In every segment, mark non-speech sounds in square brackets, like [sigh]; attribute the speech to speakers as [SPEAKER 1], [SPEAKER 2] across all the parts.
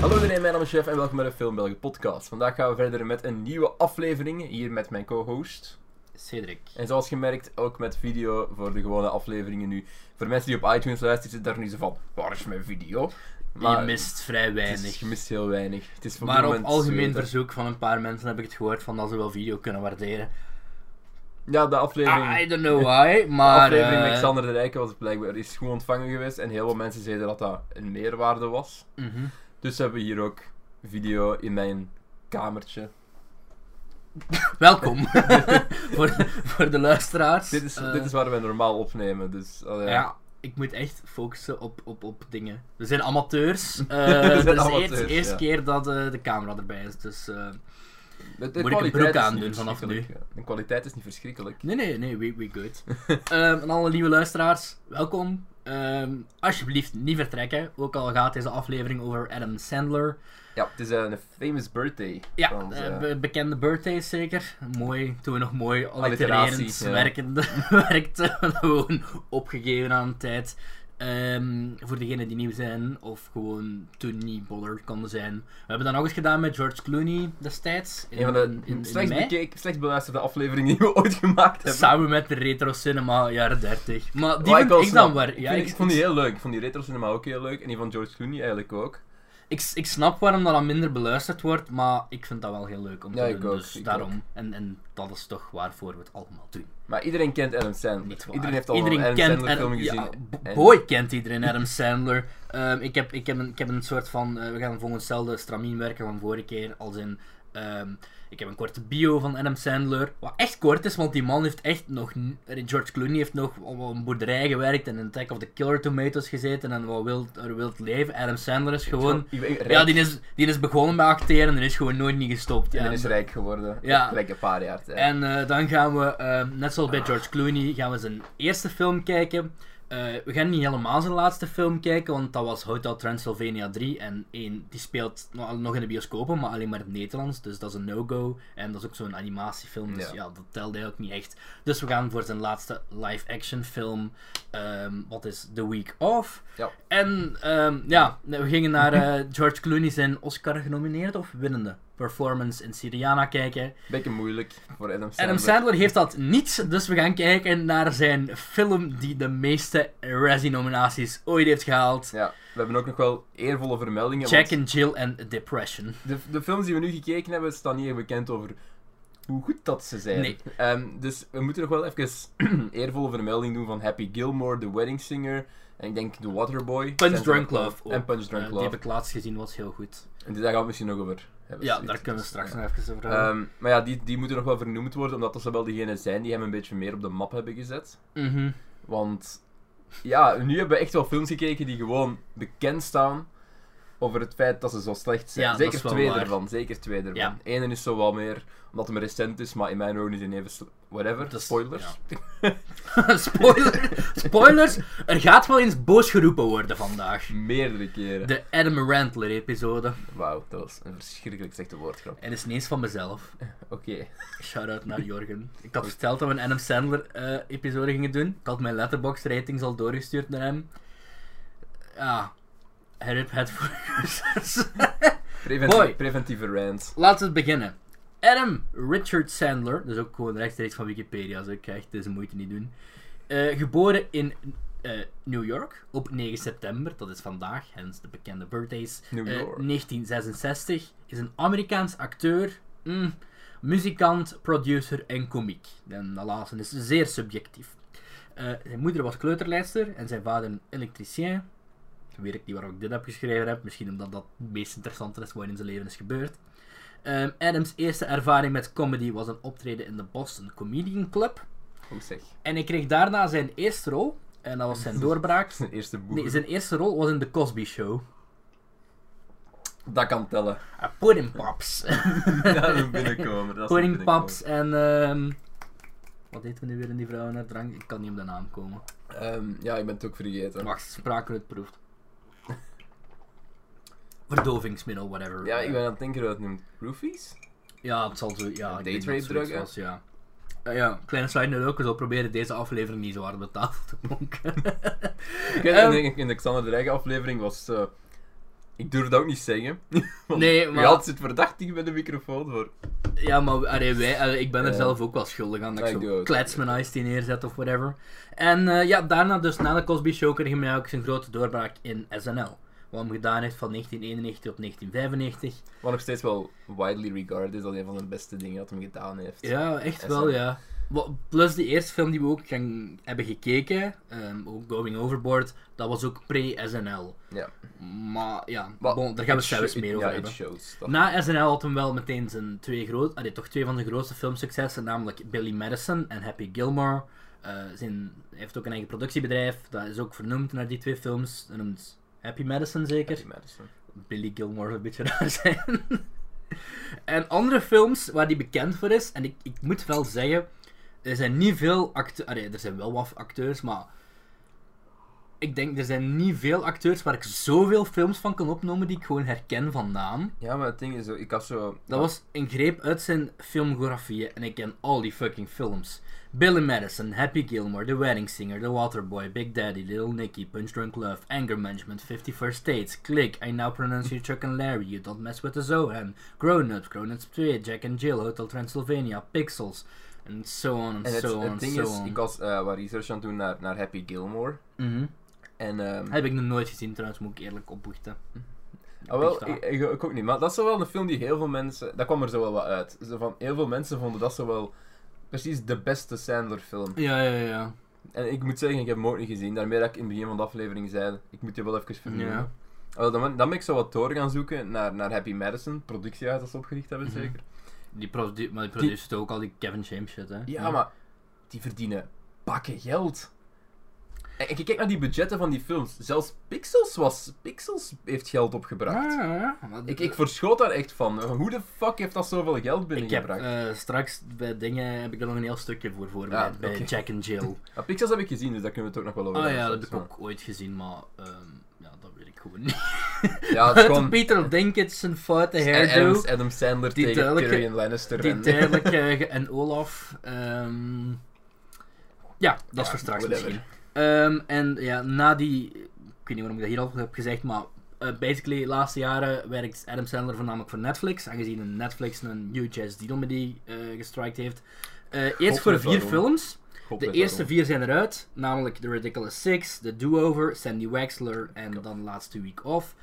[SPEAKER 1] Hallo iedereen, mijn naam is Jeff en welkom bij de Film België podcast. Vandaag gaan we verder met een nieuwe aflevering, hier met mijn co-host.
[SPEAKER 2] Cedric.
[SPEAKER 1] En zoals gemerkt, ook met video voor de gewone afleveringen nu. Voor mensen die op iTunes luisteren, zitten daar nu zo van, waar is mijn video?
[SPEAKER 2] je mist vrij
[SPEAKER 1] het is-
[SPEAKER 2] weinig.
[SPEAKER 1] je mist heel weinig. Het is voor
[SPEAKER 2] maar
[SPEAKER 1] dit
[SPEAKER 2] op
[SPEAKER 1] moment
[SPEAKER 2] algemeen
[SPEAKER 1] zweten.
[SPEAKER 2] verzoek van een paar mensen heb ik het gehoord van dat ze wel video kunnen waarderen.
[SPEAKER 1] Ja, de aflevering...
[SPEAKER 2] I don't know why,
[SPEAKER 1] De
[SPEAKER 2] maar...
[SPEAKER 1] aflevering
[SPEAKER 2] Ah, eh,
[SPEAKER 1] met Xander de Rijken was blijkbaar is goed ontvangen geweest en heel veel mensen zeiden dat dat een meerwaarde was.
[SPEAKER 2] mhm.
[SPEAKER 1] Dus hebben we hier ook video in mijn kamertje.
[SPEAKER 2] Welkom. [laughs] voor, voor de luisteraars.
[SPEAKER 1] Dit is,
[SPEAKER 2] Eh,
[SPEAKER 1] dit is waar we normaal opnemen, dus... allee,
[SPEAKER 2] Ja, ik moet echt focussen op, op, op dingen. We zijn
[SPEAKER 1] [laughs]
[SPEAKER 2] amateurs. Eh
[SPEAKER 1] zijn
[SPEAKER 2] dit is
[SPEAKER 1] amateurs,
[SPEAKER 2] de eerste
[SPEAKER 1] ja.
[SPEAKER 2] keer dat eh, de camera erbij is, dus... eh,
[SPEAKER 1] De, de
[SPEAKER 2] Moet ik een
[SPEAKER 1] kwaliteit
[SPEAKER 2] broek
[SPEAKER 1] is
[SPEAKER 2] aandoen
[SPEAKER 1] niet
[SPEAKER 2] vanaf
[SPEAKER 1] verschrikkelijk, ja. De kwaliteit is niet verschrikkelijk.
[SPEAKER 2] Nee, nee, nee, we, we good. [laughs] Ehm, en alle nieuwe luisteraars, welkom. Ehm, alsjeblieft, niet vertrekken. Ook al gaat deze aflevering over Adam Sandler.
[SPEAKER 1] Ja, het is eh, een famous birthday.
[SPEAKER 2] Ja,
[SPEAKER 1] Want,
[SPEAKER 2] eh,
[SPEAKER 1] eh,
[SPEAKER 2] be- bekende birthdays zeker. Mooi, toen we nog mooi allitererend
[SPEAKER 1] Alliteratie, ja.
[SPEAKER 2] werkende, [laughs] werkte. gewoon opgegeven aan de tijd. Ehm, voor degenen die nieuw zijn of gewoon toen niet bothered konden zijn. We hebben dat nog eens gedaan met George Clooney destijds. In,
[SPEAKER 1] een van
[SPEAKER 2] in-
[SPEAKER 1] de
[SPEAKER 2] in
[SPEAKER 1] slechts,
[SPEAKER 2] mei.
[SPEAKER 1] bekeken, slechts beluisterde afleveringen die we [laughs] ooit gemaakt hebben.
[SPEAKER 2] Samen met de retro cinema jaren 30. Maar die
[SPEAKER 1] Wat wel
[SPEAKER 2] vind ik
[SPEAKER 1] snap.
[SPEAKER 2] dan waar. Ja,
[SPEAKER 1] vind-
[SPEAKER 2] ik,
[SPEAKER 1] ik vond die heel leuk. Ik vond die retro cinema ook heel leuk. En die van George Clooney eigenlijk ook.
[SPEAKER 2] ik, ik snap waarom dat dan minder beluisterd wordt, maar ik vind dat wel heel leuk om te
[SPEAKER 1] Ja,
[SPEAKER 2] doen.
[SPEAKER 1] ik ook,
[SPEAKER 2] dus
[SPEAKER 1] ik
[SPEAKER 2] daarom. En, en dat is toch waarvoor we het allemaal doen.
[SPEAKER 1] Maar iedereen kent Adam Sandler.
[SPEAKER 2] Niet waar.
[SPEAKER 1] Iedereen heeft al
[SPEAKER 2] Iedereen
[SPEAKER 1] een Adam
[SPEAKER 2] kent
[SPEAKER 1] Sandler film
[SPEAKER 2] Adam-
[SPEAKER 1] gezien.
[SPEAKER 2] ja, b-
[SPEAKER 1] En-
[SPEAKER 2] boy kent iedereen Adam Sandler. Ehm, ik, heb, ik, heb een, ik heb een soort van... eh, we gaan volgens hetzelfde stramien werken van vorige keer. Als in... ehm, ik heb een korte bio van Adam Sandler. Wat echt kort is, want die man heeft echt nog... n- eh, George Clooney heeft nog op een boerderij gewerkt en in Attack of the Killer Tomatoes gezeten en wat wild, er wild leven. Adam Sandler is gewoon...
[SPEAKER 1] Ik ben rijk.
[SPEAKER 2] Ja, die is, die is begonnen met acteren en is gewoon nooit niet gestopt.
[SPEAKER 1] En
[SPEAKER 2] En,
[SPEAKER 1] dan is rijk geworden.
[SPEAKER 2] Ja.
[SPEAKER 1] Gelijk een paar jaar tijd.
[SPEAKER 2] en eh, dan gaan we, eh, net zoals
[SPEAKER 1] Ah.
[SPEAKER 2] bij George Clooney, gaan we zijn eerste film kijken. Eh, we gaan niet helemaal zijn laatste film kijken, want dat was Hotel Transylvania 3. En één, die speelt no- nog in de bioscopen, maar alleen maar in het Nederlands. Dus dat is een no-go. En dat is ook zo'n animatiefilm, dus
[SPEAKER 1] Ja.
[SPEAKER 2] ja. dat telde hij ook niet echt. Dus we gaan voor zijn laatste live-action film, ehm, wat is The Week Of.
[SPEAKER 1] Ja.
[SPEAKER 2] En ehm, ja, we gingen naar eh, George Clooney zijn Oscar genomineerd of winnende performance in Syriana kijken.
[SPEAKER 1] Beetje moeilijk voor Adam Sandler.
[SPEAKER 2] Adam Sandler heeft dat niet, dus we gaan kijken naar zijn film die de meeste Razzie-nominaties ooit heeft gehaald.
[SPEAKER 1] Ja, we hebben ook nog wel eervolle vermeldingen.
[SPEAKER 2] Jack
[SPEAKER 1] want
[SPEAKER 2] and Jill en Depression.
[SPEAKER 1] de, de films die we nu gekeken hebben, staan niet echt bekend over hoe goed dat ze zijn.
[SPEAKER 2] Nee.
[SPEAKER 1] Ehm, dus we moeten nog wel even [clears throat] eervolle vermelding doen van Happy Gilmore, The Wedding Singer. En ik denk The Waterboy.
[SPEAKER 2] Punch
[SPEAKER 1] Zijn ze
[SPEAKER 2] Drunk
[SPEAKER 1] ook wel-
[SPEAKER 2] Love. ook.
[SPEAKER 1] En Punch
[SPEAKER 2] Eh,
[SPEAKER 1] Drunk
[SPEAKER 2] Die
[SPEAKER 1] Love.
[SPEAKER 2] heb ik laatst gezien, was heel goed.
[SPEAKER 1] En daar gaan we het misschien nog over hebben.
[SPEAKER 2] Ja,
[SPEAKER 1] Dus-
[SPEAKER 2] daar kunnen we straks
[SPEAKER 1] ja.
[SPEAKER 2] nog even over hebben.
[SPEAKER 1] Ehm, maar ja, die, die moeten nog wel vernoemd worden, omdat dat ze wel degenen zijn die hem een beetje meer op de map hebben gezet.
[SPEAKER 2] Mhm.
[SPEAKER 1] Want ja, nu hebben we echt wel films gekeken die gewoon bekend staan over het feit dat ze zo slecht zijn.
[SPEAKER 2] Ja, dat
[SPEAKER 1] zeker
[SPEAKER 2] is wel
[SPEAKER 1] twee
[SPEAKER 2] waar.
[SPEAKER 1] ervan, zeker twee ervan.
[SPEAKER 2] Ja.
[SPEAKER 1] Ene is zo wel meer, omdat hem recent is, maar in mijn ogen is hij even... sl- Whatever,
[SPEAKER 2] Dat is-
[SPEAKER 1] spoilers.
[SPEAKER 2] Dus, [laughs] Spoiler, spoilers, er gaat wel eens boos geroepen worden vandaag.
[SPEAKER 1] Meerdere keren.
[SPEAKER 2] De Adam Randler-episode.
[SPEAKER 1] Wauw, dat was een verschrikkelijk slechte woordgrap.
[SPEAKER 2] En is niet eens van mezelf.
[SPEAKER 1] Oké.
[SPEAKER 2] Shout-out naar Jorgen. Ik had verteld dat we een Adam Sandler eh, episode gingen doen. Ik had mijn letterbox ratings al doorgestuurd naar hem. Ja, Herb het voor [laughs]
[SPEAKER 1] Preventi-
[SPEAKER 2] Boy.
[SPEAKER 1] preventieve rant.
[SPEAKER 2] Laten we beginnen. Adam Richard Sandler, dus ook gewoon rechtstreeks van Wikipedia, dus ik ga echt deze moeite niet doen. Eh, geboren in eh, New York op 9 september, dat is vandaag, hence de bekende birthdays.
[SPEAKER 1] New
[SPEAKER 2] Eh,
[SPEAKER 1] York.
[SPEAKER 2] 1966 is een Amerikaans acteur, mm, muzikant, producer en komiek. En dat laatste is zeer subjectief. Eh, zijn moeder was kleuterlijster en zijn vader een elektricien. Ik weet niet waarom ik dit heb geschreven heb, misschien omdat dat het meest interessante is wat in zijn leven is gebeurd. Ehm, Adams' eerste ervaring met comedy was een optreden in de Boston Comedian Club.
[SPEAKER 1] Hoe zeg? [laughs]
[SPEAKER 2] En hij kreeg daarna zijn eerste rol, en dat was zijn doorbraak.
[SPEAKER 1] Zijn eerste boek.
[SPEAKER 2] Nee, zijn eerste rol was in The Cosby Show.
[SPEAKER 1] Dat kan
[SPEAKER 2] [laughs]
[SPEAKER 1] tellen.
[SPEAKER 2] Uh, pudding Pops.
[SPEAKER 1] Dat is een binnenkomer. Dat is een
[SPEAKER 2] Pudding Pops
[SPEAKER 1] binnenkomer.
[SPEAKER 2] en... ehm, wat heet we nu weer in die vrouwen naar drank? Ik kan niet op de naam komen.
[SPEAKER 1] Ehm, ja, ik ben het ook vergeten.
[SPEAKER 2] Wacht, spraakruit proeft. Verdovingsmiddel, whatever.
[SPEAKER 1] Ja, ik ben aan het denken hoe dat noemt. Roofies?
[SPEAKER 2] Ja, het zal zo. Ja, ik denk dat
[SPEAKER 1] date rape
[SPEAKER 2] het zoiets
[SPEAKER 1] drug, hè?
[SPEAKER 2] was, ja. Eh, ja, kleine slide note ook. We zullen proberen deze aflevering niet zo hard op tafel te bonken.
[SPEAKER 1] Ik weet,
[SPEAKER 2] Ehm.
[SPEAKER 1] in, de- in de Xander de Rijgen aflevering was eh, Ik durf dat ook niet zeggen. [laughs] Want
[SPEAKER 2] Nee,
[SPEAKER 1] je
[SPEAKER 2] maar-
[SPEAKER 1] had zit verdachtig met de microfoon voor.
[SPEAKER 2] Ja, maar allee, wij, allee, ik ben er
[SPEAKER 1] Ja.
[SPEAKER 2] zelf ook wel schuldig aan dat
[SPEAKER 1] Ja,
[SPEAKER 2] ik
[SPEAKER 1] ik doe
[SPEAKER 2] zo
[SPEAKER 1] ook.
[SPEAKER 2] klets mijn ice tea neerzet of whatever. En eh, ja, daarna dus na de Cosby Show kreeg hij ook zijn grote doorbraak in SNL. Wat hem gedaan heeft van 1991 tot 1995.
[SPEAKER 1] Wat nog steeds wel widely regarded is als een van de beste dingen dat hem gedaan heeft.
[SPEAKER 2] Ja, echt wel,
[SPEAKER 1] SNL.
[SPEAKER 2] ja. Wa- Plus die eerste film die we ook gaan, hebben gekeken, ehm, ook Going Overboard, dat was ook pre-SNL.
[SPEAKER 1] Ja.
[SPEAKER 2] Maar ja,
[SPEAKER 1] Maar
[SPEAKER 2] bon, daar gaan we
[SPEAKER 1] it
[SPEAKER 2] zelfs
[SPEAKER 1] sho-
[SPEAKER 2] meer
[SPEAKER 1] it-
[SPEAKER 2] over
[SPEAKER 1] ja,
[SPEAKER 2] hebben. Nou,
[SPEAKER 1] it shows. Dat-
[SPEAKER 2] Na SNL had hem wel meteen zijn twee groot, allee, toch twee van zijn grootste filmsuccessen, namelijk Billy Madison en Happy Gilmore. Eh, zijn, hij heeft ook een eigen productiebedrijf, dat is ook vernoemd naar die twee films. Hij noemt Happy Madison zeker.
[SPEAKER 1] Happy Madison.
[SPEAKER 2] Billy Gilmore zou een beetje raar zijn. [laughs] en andere films waar hij bekend voor is, en ik, ik moet wel zeggen, er zijn niet veel acteurs, er zijn wel wat acteurs, maar ik denk er zijn niet veel acteurs waar ik zoveel films van kan opnoemen die ik gewoon herken van naam.
[SPEAKER 1] Ja, maar het ding is, ik had zo...
[SPEAKER 2] Dat was een greep uit zijn filmografieën en ik ken al die fucking films. Billy Madison, Happy Gilmore, The Wedding Singer, The Waterboy, Big Daddy, Little Nicky, Punch Drunk Love, Anger Management, 51st Dates, Click, I Now Pronounce You Chuck and Larry, You Don't Mess With The Zohan, Grown Ups, Grown Ups 2, Jack and Jill, Hotel Transylvania, Pixels, and so on and
[SPEAKER 1] En het,
[SPEAKER 2] so on
[SPEAKER 1] het
[SPEAKER 2] and
[SPEAKER 1] ding
[SPEAKER 2] so
[SPEAKER 1] is,
[SPEAKER 2] on.
[SPEAKER 1] ik was eh, wat research aan het doen naar, naar Happy Gilmore.
[SPEAKER 2] Mhm.
[SPEAKER 1] En, ehm,
[SPEAKER 2] Heb ik nog nooit gezien trouwens, moet ik eerlijk opbochten.
[SPEAKER 1] ah,
[SPEAKER 2] Echt
[SPEAKER 1] wel,
[SPEAKER 2] waar.
[SPEAKER 1] ik, ik, ik ook niet. Maar dat is zo wel een film die heel veel mensen... Dat kwam er zo wel wat uit. Zo van, heel veel mensen vonden dat zo wel precies de beste Sandler film.
[SPEAKER 2] Ja, ja, ja.
[SPEAKER 1] En ik moet zeggen, ik heb hem ook niet gezien. Daarmee dat ik in het begin van de aflevering zei, ik moet je wel even vernoemen.
[SPEAKER 2] Ja.
[SPEAKER 1] Ah, wel, dan, ben- dan ben ik zo wat door gaan zoeken naar, naar Happy Madison, productiehuis dat ze opgericht hebben
[SPEAKER 2] Mhm.
[SPEAKER 1] zeker.
[SPEAKER 2] Die, produ maar die produceert ook al die Kevin James shit, hè?
[SPEAKER 1] Ja, maar die verdienen bakken geld. En en je kijkt naar die budgetten van die films. Zelfs Pixels, was, Pixels heeft geld opgebracht.
[SPEAKER 2] Ja, ja, ja. Maar
[SPEAKER 1] Ik, ik verschoot daar echt van. Hoe de fuck heeft dat zoveel geld
[SPEAKER 2] Ik heb
[SPEAKER 1] binnengebracht?
[SPEAKER 2] eh, straks bij dingen heb ik er nog een heel stukje voor voorbereid.
[SPEAKER 1] Ah,
[SPEAKER 2] bij
[SPEAKER 1] oké.
[SPEAKER 2] Jack and Jill.
[SPEAKER 1] Ah, Pixels heb ik gezien, dus daar kunnen we het ook nog wel over
[SPEAKER 2] eh, oh ja,
[SPEAKER 1] hebben
[SPEAKER 2] dat heb ik
[SPEAKER 1] straks,
[SPEAKER 2] ook ooit gezien, maar ehm, ja, dat weet ik gewoon niet.
[SPEAKER 1] maar-
[SPEAKER 2] [laughs]
[SPEAKER 1] Ja, het is gewoon
[SPEAKER 2] Peter Dinklage zijn foute hairdo.
[SPEAKER 1] Adam, Adam Sandler
[SPEAKER 2] Die
[SPEAKER 1] tegen
[SPEAKER 2] duidelijke-
[SPEAKER 1] Tyrion Lannister.
[SPEAKER 2] Die
[SPEAKER 1] en- [laughs]
[SPEAKER 2] duidelijk eh, en Olaf. ehm, ja, dat
[SPEAKER 1] Ja,
[SPEAKER 2] is voor straks
[SPEAKER 1] whatever.
[SPEAKER 2] misschien. Ehm, en ja, na die... Ik weet niet waarom ik dat hier al heb gezegd, maar... eh, basically, de laatste jaren werkt Adam Sandler voornamelijk voor Netflix. Aangezien Netflix een New Jazz deal met die eh, gestrikt heeft. Eh,
[SPEAKER 1] God
[SPEAKER 2] eerst voor
[SPEAKER 1] weet
[SPEAKER 2] vier
[SPEAKER 1] waarom.
[SPEAKER 2] films.
[SPEAKER 1] God
[SPEAKER 2] De
[SPEAKER 1] weet
[SPEAKER 2] eerste
[SPEAKER 1] waarom.
[SPEAKER 2] vier zijn eruit, namelijk The Ridiculous Six, The Do-Over, Sandy Wexler en dan laatste Week Off.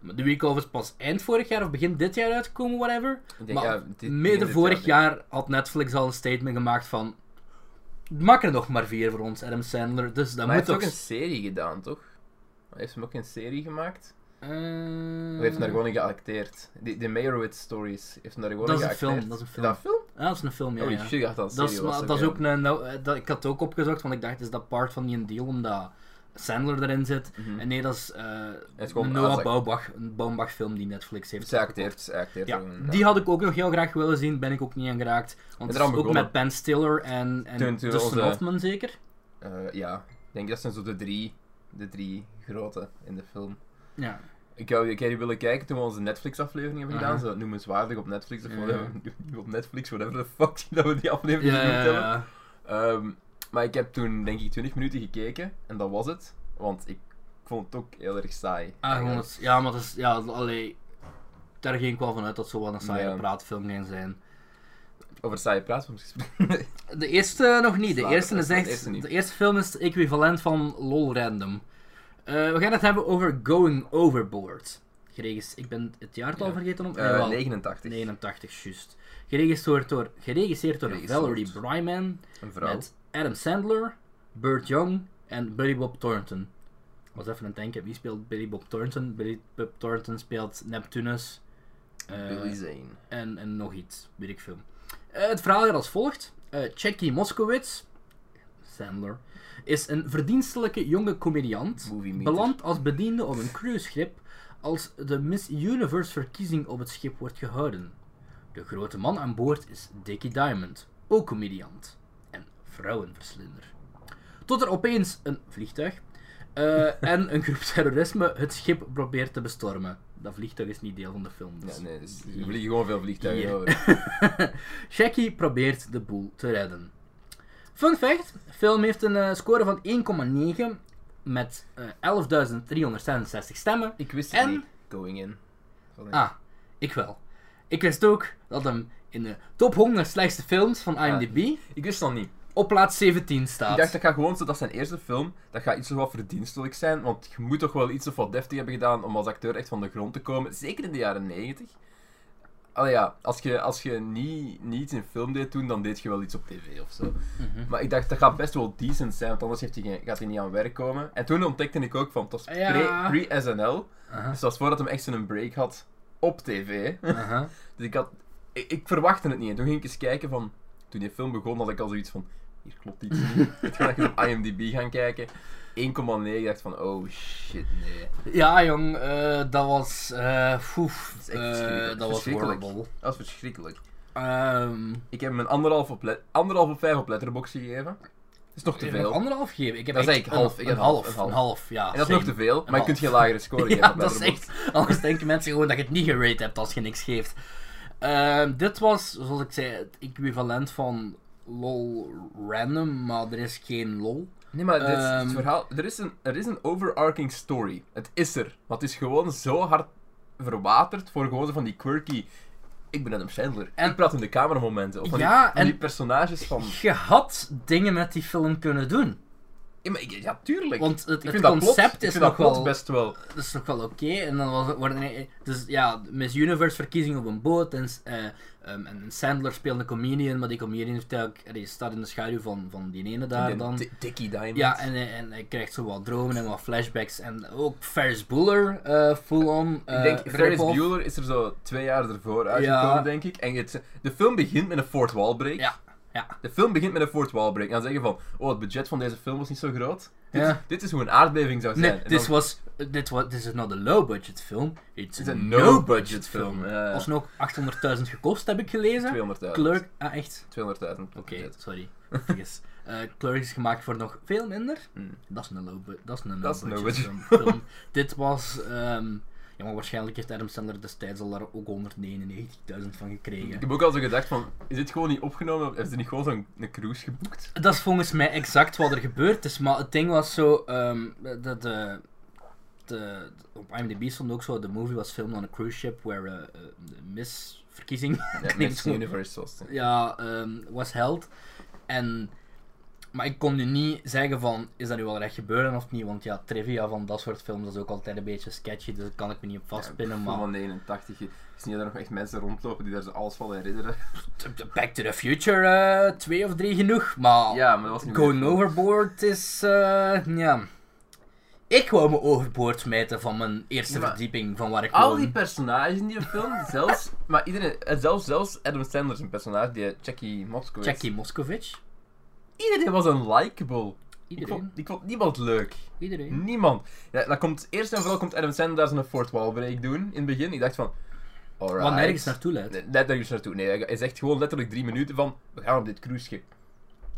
[SPEAKER 2] Maar De Week Off is pas eind vorig jaar of begin dit jaar uitgekomen, whatever.
[SPEAKER 1] Ik denk,
[SPEAKER 2] Maar
[SPEAKER 1] ja, dit-
[SPEAKER 2] midden
[SPEAKER 1] dit
[SPEAKER 2] vorig
[SPEAKER 1] denk ik.
[SPEAKER 2] jaar had Netflix al een statement gemaakt van... Maak er nog maar vier voor ons, Adam Sandler, dus dat
[SPEAKER 1] Maar hij heeft
[SPEAKER 2] moet toch...
[SPEAKER 1] ook een serie gedaan, toch? Hij heeft hem ook een serie gemaakt.
[SPEAKER 2] Eh,
[SPEAKER 1] Hij heeft daar gewoon in geacteerd. De, de Meyerowitz Stories heeft hem daar gewoon
[SPEAKER 2] Dat
[SPEAKER 1] in
[SPEAKER 2] is een
[SPEAKER 1] geacteerd.
[SPEAKER 2] film, dat is een film.
[SPEAKER 1] dat film?
[SPEAKER 2] Ja, ah, dat is een film, ja.
[SPEAKER 1] Holy
[SPEAKER 2] ja.
[SPEAKER 1] Oh, shit, ik dacht dat het
[SPEAKER 2] Dat is,
[SPEAKER 1] serie was.
[SPEAKER 2] maar, dat is
[SPEAKER 1] oké.
[SPEAKER 2] ook een... nou, eh, dat, ik had het ook opgezocht, want ik dacht, is dat part van die deal, omdat Sandler erin zit.
[SPEAKER 1] Mhm.
[SPEAKER 2] En nee, dat is eh
[SPEAKER 1] is gewoon
[SPEAKER 2] een Noah
[SPEAKER 1] Isaac.
[SPEAKER 2] Baumbach, een Baumbach film die Netflix heeft.
[SPEAKER 1] Zij acteert, zij acteert
[SPEAKER 2] Ja,
[SPEAKER 1] ook een-
[SPEAKER 2] die had ik ook nog heel graag willen zien, ben ik ook niet aan geraakt. Want
[SPEAKER 1] eraan
[SPEAKER 2] het is ook
[SPEAKER 1] begonnen.
[SPEAKER 2] met Ben Stiller en, en
[SPEAKER 1] Toen- toen
[SPEAKER 2] Dustin
[SPEAKER 1] onze-
[SPEAKER 2] Hoffman zeker.
[SPEAKER 1] Eh, ja, ik denk dat zijn zo de drie, de drie grote in de film.
[SPEAKER 2] Ja.
[SPEAKER 1] Ik heb een keer willen kijken toen we onze Netflix-aflevering hebben gedaan.
[SPEAKER 2] Aha.
[SPEAKER 1] Zo noemenswaardig op Netflix of
[SPEAKER 2] Mhm. Ja.
[SPEAKER 1] whatever. [laughs] Niet op Netflix, whatever the fuck [laughs] dat we die aflevering
[SPEAKER 2] Ja,
[SPEAKER 1] genoemd
[SPEAKER 2] ja,
[SPEAKER 1] hebben.
[SPEAKER 2] ja.
[SPEAKER 1] Ehm, maar ik heb toen denk ik 20 minuten gekeken en dat was het. Want ik vond het ook heel erg saai.
[SPEAKER 2] Ah, gewoon het- ja, maar dat is, ja, allee, daar ging ik wel vanuit dat zo wel een saaie
[SPEAKER 1] Ja.
[SPEAKER 2] praatfilm ging zijn.
[SPEAKER 1] Over saaie praatfilms gesproken.
[SPEAKER 2] De eerste nog niet. De
[SPEAKER 1] Slaat het
[SPEAKER 2] eerste
[SPEAKER 1] uit,
[SPEAKER 2] is
[SPEAKER 1] maar de
[SPEAKER 2] echt.
[SPEAKER 1] eh, eerste niet.
[SPEAKER 2] de eerste film is het equivalent van LOL Random. Eh, we gaan het hebben over Going Overboard. Geregis, ik ben het jaartal
[SPEAKER 1] Ja.
[SPEAKER 2] vergeten
[SPEAKER 1] [laughs]
[SPEAKER 2] om.
[SPEAKER 1] Eh,
[SPEAKER 2] jawel.
[SPEAKER 1] 89.
[SPEAKER 2] 89, juist. Geregisseerd door, geregisseerd door
[SPEAKER 1] Geregisseerd.
[SPEAKER 2] Valerie Bryman
[SPEAKER 1] Een vrouw.
[SPEAKER 2] met Adam Sandler, Burt Young en Billy Bob Thornton. Ik was even aan het denken, wie speelt Billy Bob Thornton? Billy Bob Thornton speelt Neptunus. eh,
[SPEAKER 1] Billy Zane.
[SPEAKER 2] en, en nog iets, weet ik veel. Eh, het verhaal gaat als volgt. Eh Jackie Moskowitz, Sandler, is een verdienstelijke jonge comediant.
[SPEAKER 1] Movie meter.
[SPEAKER 2] Belandt als bediende op een cruiseschip als de Miss Universe verkiezing op het schip wordt gehouden. De grote man aan boord is Dickie Diamond, ook comediant en vrouwenverslinder. Tot er opeens een vliegtuig
[SPEAKER 1] [laughs]
[SPEAKER 2] eh, en een groep terrorisme het schip probeert te bestormen. Dat vliegtuig is niet deel van de film. dus-
[SPEAKER 1] Ja, nee, dus er vliegen gewoon veel vliegtuigen
[SPEAKER 2] Hier.
[SPEAKER 1] over.
[SPEAKER 2] Jackie probeert de boel te redden. Fun fact: de film heeft een eh, score van 1,9 met eh, 11.366 stemmen.
[SPEAKER 1] Ik wist het
[SPEAKER 2] En
[SPEAKER 1] niet. going in. Van,
[SPEAKER 2] Ah, ik wel. Ik wist ook dat hem in de top 100 slechtste films van IMDb
[SPEAKER 1] Ik wist dat niet.
[SPEAKER 2] op plaats 17
[SPEAKER 1] Ah. Ik
[SPEAKER 2] staat.
[SPEAKER 1] dacht, dat gaat gewoon zo, dat is zijn eerste film, dat gaat iets of wat verdienstelijk zijn, want je moet toch wel iets of wat deftig hebben gedaan om als acteur echt van de grond te komen, zeker in de jaren 90. Allee ja, als je, als je niet, niet iets in film deed toen, dan deed je wel iets op tv of zo.
[SPEAKER 2] Mhm.
[SPEAKER 1] Maar ik dacht, dat gaat best wel decent zijn, want anders heeft hij geen- gaat hij niet aan werk komen. En toen ontdekte ik ook van, het was
[SPEAKER 2] Ja.
[SPEAKER 1] pre- pre-SNL,
[SPEAKER 2] Aha,
[SPEAKER 1] dus dat was voordat hij echt zo'n break had op tv.
[SPEAKER 2] aha.
[SPEAKER 1] [laughs] Dus ik, had, ik, ik verwachtte het niet. En toen ging ik eens kijken van... Toen die film begon had ik al zoiets van... Hier klopt iets
[SPEAKER 2] [laughs]
[SPEAKER 1] niet. toen ben ik op IMDb gaan kijken. 1,9. Ik dacht van... Oh shit, nee.
[SPEAKER 2] Ja, jong, eh, dat was. eh poef,
[SPEAKER 1] is echt
[SPEAKER 2] eh,
[SPEAKER 1] verschrikkelijk.
[SPEAKER 2] dat was
[SPEAKER 1] Verschrikkelijk.
[SPEAKER 2] horrible.
[SPEAKER 1] Dat is verschrikkelijk.
[SPEAKER 2] Ehm,
[SPEAKER 1] Ik heb hem een anderhalf op, le- anderhalf op vijf op letterbox gegeven. Dat is nog te
[SPEAKER 2] ik heb
[SPEAKER 1] veel.
[SPEAKER 2] anderhalf gegeven. Ik heb
[SPEAKER 1] Dat
[SPEAKER 2] echt
[SPEAKER 1] zei ik half,
[SPEAKER 2] Een,
[SPEAKER 1] ik
[SPEAKER 2] een
[SPEAKER 1] heb
[SPEAKER 2] half,
[SPEAKER 1] half, een
[SPEAKER 2] Een half, ja.
[SPEAKER 1] En dat is nog te
[SPEAKER 2] same.
[SPEAKER 1] veel. Maar je kunt geen lagere score geven
[SPEAKER 2] [laughs] Ja,
[SPEAKER 1] op
[SPEAKER 2] dat is
[SPEAKER 1] letterbox.
[SPEAKER 2] echt. Anders denken mensen gewoon dat je het niet gerate hebt als je niks geeft. Ehm, dit was, zoals ik zei, het equivalent van lol random, maar er is geen lol.
[SPEAKER 1] Nee, maar dit, is
[SPEAKER 2] Ehm.
[SPEAKER 1] het verhaal, er, is een, er is een overarching story. Het is er. Maar het is gewoon zo hard verwaterd voor gewoon zo van die quirky... Ik ben Adam Sandler. En
[SPEAKER 2] En-
[SPEAKER 1] ik praat in de cameramomenten. Of van,
[SPEAKER 2] Ja,
[SPEAKER 1] die, van
[SPEAKER 2] en-
[SPEAKER 1] die personages van...
[SPEAKER 2] Je had dingen met die film kunnen doen.
[SPEAKER 1] Ja, maar ik- ja tuurlijk.
[SPEAKER 2] Want het,
[SPEAKER 1] ik
[SPEAKER 2] het
[SPEAKER 1] vind dat
[SPEAKER 2] concept
[SPEAKER 1] plot,
[SPEAKER 2] is
[SPEAKER 1] ik vind dat
[SPEAKER 2] nog
[SPEAKER 1] plot
[SPEAKER 2] wel...
[SPEAKER 1] best wel...
[SPEAKER 2] dat is toch wel oké. En dan was het, worden, eh, dus ja, Miss Universe verkiezing op een boot. En, eh, ehm, en Sandler speelde een comedian, maar die comedian heeft eigenlijk, die staat in de schaduw van, van die ene daar dan.
[SPEAKER 1] Di- Dickie Diamond.
[SPEAKER 2] Ja, en, hij- en hij krijgt zo wat dromen en wat flashbacks. En ook Ferris Bueller, eh, full-on.
[SPEAKER 1] ik
[SPEAKER 2] eh,
[SPEAKER 1] denk, Ferris
[SPEAKER 2] rip-off.
[SPEAKER 1] Bueller is er zo twee jaar ervoor
[SPEAKER 2] Ja.
[SPEAKER 1] uitgekomen, denk ik. En het, de film begint met een fourth wall break.
[SPEAKER 2] Ja, ja.
[SPEAKER 1] De film begint met een fourth wall break. En dan zeggen van, oh, het budget van deze film was niet zo groot. Dit,
[SPEAKER 2] Ja.
[SPEAKER 1] dit is hoe een aardbeving zou zijn.
[SPEAKER 2] Nee,
[SPEAKER 1] En
[SPEAKER 2] dit
[SPEAKER 1] dan-
[SPEAKER 2] was, dit was, this is not a low-budget film. It's,
[SPEAKER 1] Het is
[SPEAKER 2] a
[SPEAKER 1] een
[SPEAKER 2] no-budget
[SPEAKER 1] no-budget
[SPEAKER 2] film.
[SPEAKER 1] film. Ja, ja.
[SPEAKER 2] Alsnog 800.000 gekost, heb ik gelezen.
[SPEAKER 1] 200.000.
[SPEAKER 2] Clerk, ah echt?
[SPEAKER 1] 200.000.
[SPEAKER 2] Oké, sorry.
[SPEAKER 1] [laughs]
[SPEAKER 2] Vergis. Eh, Clerks is gemaakt voor nog veel minder.
[SPEAKER 1] Hmm.
[SPEAKER 2] Dat is een low bu- Dat is een
[SPEAKER 1] Dat is een
[SPEAKER 2] low budget film. film. [laughs] Dit was. ehm, ja, maar waarschijnlijk heeft Adam Sandler destijds al daar ook 199.000 van
[SPEAKER 1] Ik
[SPEAKER 2] gekregen.
[SPEAKER 1] heb ook al zo gedacht van, is dit gewoon niet opgenomen? Hebben ze niet gewoon zo'n een cruise geboekt?
[SPEAKER 2] Dat is volgens mij exact wat er gebeurd is. Maar het ding was zo. ehm, dat de, de, op IMDb stond ook zo: The movie was filmed on a cruise ship where eh, eh, de misverkiezing [laughs]
[SPEAKER 1] Ja,
[SPEAKER 2] Klinkt
[SPEAKER 1] Miss
[SPEAKER 2] goed.
[SPEAKER 1] Universe was het.
[SPEAKER 2] ja, ehm, was held. En, maar ik kon nu niet zeggen van, is dat nu wel echt gebeuren of niet? Want ja, trivia van dat soort films dat is ook altijd een beetje sketchy, dus daar kan ik me niet op vastpinnen.
[SPEAKER 1] Film
[SPEAKER 2] maar
[SPEAKER 1] van 89. Je ziet dat er nog echt mensen rondlopen die daar zo alles van herinneren.
[SPEAKER 2] Back to the Future, eh, twee of drie genoeg. Maar
[SPEAKER 1] Ja, maar dat was niet
[SPEAKER 2] Going
[SPEAKER 1] meer-
[SPEAKER 2] Overboard is, eh, ja... Ik wou me overboord smijten van mijn eerste
[SPEAKER 1] Ja, maar-
[SPEAKER 2] verdieping van waar ik
[SPEAKER 1] Al
[SPEAKER 2] woon.
[SPEAKER 1] die personages in die
[SPEAKER 2] [laughs]
[SPEAKER 1] film, zelfs, maar iedereen, eh, zelfs, zelfs Adam Sandler zijn personage, die eh, Jackie Moscow is.
[SPEAKER 2] Jackie Moscovich.
[SPEAKER 1] Iedereen was een likable. Ik
[SPEAKER 2] Iedereen.
[SPEAKER 1] vond, ik vond niemand leuk.
[SPEAKER 2] Iedereen.
[SPEAKER 1] Niemand. Ja, dat komt, eerst en vooral komt Adam Sandler daar zijn fourth wall break doen, in het begin. Ik dacht van, alright.
[SPEAKER 2] Wat nergens naartoe leidt.
[SPEAKER 1] Nee, Net ergens naartoe. Nee, hij zegt gewoon letterlijk drie minuten van, we gaan op dit cruiseschip.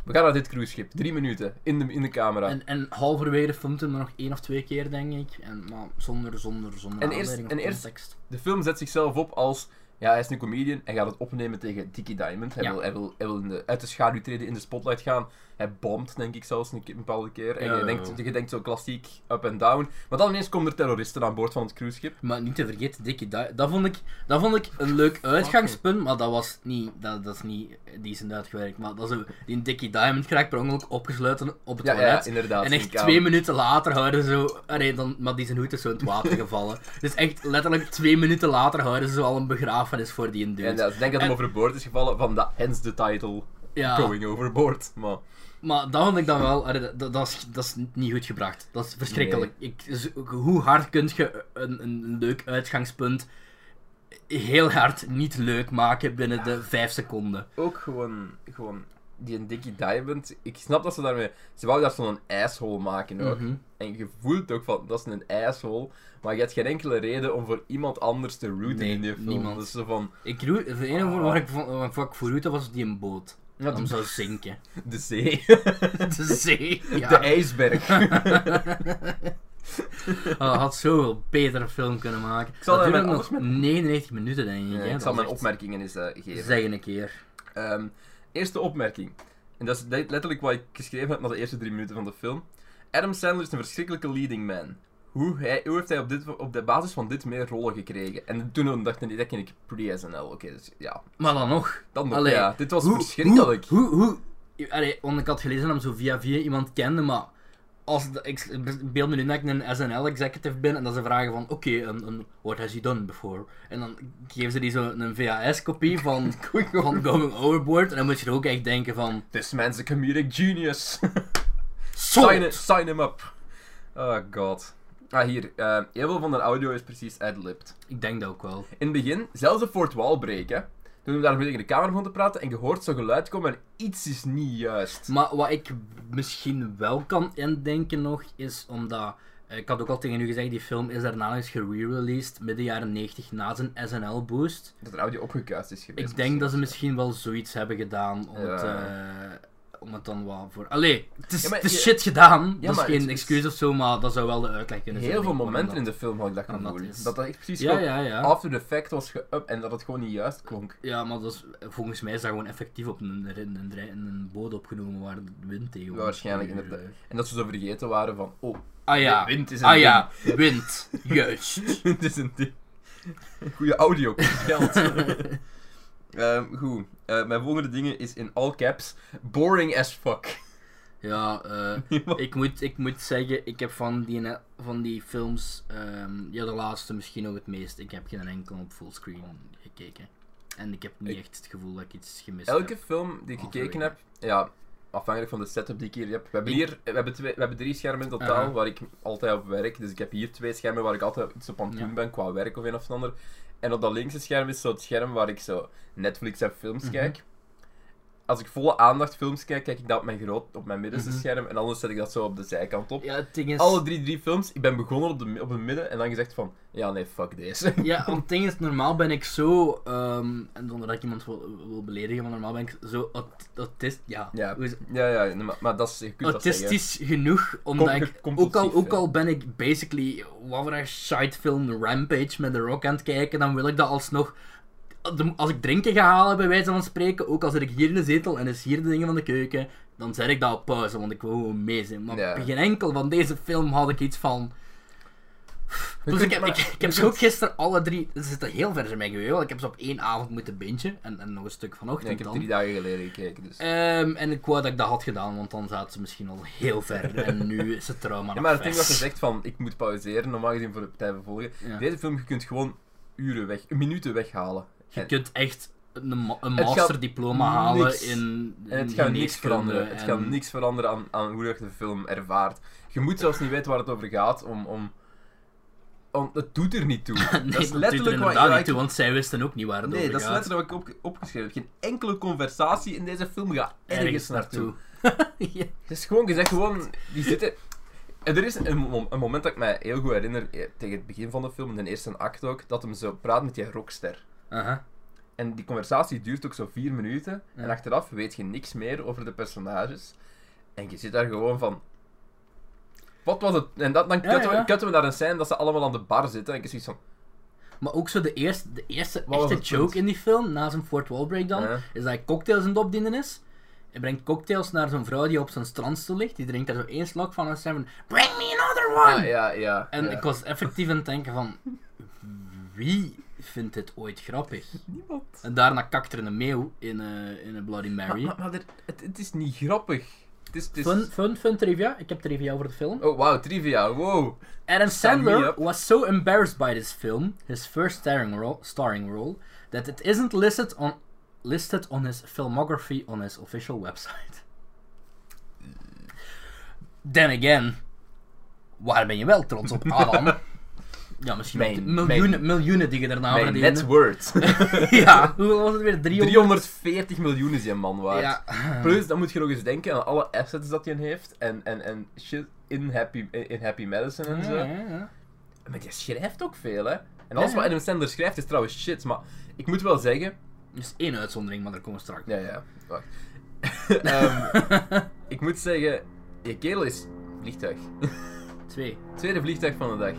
[SPEAKER 1] We gaan naar dit cruiseschip. Drie minuten. In de, in de camera. En,
[SPEAKER 2] En, en halverwege filmt hem nog één of twee keer, denk ik. En, maar zonder, zonder, zonder
[SPEAKER 1] En eerst-
[SPEAKER 2] aanleiding of
[SPEAKER 1] en eerst-
[SPEAKER 2] context.
[SPEAKER 1] de film zet zichzelf op als, ja, hij is een comedian. Hij gaat het opnemen tegen Dickie Diamond. Hij
[SPEAKER 2] Ja.
[SPEAKER 1] wil, hij wil, hij wil in de, uit de schaduw treden, in de spotlight gaan. Hij bomt, denk ik, zelfs een, keer- een bepaalde keer. En
[SPEAKER 2] Ja.
[SPEAKER 1] je, denkt, je denkt zo klassiek up and down. Maar dan ineens komen er terroristen aan boord van het cruiseschip.
[SPEAKER 2] Maar niet te vergeten, Dickie Di- dat vond ik, dat vond ik een leuk uitgangspunt, maar dat was niet, dat, dat is niet decent uitgewerkt. Maar dat is een, die Dickie Diamond graag per ongeluk opgesloten op het
[SPEAKER 1] Ja, ja,
[SPEAKER 2] toilet.
[SPEAKER 1] inderdaad.
[SPEAKER 2] en
[SPEAKER 1] in
[SPEAKER 2] echt
[SPEAKER 1] kamer.
[SPEAKER 2] twee minuten later houden ze zo, allee, dan, maar die zijn hoed is zo in het
[SPEAKER 1] [laughs]
[SPEAKER 2] water gevallen. Dus echt letterlijk twee minuten later houden ze zo al een begrafenis voor die een dude.
[SPEAKER 1] En Ah. dat- ik denk dat hem
[SPEAKER 2] En-
[SPEAKER 1] overboord is gevallen, van dat, hence the title,
[SPEAKER 2] Ja.
[SPEAKER 1] going overboard. Maar...
[SPEAKER 2] Maar dat vond ik dan wel, allee, dat, dat, dat is, dat is niet goed gebracht. Dat is verschrikkelijk. Ik, z- hoe hard kun je een, een leuk uitgangspunt heel hard niet leuk maken binnen de vijf seconden?
[SPEAKER 1] ook gewoon, gewoon die Dickie Diamond. Ik snap dat ze daarmee. Ze wou daar zo'n asshole maken ook.
[SPEAKER 2] Mhm.
[SPEAKER 1] En je voelt ook van dat is een asshole. Maar je hebt geen enkele reden om voor iemand anders te rooten
[SPEAKER 2] Nee,
[SPEAKER 1] in die film.
[SPEAKER 2] niemand.
[SPEAKER 1] Dus zo van
[SPEAKER 2] Ik roe- het enige voor waar ik, van- waar ik voor- voor route was die een boot.
[SPEAKER 1] ja,
[SPEAKER 2] Om
[SPEAKER 1] de,
[SPEAKER 2] zou
[SPEAKER 1] [laughs]
[SPEAKER 2] zinken.
[SPEAKER 1] de
[SPEAKER 2] [laughs]
[SPEAKER 1] zee,
[SPEAKER 2] De zee. Ja.
[SPEAKER 1] de ijsberg.
[SPEAKER 2] Oh, dat had zoveel betere film kunnen maken. Ik
[SPEAKER 1] zal
[SPEAKER 2] dat
[SPEAKER 1] er
[SPEAKER 2] duurde
[SPEAKER 1] mijn
[SPEAKER 2] nog 99 minuten, denk ik.
[SPEAKER 1] Ja,
[SPEAKER 2] hè.
[SPEAKER 1] ik
[SPEAKER 2] Dat
[SPEAKER 1] zal
[SPEAKER 2] was
[SPEAKER 1] mijn
[SPEAKER 2] echt-
[SPEAKER 1] opmerkingen eens eh, geven.
[SPEAKER 2] Zeg een keer.
[SPEAKER 1] Ehm, eerste opmerking. En dat is le- letterlijk wat ik geschreven heb na de eerste drie minuten van de film. Adam Sandler is een verschrikkelijke leading man. hoe, hij, hoe heeft hij op, dit, op de basis van dit meer rollen gekregen? En toen dacht ik, dat ken ik pre-SNL. Oké, dus ja.
[SPEAKER 2] Maar dan nog.
[SPEAKER 1] Dan nog,
[SPEAKER 2] Allee,
[SPEAKER 1] ja. Dit was
[SPEAKER 2] hoe-
[SPEAKER 1] verschrikkelijk.
[SPEAKER 2] Hoe, hoe, hoe- allee, want ik had gelezen dat hem zo via via iemand kende, maar als de- ik beeld me nu dat ik een SNL-executive ben en dat ze vragen van, oké, een, een, what has he done before? En dan geven ze die zo een VHS-kopie van,
[SPEAKER 1] [laughs]
[SPEAKER 2] van Going Overboard en dan moet je er ook echt denken van,
[SPEAKER 1] This man's a comedic genius.
[SPEAKER 2] sold!
[SPEAKER 1] sign, it- sign him up. Oh god. Ah, hier. eh, heel veel van de audio is precies ad-libbed.
[SPEAKER 2] Ik denk dat ook wel.
[SPEAKER 1] In het begin, zelfs de fourth wall breken. Toen we daar tegen de camera begonnen te praten en je hoort zo'n geluid komen en iets is niet juist.
[SPEAKER 2] Maar wat ik misschien wel kan indenken nog, is omdat... eh, Ik had ook al tegen u gezegd, die film is daarna nog eens gerereleased midden jaren 90 na zijn SNL-boost.
[SPEAKER 1] Dat de audio opgekuist is geweest.
[SPEAKER 2] Ik denk dat ze misschien wel zoiets hebben gedaan om, het,
[SPEAKER 1] Ja.
[SPEAKER 2] eh, om het dan wel voor. Allee, het is,
[SPEAKER 1] Ja, maar
[SPEAKER 2] het is
[SPEAKER 1] je-
[SPEAKER 2] shit gedaan. dat is
[SPEAKER 1] maar
[SPEAKER 2] geen
[SPEAKER 1] het is-
[SPEAKER 2] excuus of zo, maar dat zou wel de uitleg kunnen zijn.
[SPEAKER 1] Heel veel
[SPEAKER 2] denk ik,
[SPEAKER 1] momenten in
[SPEAKER 2] waarom
[SPEAKER 1] de film had ik dat
[SPEAKER 2] waarom dat
[SPEAKER 1] gevoel.
[SPEAKER 2] is.
[SPEAKER 1] Dat dat echt precies
[SPEAKER 2] dat- Ja,
[SPEAKER 1] gewoon
[SPEAKER 2] ja, ja.
[SPEAKER 1] after the fact was ge-up en dat het gewoon niet juist klonk.
[SPEAKER 2] Ja, maar dat is, volgens mij is dat gewoon effectief op een, een, een, rij- een boot opgenomen waar de wind tegen
[SPEAKER 1] Ja, waarschijnlijk
[SPEAKER 2] woedt.
[SPEAKER 1] inderdaad. En dat ze zo vergeten waren van, oh,
[SPEAKER 2] Ah ja,
[SPEAKER 1] wind is een
[SPEAKER 2] ah ja, wind.
[SPEAKER 1] [laughs]
[SPEAKER 2] Juist.
[SPEAKER 1] ding. Het is een ding. Goeie audio, kost geld. [laughs] Ehm, goed. Eh, mijn volgende dingen is in all caps, boring as fuck.
[SPEAKER 2] Ja,
[SPEAKER 1] [laughs]
[SPEAKER 2] eh, ik, moet, ik moet zeggen, ik heb van die, ne- van die films, ehm, ja, de laatste misschien ook het meest. Ik heb geen enkel op fullscreen gekeken. En ik heb niet echt het gevoel dat ik iets gemist
[SPEAKER 1] Elke
[SPEAKER 2] heb.
[SPEAKER 1] film die ik gekeken
[SPEAKER 2] Overrated.
[SPEAKER 1] heb, ja, afhankelijk van de setup die ik Ah. hier heb. We hebben,
[SPEAKER 2] Ik-
[SPEAKER 1] hier, we hebben, twee, we hebben drie schermen in totaal
[SPEAKER 2] Aha.
[SPEAKER 1] waar ik altijd op werk. Dus ik heb hier twee schermen waar ik altijd iets op aan het
[SPEAKER 2] Ja.
[SPEAKER 1] doen ben qua werk of een of het ander. En op dat linkse scherm is zo het scherm waar ik zo Netflix en films
[SPEAKER 2] Mhm.
[SPEAKER 1] kijk. Als ik volle aandacht films kijk, kijk ik dat op mijn, groot, op mijn middenste
[SPEAKER 2] Mhm.
[SPEAKER 1] scherm en anders zet ik dat zo op de zijkant op.
[SPEAKER 2] Ja, het ding is...
[SPEAKER 1] Alle drie drie films, ik ben begonnen op, de, mi- op het midden en dan gezegd van, ja nee, fuck
[SPEAKER 2] [laughs]
[SPEAKER 1] deze.
[SPEAKER 2] Ja, want het ding is, normaal ben ik zo, ehm, en zonder dat ik iemand wil, wil beledigen, maar normaal ben ik zo aut- autist, ja,
[SPEAKER 1] Ja,
[SPEAKER 2] hoe is-
[SPEAKER 1] ja, ja maar, maar dat is, je kunt dat zeggen.
[SPEAKER 2] autistisch genoeg, omdat
[SPEAKER 1] Kom-
[SPEAKER 2] ik,
[SPEAKER 1] compulsief,
[SPEAKER 2] ook al, ook
[SPEAKER 1] ja.
[SPEAKER 2] al ben ik basically, wat voor een shite film, Rampage met The Rock aan het kijken, dan wil ik dat alsnog, de- als ik drinken ga halen, bij wijze van spreken, ook al zit ik hier in de zetel en is hier de dingen van de keuken, dan zet ik dat op pauze, want ik wil gewoon mee zijn. Maar
[SPEAKER 1] Ja.
[SPEAKER 2] bij geen enkel van deze film had ik iets van... Plus, ik,
[SPEAKER 1] kunt-
[SPEAKER 2] heb,
[SPEAKER 1] maar-
[SPEAKER 2] ik, ik heb
[SPEAKER 1] je
[SPEAKER 2] ze
[SPEAKER 1] kunt-
[SPEAKER 2] ook gisteren alle drie... Ze zitten heel ver in mij geweest, want ik heb ze op één avond moeten bingen. En, en nog een stuk vanochtend
[SPEAKER 1] Ja, ik heb
[SPEAKER 2] dan.
[SPEAKER 1] drie dagen geleden gekeken, dus...
[SPEAKER 2] Ehm, en ik wou dat ik dat had gedaan, want dan zaten ze misschien al heel ver. En nu is het trauma
[SPEAKER 1] Ja,
[SPEAKER 2] nog
[SPEAKER 1] maar het ding
[SPEAKER 2] vers.
[SPEAKER 1] wat je zegt van ik moet pauzeren, normaal gezien voor de partij vervolgen.
[SPEAKER 2] Ja.
[SPEAKER 1] Deze film, je kunt gewoon uren weg, minuten weghalen.
[SPEAKER 2] Je
[SPEAKER 1] En-
[SPEAKER 2] kunt echt een, ma- een
[SPEAKER 1] Het gaat
[SPEAKER 2] masterdiploma halen
[SPEAKER 1] niks-
[SPEAKER 2] in
[SPEAKER 1] En het
[SPEAKER 2] in
[SPEAKER 1] gaat niks
[SPEAKER 2] geneeskunde
[SPEAKER 1] veranderen. Het
[SPEAKER 2] en-
[SPEAKER 1] gaat niks veranderen aan, aan hoe je de film ervaart. Je moet zelfs niet weten waar het over gaat om. om, om het doet er niet toe.
[SPEAKER 2] [laughs] [laughs] Nee,
[SPEAKER 1] dat is
[SPEAKER 2] dat doet er
[SPEAKER 1] letterlijk wat
[SPEAKER 2] inderdaad
[SPEAKER 1] ja,
[SPEAKER 2] niet
[SPEAKER 1] ik-
[SPEAKER 2] toe, want zij wisten ook niet waar het
[SPEAKER 1] Nee,
[SPEAKER 2] over
[SPEAKER 1] dat is
[SPEAKER 2] gaat.
[SPEAKER 1] letterlijk wat ik op, opgeschreven heb. Geen enkele conversatie in deze film gaat ergens naartoe.
[SPEAKER 2] [laughs] ja.
[SPEAKER 1] Het is gewoon gezegd, gewoon, die zitten... En Er is een, mom- een moment dat ik mij heel goed herinner, eh, tegen het begin van de film, in de eerste act ook, dat hem zo praat met die rockster.
[SPEAKER 2] Aha.
[SPEAKER 1] En die conversatie duurt ook zo vier minuten, en
[SPEAKER 2] Ja.
[SPEAKER 1] achteraf weet je niks meer over de personages. En je zit daar gewoon van... Wat was het? En dat, dan
[SPEAKER 2] Ja,
[SPEAKER 1] kutten, We,
[SPEAKER 2] ja.
[SPEAKER 1] kutten we daar een scène dat ze allemaal aan de bar zitten, en ik zoiets van...
[SPEAKER 2] Maar ook zo de eerste, de eerste
[SPEAKER 1] Wat was
[SPEAKER 2] echte
[SPEAKER 1] het
[SPEAKER 2] joke
[SPEAKER 1] punt?
[SPEAKER 2] in die film, na zijn Fort Wall break dan,
[SPEAKER 1] Ja.
[SPEAKER 2] is dat hij cocktails aan het opdienen is. Hij brengt cocktails naar zo'n vrouw die op zijn strandstoel ligt. Die drinkt daar zo één slok van en zegt van, Bring me another one!
[SPEAKER 1] Ah, ja, ja.
[SPEAKER 2] En
[SPEAKER 1] ja.
[SPEAKER 2] ik was effectief aan het denken van... Wie vindt dit ooit grappig?
[SPEAKER 1] Niemand.
[SPEAKER 2] En daarna kakt er een meeuw in, eh, in een Bloody
[SPEAKER 1] Maar,
[SPEAKER 2] Mary.
[SPEAKER 1] maar, maar er- het, het is niet grappig. Het is... Het is...
[SPEAKER 2] Fun, fun, fun trivia. Ik heb trivia over de film.
[SPEAKER 1] Oh, wauw, trivia, wow.
[SPEAKER 2] Adam
[SPEAKER 1] Sign me
[SPEAKER 2] Sandler
[SPEAKER 1] up.
[SPEAKER 2] was so embarrassed by this film, his first starring role, starring role, that it isn't listed on listed on his filmography on his official website. [laughs] Then again, waar ben je wel trots op,
[SPEAKER 1] [laughs]
[SPEAKER 2] Adam? ja, misschien
[SPEAKER 1] Mijn-
[SPEAKER 2] op de miljoenen,
[SPEAKER 1] mijn-
[SPEAKER 2] miljoenen die je daarna
[SPEAKER 1] Mijn
[SPEAKER 2] verdiende.
[SPEAKER 1] net [laughs]
[SPEAKER 2] [laughs]
[SPEAKER 1] word.
[SPEAKER 2] ja, [laughs] hoeveel was het weer? 300?
[SPEAKER 1] 340 miljoen is die man waard.
[SPEAKER 2] Ja.
[SPEAKER 1] Plus, dan moet je nog eens denken aan alle assets dat hij heeft. En, en, en shit in Happy, in happy Madison en zo.
[SPEAKER 2] Ja, ja, ja.
[SPEAKER 1] Maar die schrijft ook veel, hè. En alles
[SPEAKER 2] Ja.
[SPEAKER 1] wat Adam Sandler schrijft is trouwens shit. Maar ik moet wel zeggen...
[SPEAKER 2] Er is Dus één uitzondering, maar daar komen we straks.
[SPEAKER 1] Ja, ja, wacht. [laughs] Ehm, ik moet zeggen, je kerel is vliegtuig.
[SPEAKER 2] [laughs]
[SPEAKER 1] [laughs]
[SPEAKER 2] Twee.
[SPEAKER 1] Tweede vliegtuig van de dag.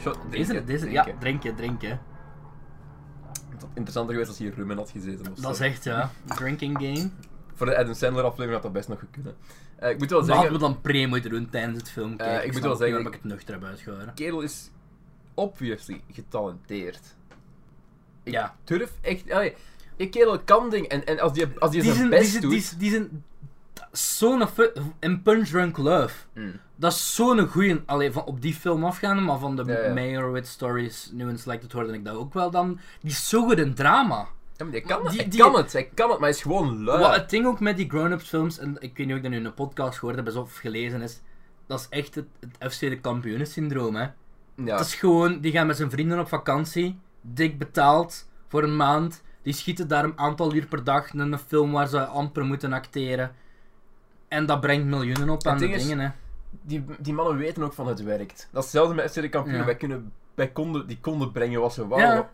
[SPEAKER 1] Shot, drinken,
[SPEAKER 2] Deze, deze, ja,
[SPEAKER 1] drinken.
[SPEAKER 2] drinken, drinken.
[SPEAKER 1] Het had interessanter geweest als hij rum in had gezeten of zo. [laughs]
[SPEAKER 2] Dat is echt, ja. Drinking game.
[SPEAKER 1] Voor de Adam Sandler aflevering had dat best nog gekund. hè. Eh, ik moet wel
[SPEAKER 2] Wat
[SPEAKER 1] zeggen,
[SPEAKER 2] we dan pre moeten doen tijdens het film kijken.
[SPEAKER 1] Eh, ik moet wel zeggen,
[SPEAKER 2] dat ik het nuchter heb uitgehouden.
[SPEAKER 1] kerel is obviously getalenteerd. Ik
[SPEAKER 2] Ja.
[SPEAKER 1] durf echt... Allee, die kerel kan ding. En, en als die, als die,
[SPEAKER 2] Die
[SPEAKER 1] zijn
[SPEAKER 2] zijn, die
[SPEAKER 1] best
[SPEAKER 2] zijn,
[SPEAKER 1] doet...
[SPEAKER 2] die zijn, die zijn dat is zo'n fu- en Punch Drunk Love.
[SPEAKER 1] Mm.
[SPEAKER 2] Dat is zo'n goeie. Allee, van op die film afgaande, maar van de
[SPEAKER 1] Ja, ja.
[SPEAKER 2] Meyerowitz stories, nu en Selected hoorde ik dat ook wel dan. Die is zo goed in drama.
[SPEAKER 1] Ja, maar die kan,
[SPEAKER 2] Maar
[SPEAKER 1] het,
[SPEAKER 2] die-
[SPEAKER 1] hij
[SPEAKER 2] die-
[SPEAKER 1] kan het, hij kan het, maar hij is gewoon lui.
[SPEAKER 2] Wat het ding ook met die grown-ups films, en ik weet niet of ik dat nu in een podcast gehoord heb of gelezen is, dat is echt het, het FC de kampioenen-syndroom, hè.
[SPEAKER 1] Ja.
[SPEAKER 2] Dat is gewoon, die gaan met zijn vrienden op vakantie, dik betaald voor een maand. Die schieten daar een aantal uur per dag in een film waar ze amper moeten acteren. En dat brengt miljoenen op aan de
[SPEAKER 1] ding is-
[SPEAKER 2] dingen, hè.
[SPEAKER 1] die, die mannen weten ook van het werkt. Dat is hetzelfde met FC de kampioen.
[SPEAKER 2] Ja.
[SPEAKER 1] Wij, kunnen, wij konden, die konden brengen wat ze wouden.
[SPEAKER 2] Ja.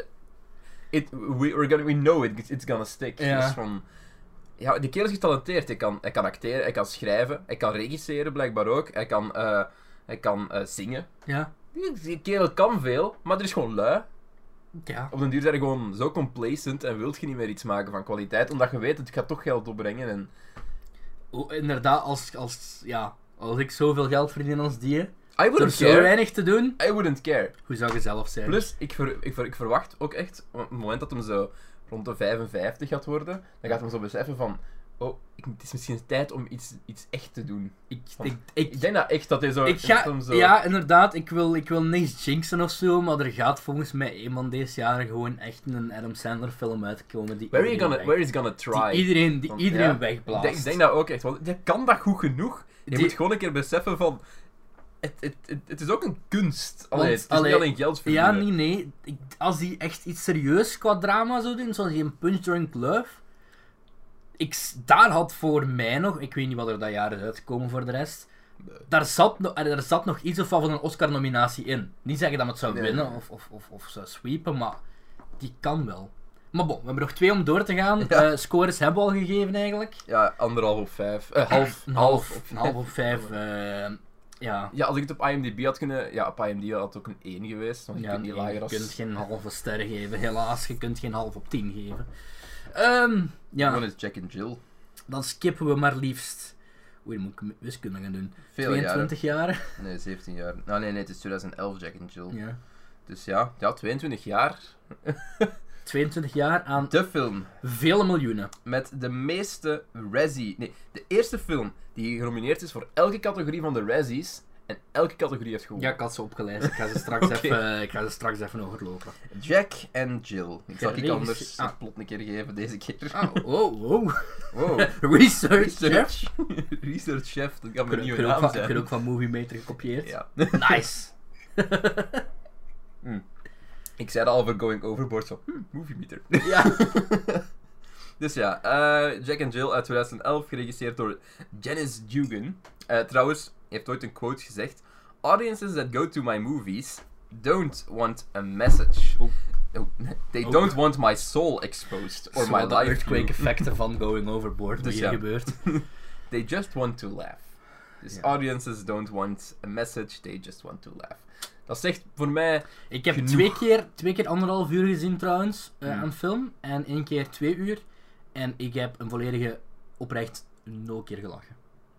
[SPEAKER 1] It, we, we're gonna, we know it, it's gonna stick.
[SPEAKER 2] Ja.
[SPEAKER 1] Dus van, ja, die kerel is getalenteerd. Hij kan, hij kan acteren, hij kan schrijven, hij kan regisseren blijkbaar ook. Hij kan, eh, hij kan eh, zingen.
[SPEAKER 2] Ja.
[SPEAKER 1] Die, die kerel kan veel, maar er is gewoon lui.
[SPEAKER 2] Ja.
[SPEAKER 1] Op den duur zijn je gewoon zo complacent en wilt je niet meer iets maken van kwaliteit. Omdat je weet, het gaat toch geld opbrengen. En,
[SPEAKER 2] O, inderdaad, als, als, ja, als ik zoveel geld verdien als die,
[SPEAKER 1] I
[SPEAKER 2] door
[SPEAKER 1] wouldn't
[SPEAKER 2] zo
[SPEAKER 1] care.
[SPEAKER 2] weinig te doen,
[SPEAKER 1] I wouldn't care.
[SPEAKER 2] hoe zou je zelf zijn?
[SPEAKER 1] Plus, ik, ver, ik, ver- ik verwacht ook echt, op het moment dat hem zo rond de 55 gaat worden, dan gaat hem zo beseffen van, oh, ik, het is misschien tijd om iets, iets echt te doen.
[SPEAKER 2] Ik, ik, ik,
[SPEAKER 1] Ik denk dat echt dat hij zo...
[SPEAKER 2] ik
[SPEAKER 1] dat
[SPEAKER 2] ga,
[SPEAKER 1] hem zo
[SPEAKER 2] ja, inderdaad, ik wil, ik wil niks jinxen of zo, maar er gaat volgens mij iemand deze jaren gewoon echt een Adam Sandler film uitkomen die
[SPEAKER 1] Where, are you
[SPEAKER 2] iedereen
[SPEAKER 1] gonna,
[SPEAKER 2] weg-
[SPEAKER 1] where is gonna
[SPEAKER 2] die
[SPEAKER 1] try?
[SPEAKER 2] iedereen, die
[SPEAKER 1] Van,
[SPEAKER 2] iedereen
[SPEAKER 1] ja. Ik
[SPEAKER 2] wegblaast.
[SPEAKER 1] denk, ik denk dat ook echt, want je kan dat goed genoeg. Je
[SPEAKER 2] Die-
[SPEAKER 1] moet gewoon een keer beseffen van, het, het, het, het is ook een kunst. Allee,
[SPEAKER 2] Want,
[SPEAKER 1] het is
[SPEAKER 2] allee,
[SPEAKER 1] niet alleen geld verdienen.
[SPEAKER 2] ja, nee, nee. Ik- als die echt iets serieus qua drama zou doen, zoals die een Punch Drunk Love, ik, s- daar had voor mij nog, ik weet niet wat er dat jaar is uitgekomen voor de rest, daar zat, no- eh, er er zat nog iets of wat van een Oscar-nominatie in. Niet zeggen dat het zou
[SPEAKER 1] Nee.
[SPEAKER 2] winnen of, of, of, of zou sweepen, maar die kan wel. Maar bon, we hebben nog twee om door te gaan. Eh, scores hebben we al gegeven eigenlijk.
[SPEAKER 1] Ja, anderhalf op vijf. Eh, half,
[SPEAKER 2] Een
[SPEAKER 1] half op
[SPEAKER 2] een half op
[SPEAKER 1] [laughs]
[SPEAKER 2] vijf. eh, ja.
[SPEAKER 1] Ja, als ik het op IMDb had kunnen... Ja, op IMDb had het ook een 1 geweest, want je
[SPEAKER 2] Ja,
[SPEAKER 1] kunt
[SPEAKER 2] nee,
[SPEAKER 1] niet lager
[SPEAKER 2] je
[SPEAKER 1] als...
[SPEAKER 2] kunt geen halve ster geven, helaas. Je kunt geen half op 10 geven. Ehm, ja,
[SPEAKER 1] Gewoon eens Jack and Jill.
[SPEAKER 2] dan skippen we maar liefst. Oei, dan moet ik m- wiskunde gaan doen.
[SPEAKER 1] Veel
[SPEAKER 2] 22 jaar.
[SPEAKER 1] jaren. Nee, 17 jaar. Nou, nee, nee, het is 2011 Jack and Jill.
[SPEAKER 2] Ja.
[SPEAKER 1] Dus ja, ja, 22 jaar.
[SPEAKER 2] 22 jaar aan
[SPEAKER 1] De film
[SPEAKER 2] vele miljoenen.
[SPEAKER 1] met de meeste Razzie. Nee, de eerste film die genomineerd is voor elke categorie van de Razzies. En elke categorie heeft gewonnen.
[SPEAKER 2] Ja, ik had ze opgeleid. Ik ga ze
[SPEAKER 1] [laughs]
[SPEAKER 2] straks,
[SPEAKER 1] Oké.
[SPEAKER 2] even, ik ga ze straks even overlopen.
[SPEAKER 1] Jack en Jill. Ik zal ik
[SPEAKER 2] Geregisseerd-
[SPEAKER 1] anders het
[SPEAKER 2] ah.
[SPEAKER 1] plot een keer geven deze keer.
[SPEAKER 2] Oh, [laughs] wow, wow.
[SPEAKER 1] Wow.
[SPEAKER 2] [laughs] Research, chef.
[SPEAKER 1] [laughs] Research. [laughs] Research chef. Dat kan
[SPEAKER 2] Ik
[SPEAKER 1] mijn
[SPEAKER 2] heb
[SPEAKER 1] nieuwe
[SPEAKER 2] er ook
[SPEAKER 1] naam
[SPEAKER 2] van- ik heb
[SPEAKER 1] zijn.
[SPEAKER 2] er ook van Movie Meter gekopieerd.
[SPEAKER 1] Ja. [laughs]
[SPEAKER 2] Nice.
[SPEAKER 1] Ik zei dat al voor Going Overboard, zo, hmm, movie meter.
[SPEAKER 2] Ja.
[SPEAKER 1] Dus ja, eh, Jack and Jill uit 2011, geregisseerd door Janice Dugan. Eh, trouwens, heeft ooit een quote gezegd: Audiences that go to my movies don't want a message.
[SPEAKER 2] Oh.
[SPEAKER 1] Oh, They
[SPEAKER 2] Oh.
[SPEAKER 1] don't want my soul exposed or
[SPEAKER 2] Zo
[SPEAKER 1] my
[SPEAKER 2] wat de
[SPEAKER 1] life.
[SPEAKER 2] earthquake
[SPEAKER 1] view.
[SPEAKER 2] effecten van Going Overboard,
[SPEAKER 1] Dus
[SPEAKER 2] die hier
[SPEAKER 1] ja.
[SPEAKER 2] gebeurt.
[SPEAKER 1] They just want to laugh. Dus
[SPEAKER 2] Ja.
[SPEAKER 1] audiences don't want a message, they just want to laugh. Dat zegt voor mij.
[SPEAKER 2] Ik heb
[SPEAKER 1] Genoeg.
[SPEAKER 2] twee keer, twee keer anderhalf uur gezien trouwens eh,
[SPEAKER 1] Hmm.
[SPEAKER 2] aan film. En één keer twee uur. En ik heb een volledige oprecht nul keer gelachen.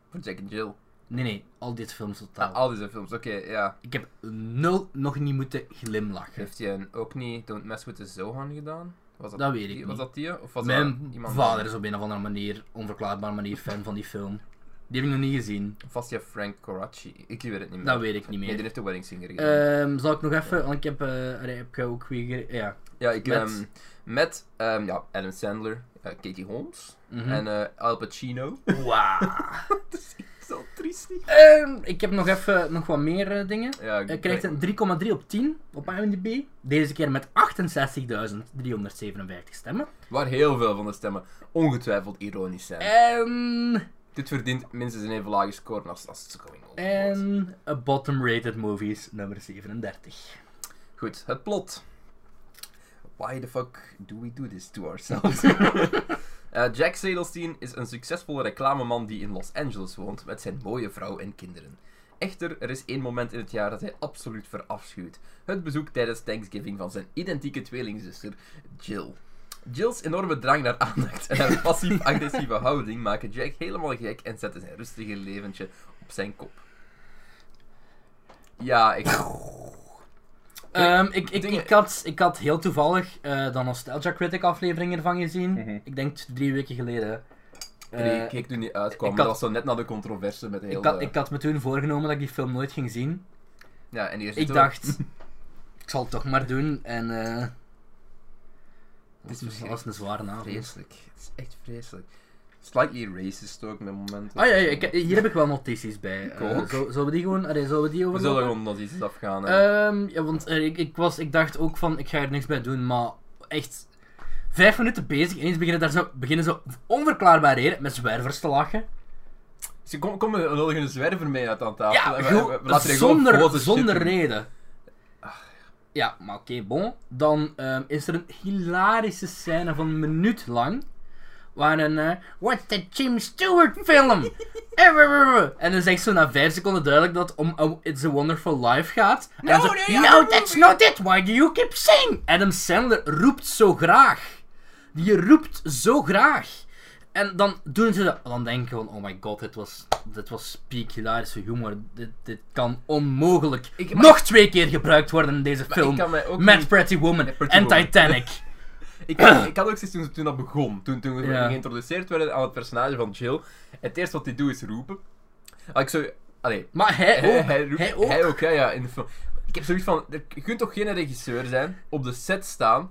[SPEAKER 1] Voor Jack and Jill.
[SPEAKER 2] Nee, nee, al deze films totaal.
[SPEAKER 1] Ah, al deze films, oké, ja.
[SPEAKER 2] Ik heb nul nog niet moeten glimlachen.
[SPEAKER 1] Heeft hij een- ook niet Don't Mess With The Zohan gedaan? Was dat,
[SPEAKER 2] Dat weet ik
[SPEAKER 1] die,
[SPEAKER 2] niet.
[SPEAKER 1] Was dat die? Of was
[SPEAKER 2] Mijn
[SPEAKER 1] dat eh, iemand
[SPEAKER 2] vader is op een of andere manier, onverklaarbare manier, fan van die film. Die heb ik nog niet gezien.
[SPEAKER 1] Of was die Frank Coraci? Ik weet het niet meer.
[SPEAKER 2] Dat weet ik niet
[SPEAKER 1] Nee, die
[SPEAKER 2] meer.
[SPEAKER 1] heeft de Wedding Singer gedaan.
[SPEAKER 2] Ehm, zal ik nog even, want ik heb, eh, allee, heb ik ook weer... ge- Ja.
[SPEAKER 1] ja, ik...
[SPEAKER 2] met-
[SPEAKER 1] Met, met ehm, ja, Adam Sandler, eh, Katie Holmes
[SPEAKER 2] Mhm.
[SPEAKER 1] en eh, Al Pacino. [laughs]
[SPEAKER 2] Wauw.
[SPEAKER 1] dat is zo triest niet.
[SPEAKER 2] [laughs] Ehm, ik heb nog even nog wat meer eh, dingen.
[SPEAKER 1] Ja,
[SPEAKER 2] Hij
[SPEAKER 1] ik
[SPEAKER 2] krijgt
[SPEAKER 1] ben-
[SPEAKER 2] een 3,3 op 10 op IMDb. Deze keer met 68.357 stemmen.
[SPEAKER 1] Waar heel veel van de stemmen ongetwijfeld ironisch zijn.
[SPEAKER 2] Eh. En,
[SPEAKER 1] Dit verdient minstens een even lage score als, als het going over.
[SPEAKER 2] en a bottom rated movies nummer 37.
[SPEAKER 1] Goed, het plot. Why the fuck do we do this to ourselves? [laughs] Eh, Jack Sadelstein is een succesvolle reclameman die in Los Angeles woont met zijn mooie vrouw en kinderen. Echter, er is één moment in het jaar dat hij absoluut verafschuwt: het bezoek tijdens Thanksgiving van zijn identieke tweelingzuster Jill. Jill's enorme drang naar aandacht en haar passief-agressieve houding maken Jack helemaal gek en zetten zijn rustige leventje op zijn kop. Ja, ik... Eh,
[SPEAKER 2] Ehm, ik, ik,
[SPEAKER 1] dingen-
[SPEAKER 2] ik, had, ik had heel toevallig eh de Nostalgia Critic aflevering ervan gezien.
[SPEAKER 1] Mhm.
[SPEAKER 2] Ik denk drie weken geleden.
[SPEAKER 1] Nee,
[SPEAKER 2] Eh,
[SPEAKER 1] ik keek toen die uitkwam.
[SPEAKER 2] ik
[SPEAKER 1] Dat
[SPEAKER 2] had-
[SPEAKER 1] was zo net na de controverse met heel...
[SPEAKER 2] ik, had,
[SPEAKER 1] eh,
[SPEAKER 2] ik had me toen voorgenomen dat ik die film nooit ging zien.
[SPEAKER 1] ja, en die eerste
[SPEAKER 2] Ik
[SPEAKER 1] toon. [laughs]
[SPEAKER 2] dacht, ik zal het toch maar doen. En eh
[SPEAKER 1] Het is
[SPEAKER 2] dat was- dat
[SPEAKER 1] misschien
[SPEAKER 2] was een zware avond.
[SPEAKER 1] Vreselijk. Het is echt vreselijk. Slightly racist ook met momenten.
[SPEAKER 2] Ah ja, ja, ik, hier heb ik wel notities bij.
[SPEAKER 1] Ik
[SPEAKER 2] Eh,
[SPEAKER 1] ook.
[SPEAKER 2] zo- zullen we die gewoon, allee, zullen we die
[SPEAKER 1] We
[SPEAKER 2] overlopen?
[SPEAKER 1] zullen gewoon nog iets afgaan. hè.
[SPEAKER 2] Ehm, ja, want eh, ik, ik, was, ik dacht ook van, ik ga er niks bij doen, maar echt vijf minuten bezig en eens beginnen, daar zo, beginnen ze onverklaarbaar reden met zwervers te lachen.
[SPEAKER 1] Ze kom, kom een nullige zwerver mee uit aan tafel.
[SPEAKER 2] Ja,
[SPEAKER 1] En we-
[SPEAKER 2] gewoon
[SPEAKER 1] we- we laten die gewoon
[SPEAKER 2] zonder,
[SPEAKER 1] foto's
[SPEAKER 2] zonder
[SPEAKER 1] zitten.
[SPEAKER 2] reden. Ja, maar oké, bon. Dan ehm, is er een hilarische scène van een minuut lang. Waar een. eh, What's the Jim Stewart film? [laughs] Eh, wuh, wuh, wuh. en dan zegt ze na vijf seconden duidelijk dat het om A- It's a Wonderful Life gaat. En dan
[SPEAKER 1] No,
[SPEAKER 2] zo,
[SPEAKER 1] the
[SPEAKER 2] no,
[SPEAKER 1] other
[SPEAKER 2] that's
[SPEAKER 1] movie."
[SPEAKER 2] not it. Why do you keep saying? Adam Sandler roept zo graag. Die roept zo graag. En dan doen ze dat. Dan denk je van, oh my god, dit was, dit was peak hilarische humor. Dit, dit kan onmogelijk
[SPEAKER 1] Ik- maar-
[SPEAKER 2] nog twee keer gebruikt worden in deze film.
[SPEAKER 1] ik kan mij ook
[SPEAKER 2] Met
[SPEAKER 1] niet-
[SPEAKER 2] Pretty Woman
[SPEAKER 1] Pretty
[SPEAKER 2] en
[SPEAKER 1] Woman. [laughs]
[SPEAKER 2] Titanic.
[SPEAKER 1] Ik, ik had ook zoiets toen, toen dat begon. Toen, toen we
[SPEAKER 2] Ja.
[SPEAKER 1] geïntroduceerd werden aan het personage van Jill. Het eerste wat hij doet is roepen. Ah, ik zou... Allee.
[SPEAKER 2] maar hij
[SPEAKER 1] Hij,
[SPEAKER 2] ook.
[SPEAKER 1] hij, roept-
[SPEAKER 2] hij ook.
[SPEAKER 1] hij ja, ja, in de film. Ik heb zoiets van, er- je kunt toch geen regisseur zijn, op de set staan,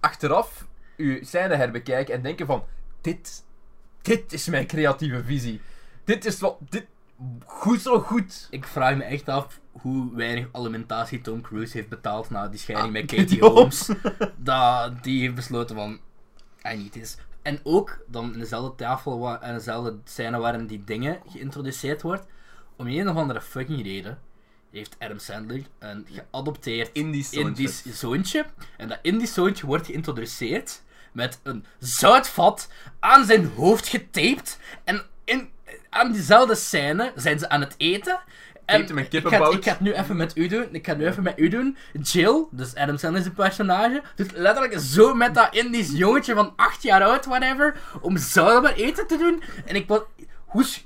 [SPEAKER 1] achteraf je scène herbekijken en denken van, dit, dit is mijn creatieve visie. Dit is wat, dit, goed zo goed.
[SPEAKER 2] Ik vraag me echt af hoe weinig alimentatie Tom Cruise heeft betaald na die scheiding
[SPEAKER 1] Ah, [laughs]
[SPEAKER 2] met
[SPEAKER 1] Katie
[SPEAKER 2] Katie,
[SPEAKER 1] Holmes.
[SPEAKER 2] Holmes. dat, die heeft besloten van, hij niet is. En ook dan in dezelfde tafel wa- en dezelfde scène waarin die dingen geïntroduceerd wordt, om een of andere fucking reden heeft Adam Sandler een geadopteerd
[SPEAKER 1] Indisch zoontje.
[SPEAKER 2] Indisch zoontje. En dat Indisch zoontje wordt geïntroduceerd met een zoutvat aan zijn hoofd getaped. En in, aan diezelfde scène zijn ze aan het eten. En
[SPEAKER 1] Eten met
[SPEAKER 2] ik ga,
[SPEAKER 1] kippenbout.
[SPEAKER 2] ik ga het nu even met u doen. Ik ga het nu even met u doen. Jill, dus Adam Sandler's personage, doet letterlijk zo met dat Indisch jongetje van 8 jaar oud, whatever, om zuiver eten te doen. En ik was... Hoe, s-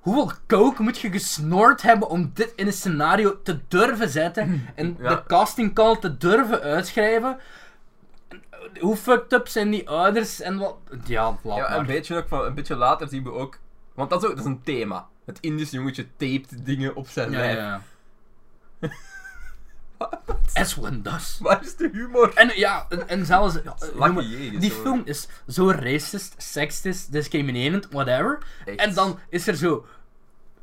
[SPEAKER 2] hoeveel coke moet je gesnort hebben om dit in een scenario te durven zetten en
[SPEAKER 1] Hmm. Ja.
[SPEAKER 2] de casting call te durven uitschrijven? Hoe fucked up zijn die ouders en wat... Ja, laat
[SPEAKER 1] Ja, een
[SPEAKER 2] maar.
[SPEAKER 1] beetje, ook van, een beetje later zien we ook, want dat is, ook, dat is een thema. Het Indisch jongetje taped dingen op zijn
[SPEAKER 2] Ja,
[SPEAKER 1] lijf. [laughs]
[SPEAKER 2] ja. As one does.
[SPEAKER 1] Waar is de humor?
[SPEAKER 2] En ja, en, en zelfs... ja,
[SPEAKER 1] Lucky
[SPEAKER 2] noem maar-
[SPEAKER 1] Jegers,
[SPEAKER 2] die
[SPEAKER 1] hoor.
[SPEAKER 2] film is zo racist, seksist, discriminerend, whatever.
[SPEAKER 1] Echt.
[SPEAKER 2] En dan is er zo...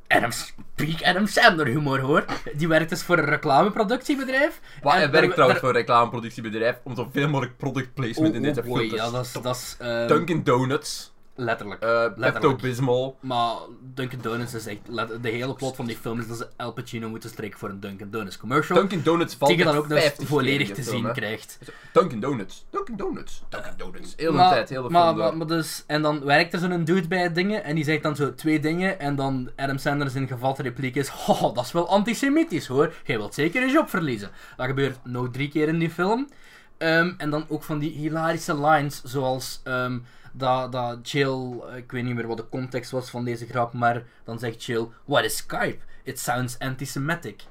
[SPEAKER 2] Adam, peak Adam Sandler humor, hoor. Die werkt dus voor een reclameproductiebedrijf.
[SPEAKER 1] Wat
[SPEAKER 2] En
[SPEAKER 1] hij
[SPEAKER 2] daar-
[SPEAKER 1] werkt trouwens
[SPEAKER 2] daar-
[SPEAKER 1] voor een reclameproductiebedrijf om zoveel mogelijk product placement
[SPEAKER 2] Oh,
[SPEAKER 1] in
[SPEAKER 2] oh
[SPEAKER 1] deze
[SPEAKER 2] boy,
[SPEAKER 1] film te
[SPEAKER 2] ja, dat is... Dat is ehm,
[SPEAKER 1] Dunkin' Donuts,
[SPEAKER 2] letterlijk.
[SPEAKER 1] eh
[SPEAKER 2] letterlijk.
[SPEAKER 1] Pepto-Bismol.
[SPEAKER 2] Maar Dunkin' Donuts is echt... let- De hele plot van die film is dat ze Al Pacino moeten strikken voor een Dunkin' Donuts commercial.
[SPEAKER 1] Dunkin' Donuts valt
[SPEAKER 2] die je dan
[SPEAKER 1] echt
[SPEAKER 2] ook nog eens
[SPEAKER 1] 50 keer in
[SPEAKER 2] volledig
[SPEAKER 1] die
[SPEAKER 2] te
[SPEAKER 1] film,
[SPEAKER 2] zien
[SPEAKER 1] hè.
[SPEAKER 2] krijgt.
[SPEAKER 1] Dunkin' Donuts, Dunkin' Donuts, Dunkin' Donuts. Heel de
[SPEAKER 2] Maar-
[SPEAKER 1] tijd, heel de
[SPEAKER 2] maar,
[SPEAKER 1] film
[SPEAKER 2] maar,
[SPEAKER 1] door.
[SPEAKER 2] maar dus, En dan werkt er zo'n dude bij dingen en die zegt dan zo twee dingen en dan Adam Sanders in gevatte repliek is [laughs] oh, dat is wel antisemitisch hoor, jij wilt zeker je job verliezen. Dat gebeurt nou drie keer in die film. Ehm, en dan ook van die hilarische lines zoals ehm, dat, dat Jill, eh, ik weet niet meer wat de context was van deze grap, maar dan zegt Jill, what is Skype? It sounds antisemitic.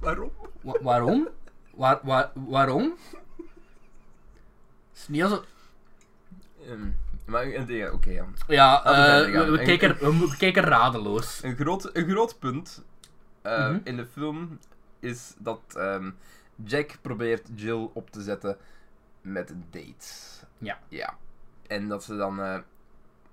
[SPEAKER 1] Waarom?
[SPEAKER 2] Wa- waarom? Waar, waar, waarom? is niet alsof...
[SPEAKER 1] Ehm, maar eh, ja, oké. ja.
[SPEAKER 2] Ja,
[SPEAKER 1] Laten we
[SPEAKER 2] eh,
[SPEAKER 1] verder gaan.
[SPEAKER 2] we, we
[SPEAKER 1] En-
[SPEAKER 2] kijken, we, we kijken radeloos.
[SPEAKER 1] Een, groot, een groot punt eh,
[SPEAKER 2] Mhm.
[SPEAKER 1] in de film is dat ehm, Jack probeert Jill op te zetten met een date.
[SPEAKER 2] Ja.
[SPEAKER 1] Ja. En dat ze dan eh,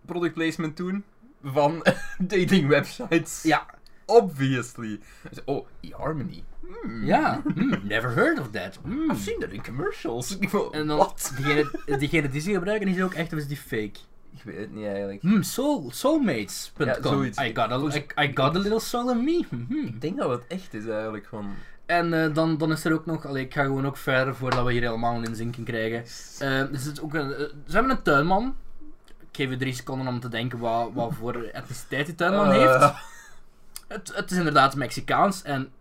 [SPEAKER 1] product placement doen van [laughs] dating websites.
[SPEAKER 2] Ja.
[SPEAKER 1] Obviously. Dus, oh, eHarmony. Hmm.
[SPEAKER 2] Ja, hmm, never heard of that. Hmm.
[SPEAKER 1] I've seen dat in commercials. [laughs] Ik vond-
[SPEAKER 2] En dan,
[SPEAKER 1] Wat?
[SPEAKER 2] diegene, diegene die ze gebruiken, is die ook echt of is die fake?
[SPEAKER 1] Ik weet het niet eigenlijk.
[SPEAKER 2] Hmm, soul, soulmates.com.
[SPEAKER 1] Ja, zoiets.
[SPEAKER 2] I, got a, I, I got a little soul in me. Mhm.
[SPEAKER 1] Ik denk dat het echt is eigenlijk van.
[SPEAKER 2] En eh, dan, dan is er ook nog, allee, ik ga gewoon ook verder voordat we hier helemaal een zinken krijgen. Eh, dus het is ook een, eh, ze hebben een tuinman. Ik geef je drie seconden om te denken wat, wat
[SPEAKER 1] [laughs]
[SPEAKER 2] voor etniciteit die tuinman heeft.
[SPEAKER 1] Eh,
[SPEAKER 2] Het, het is inderdaad Mexicaans en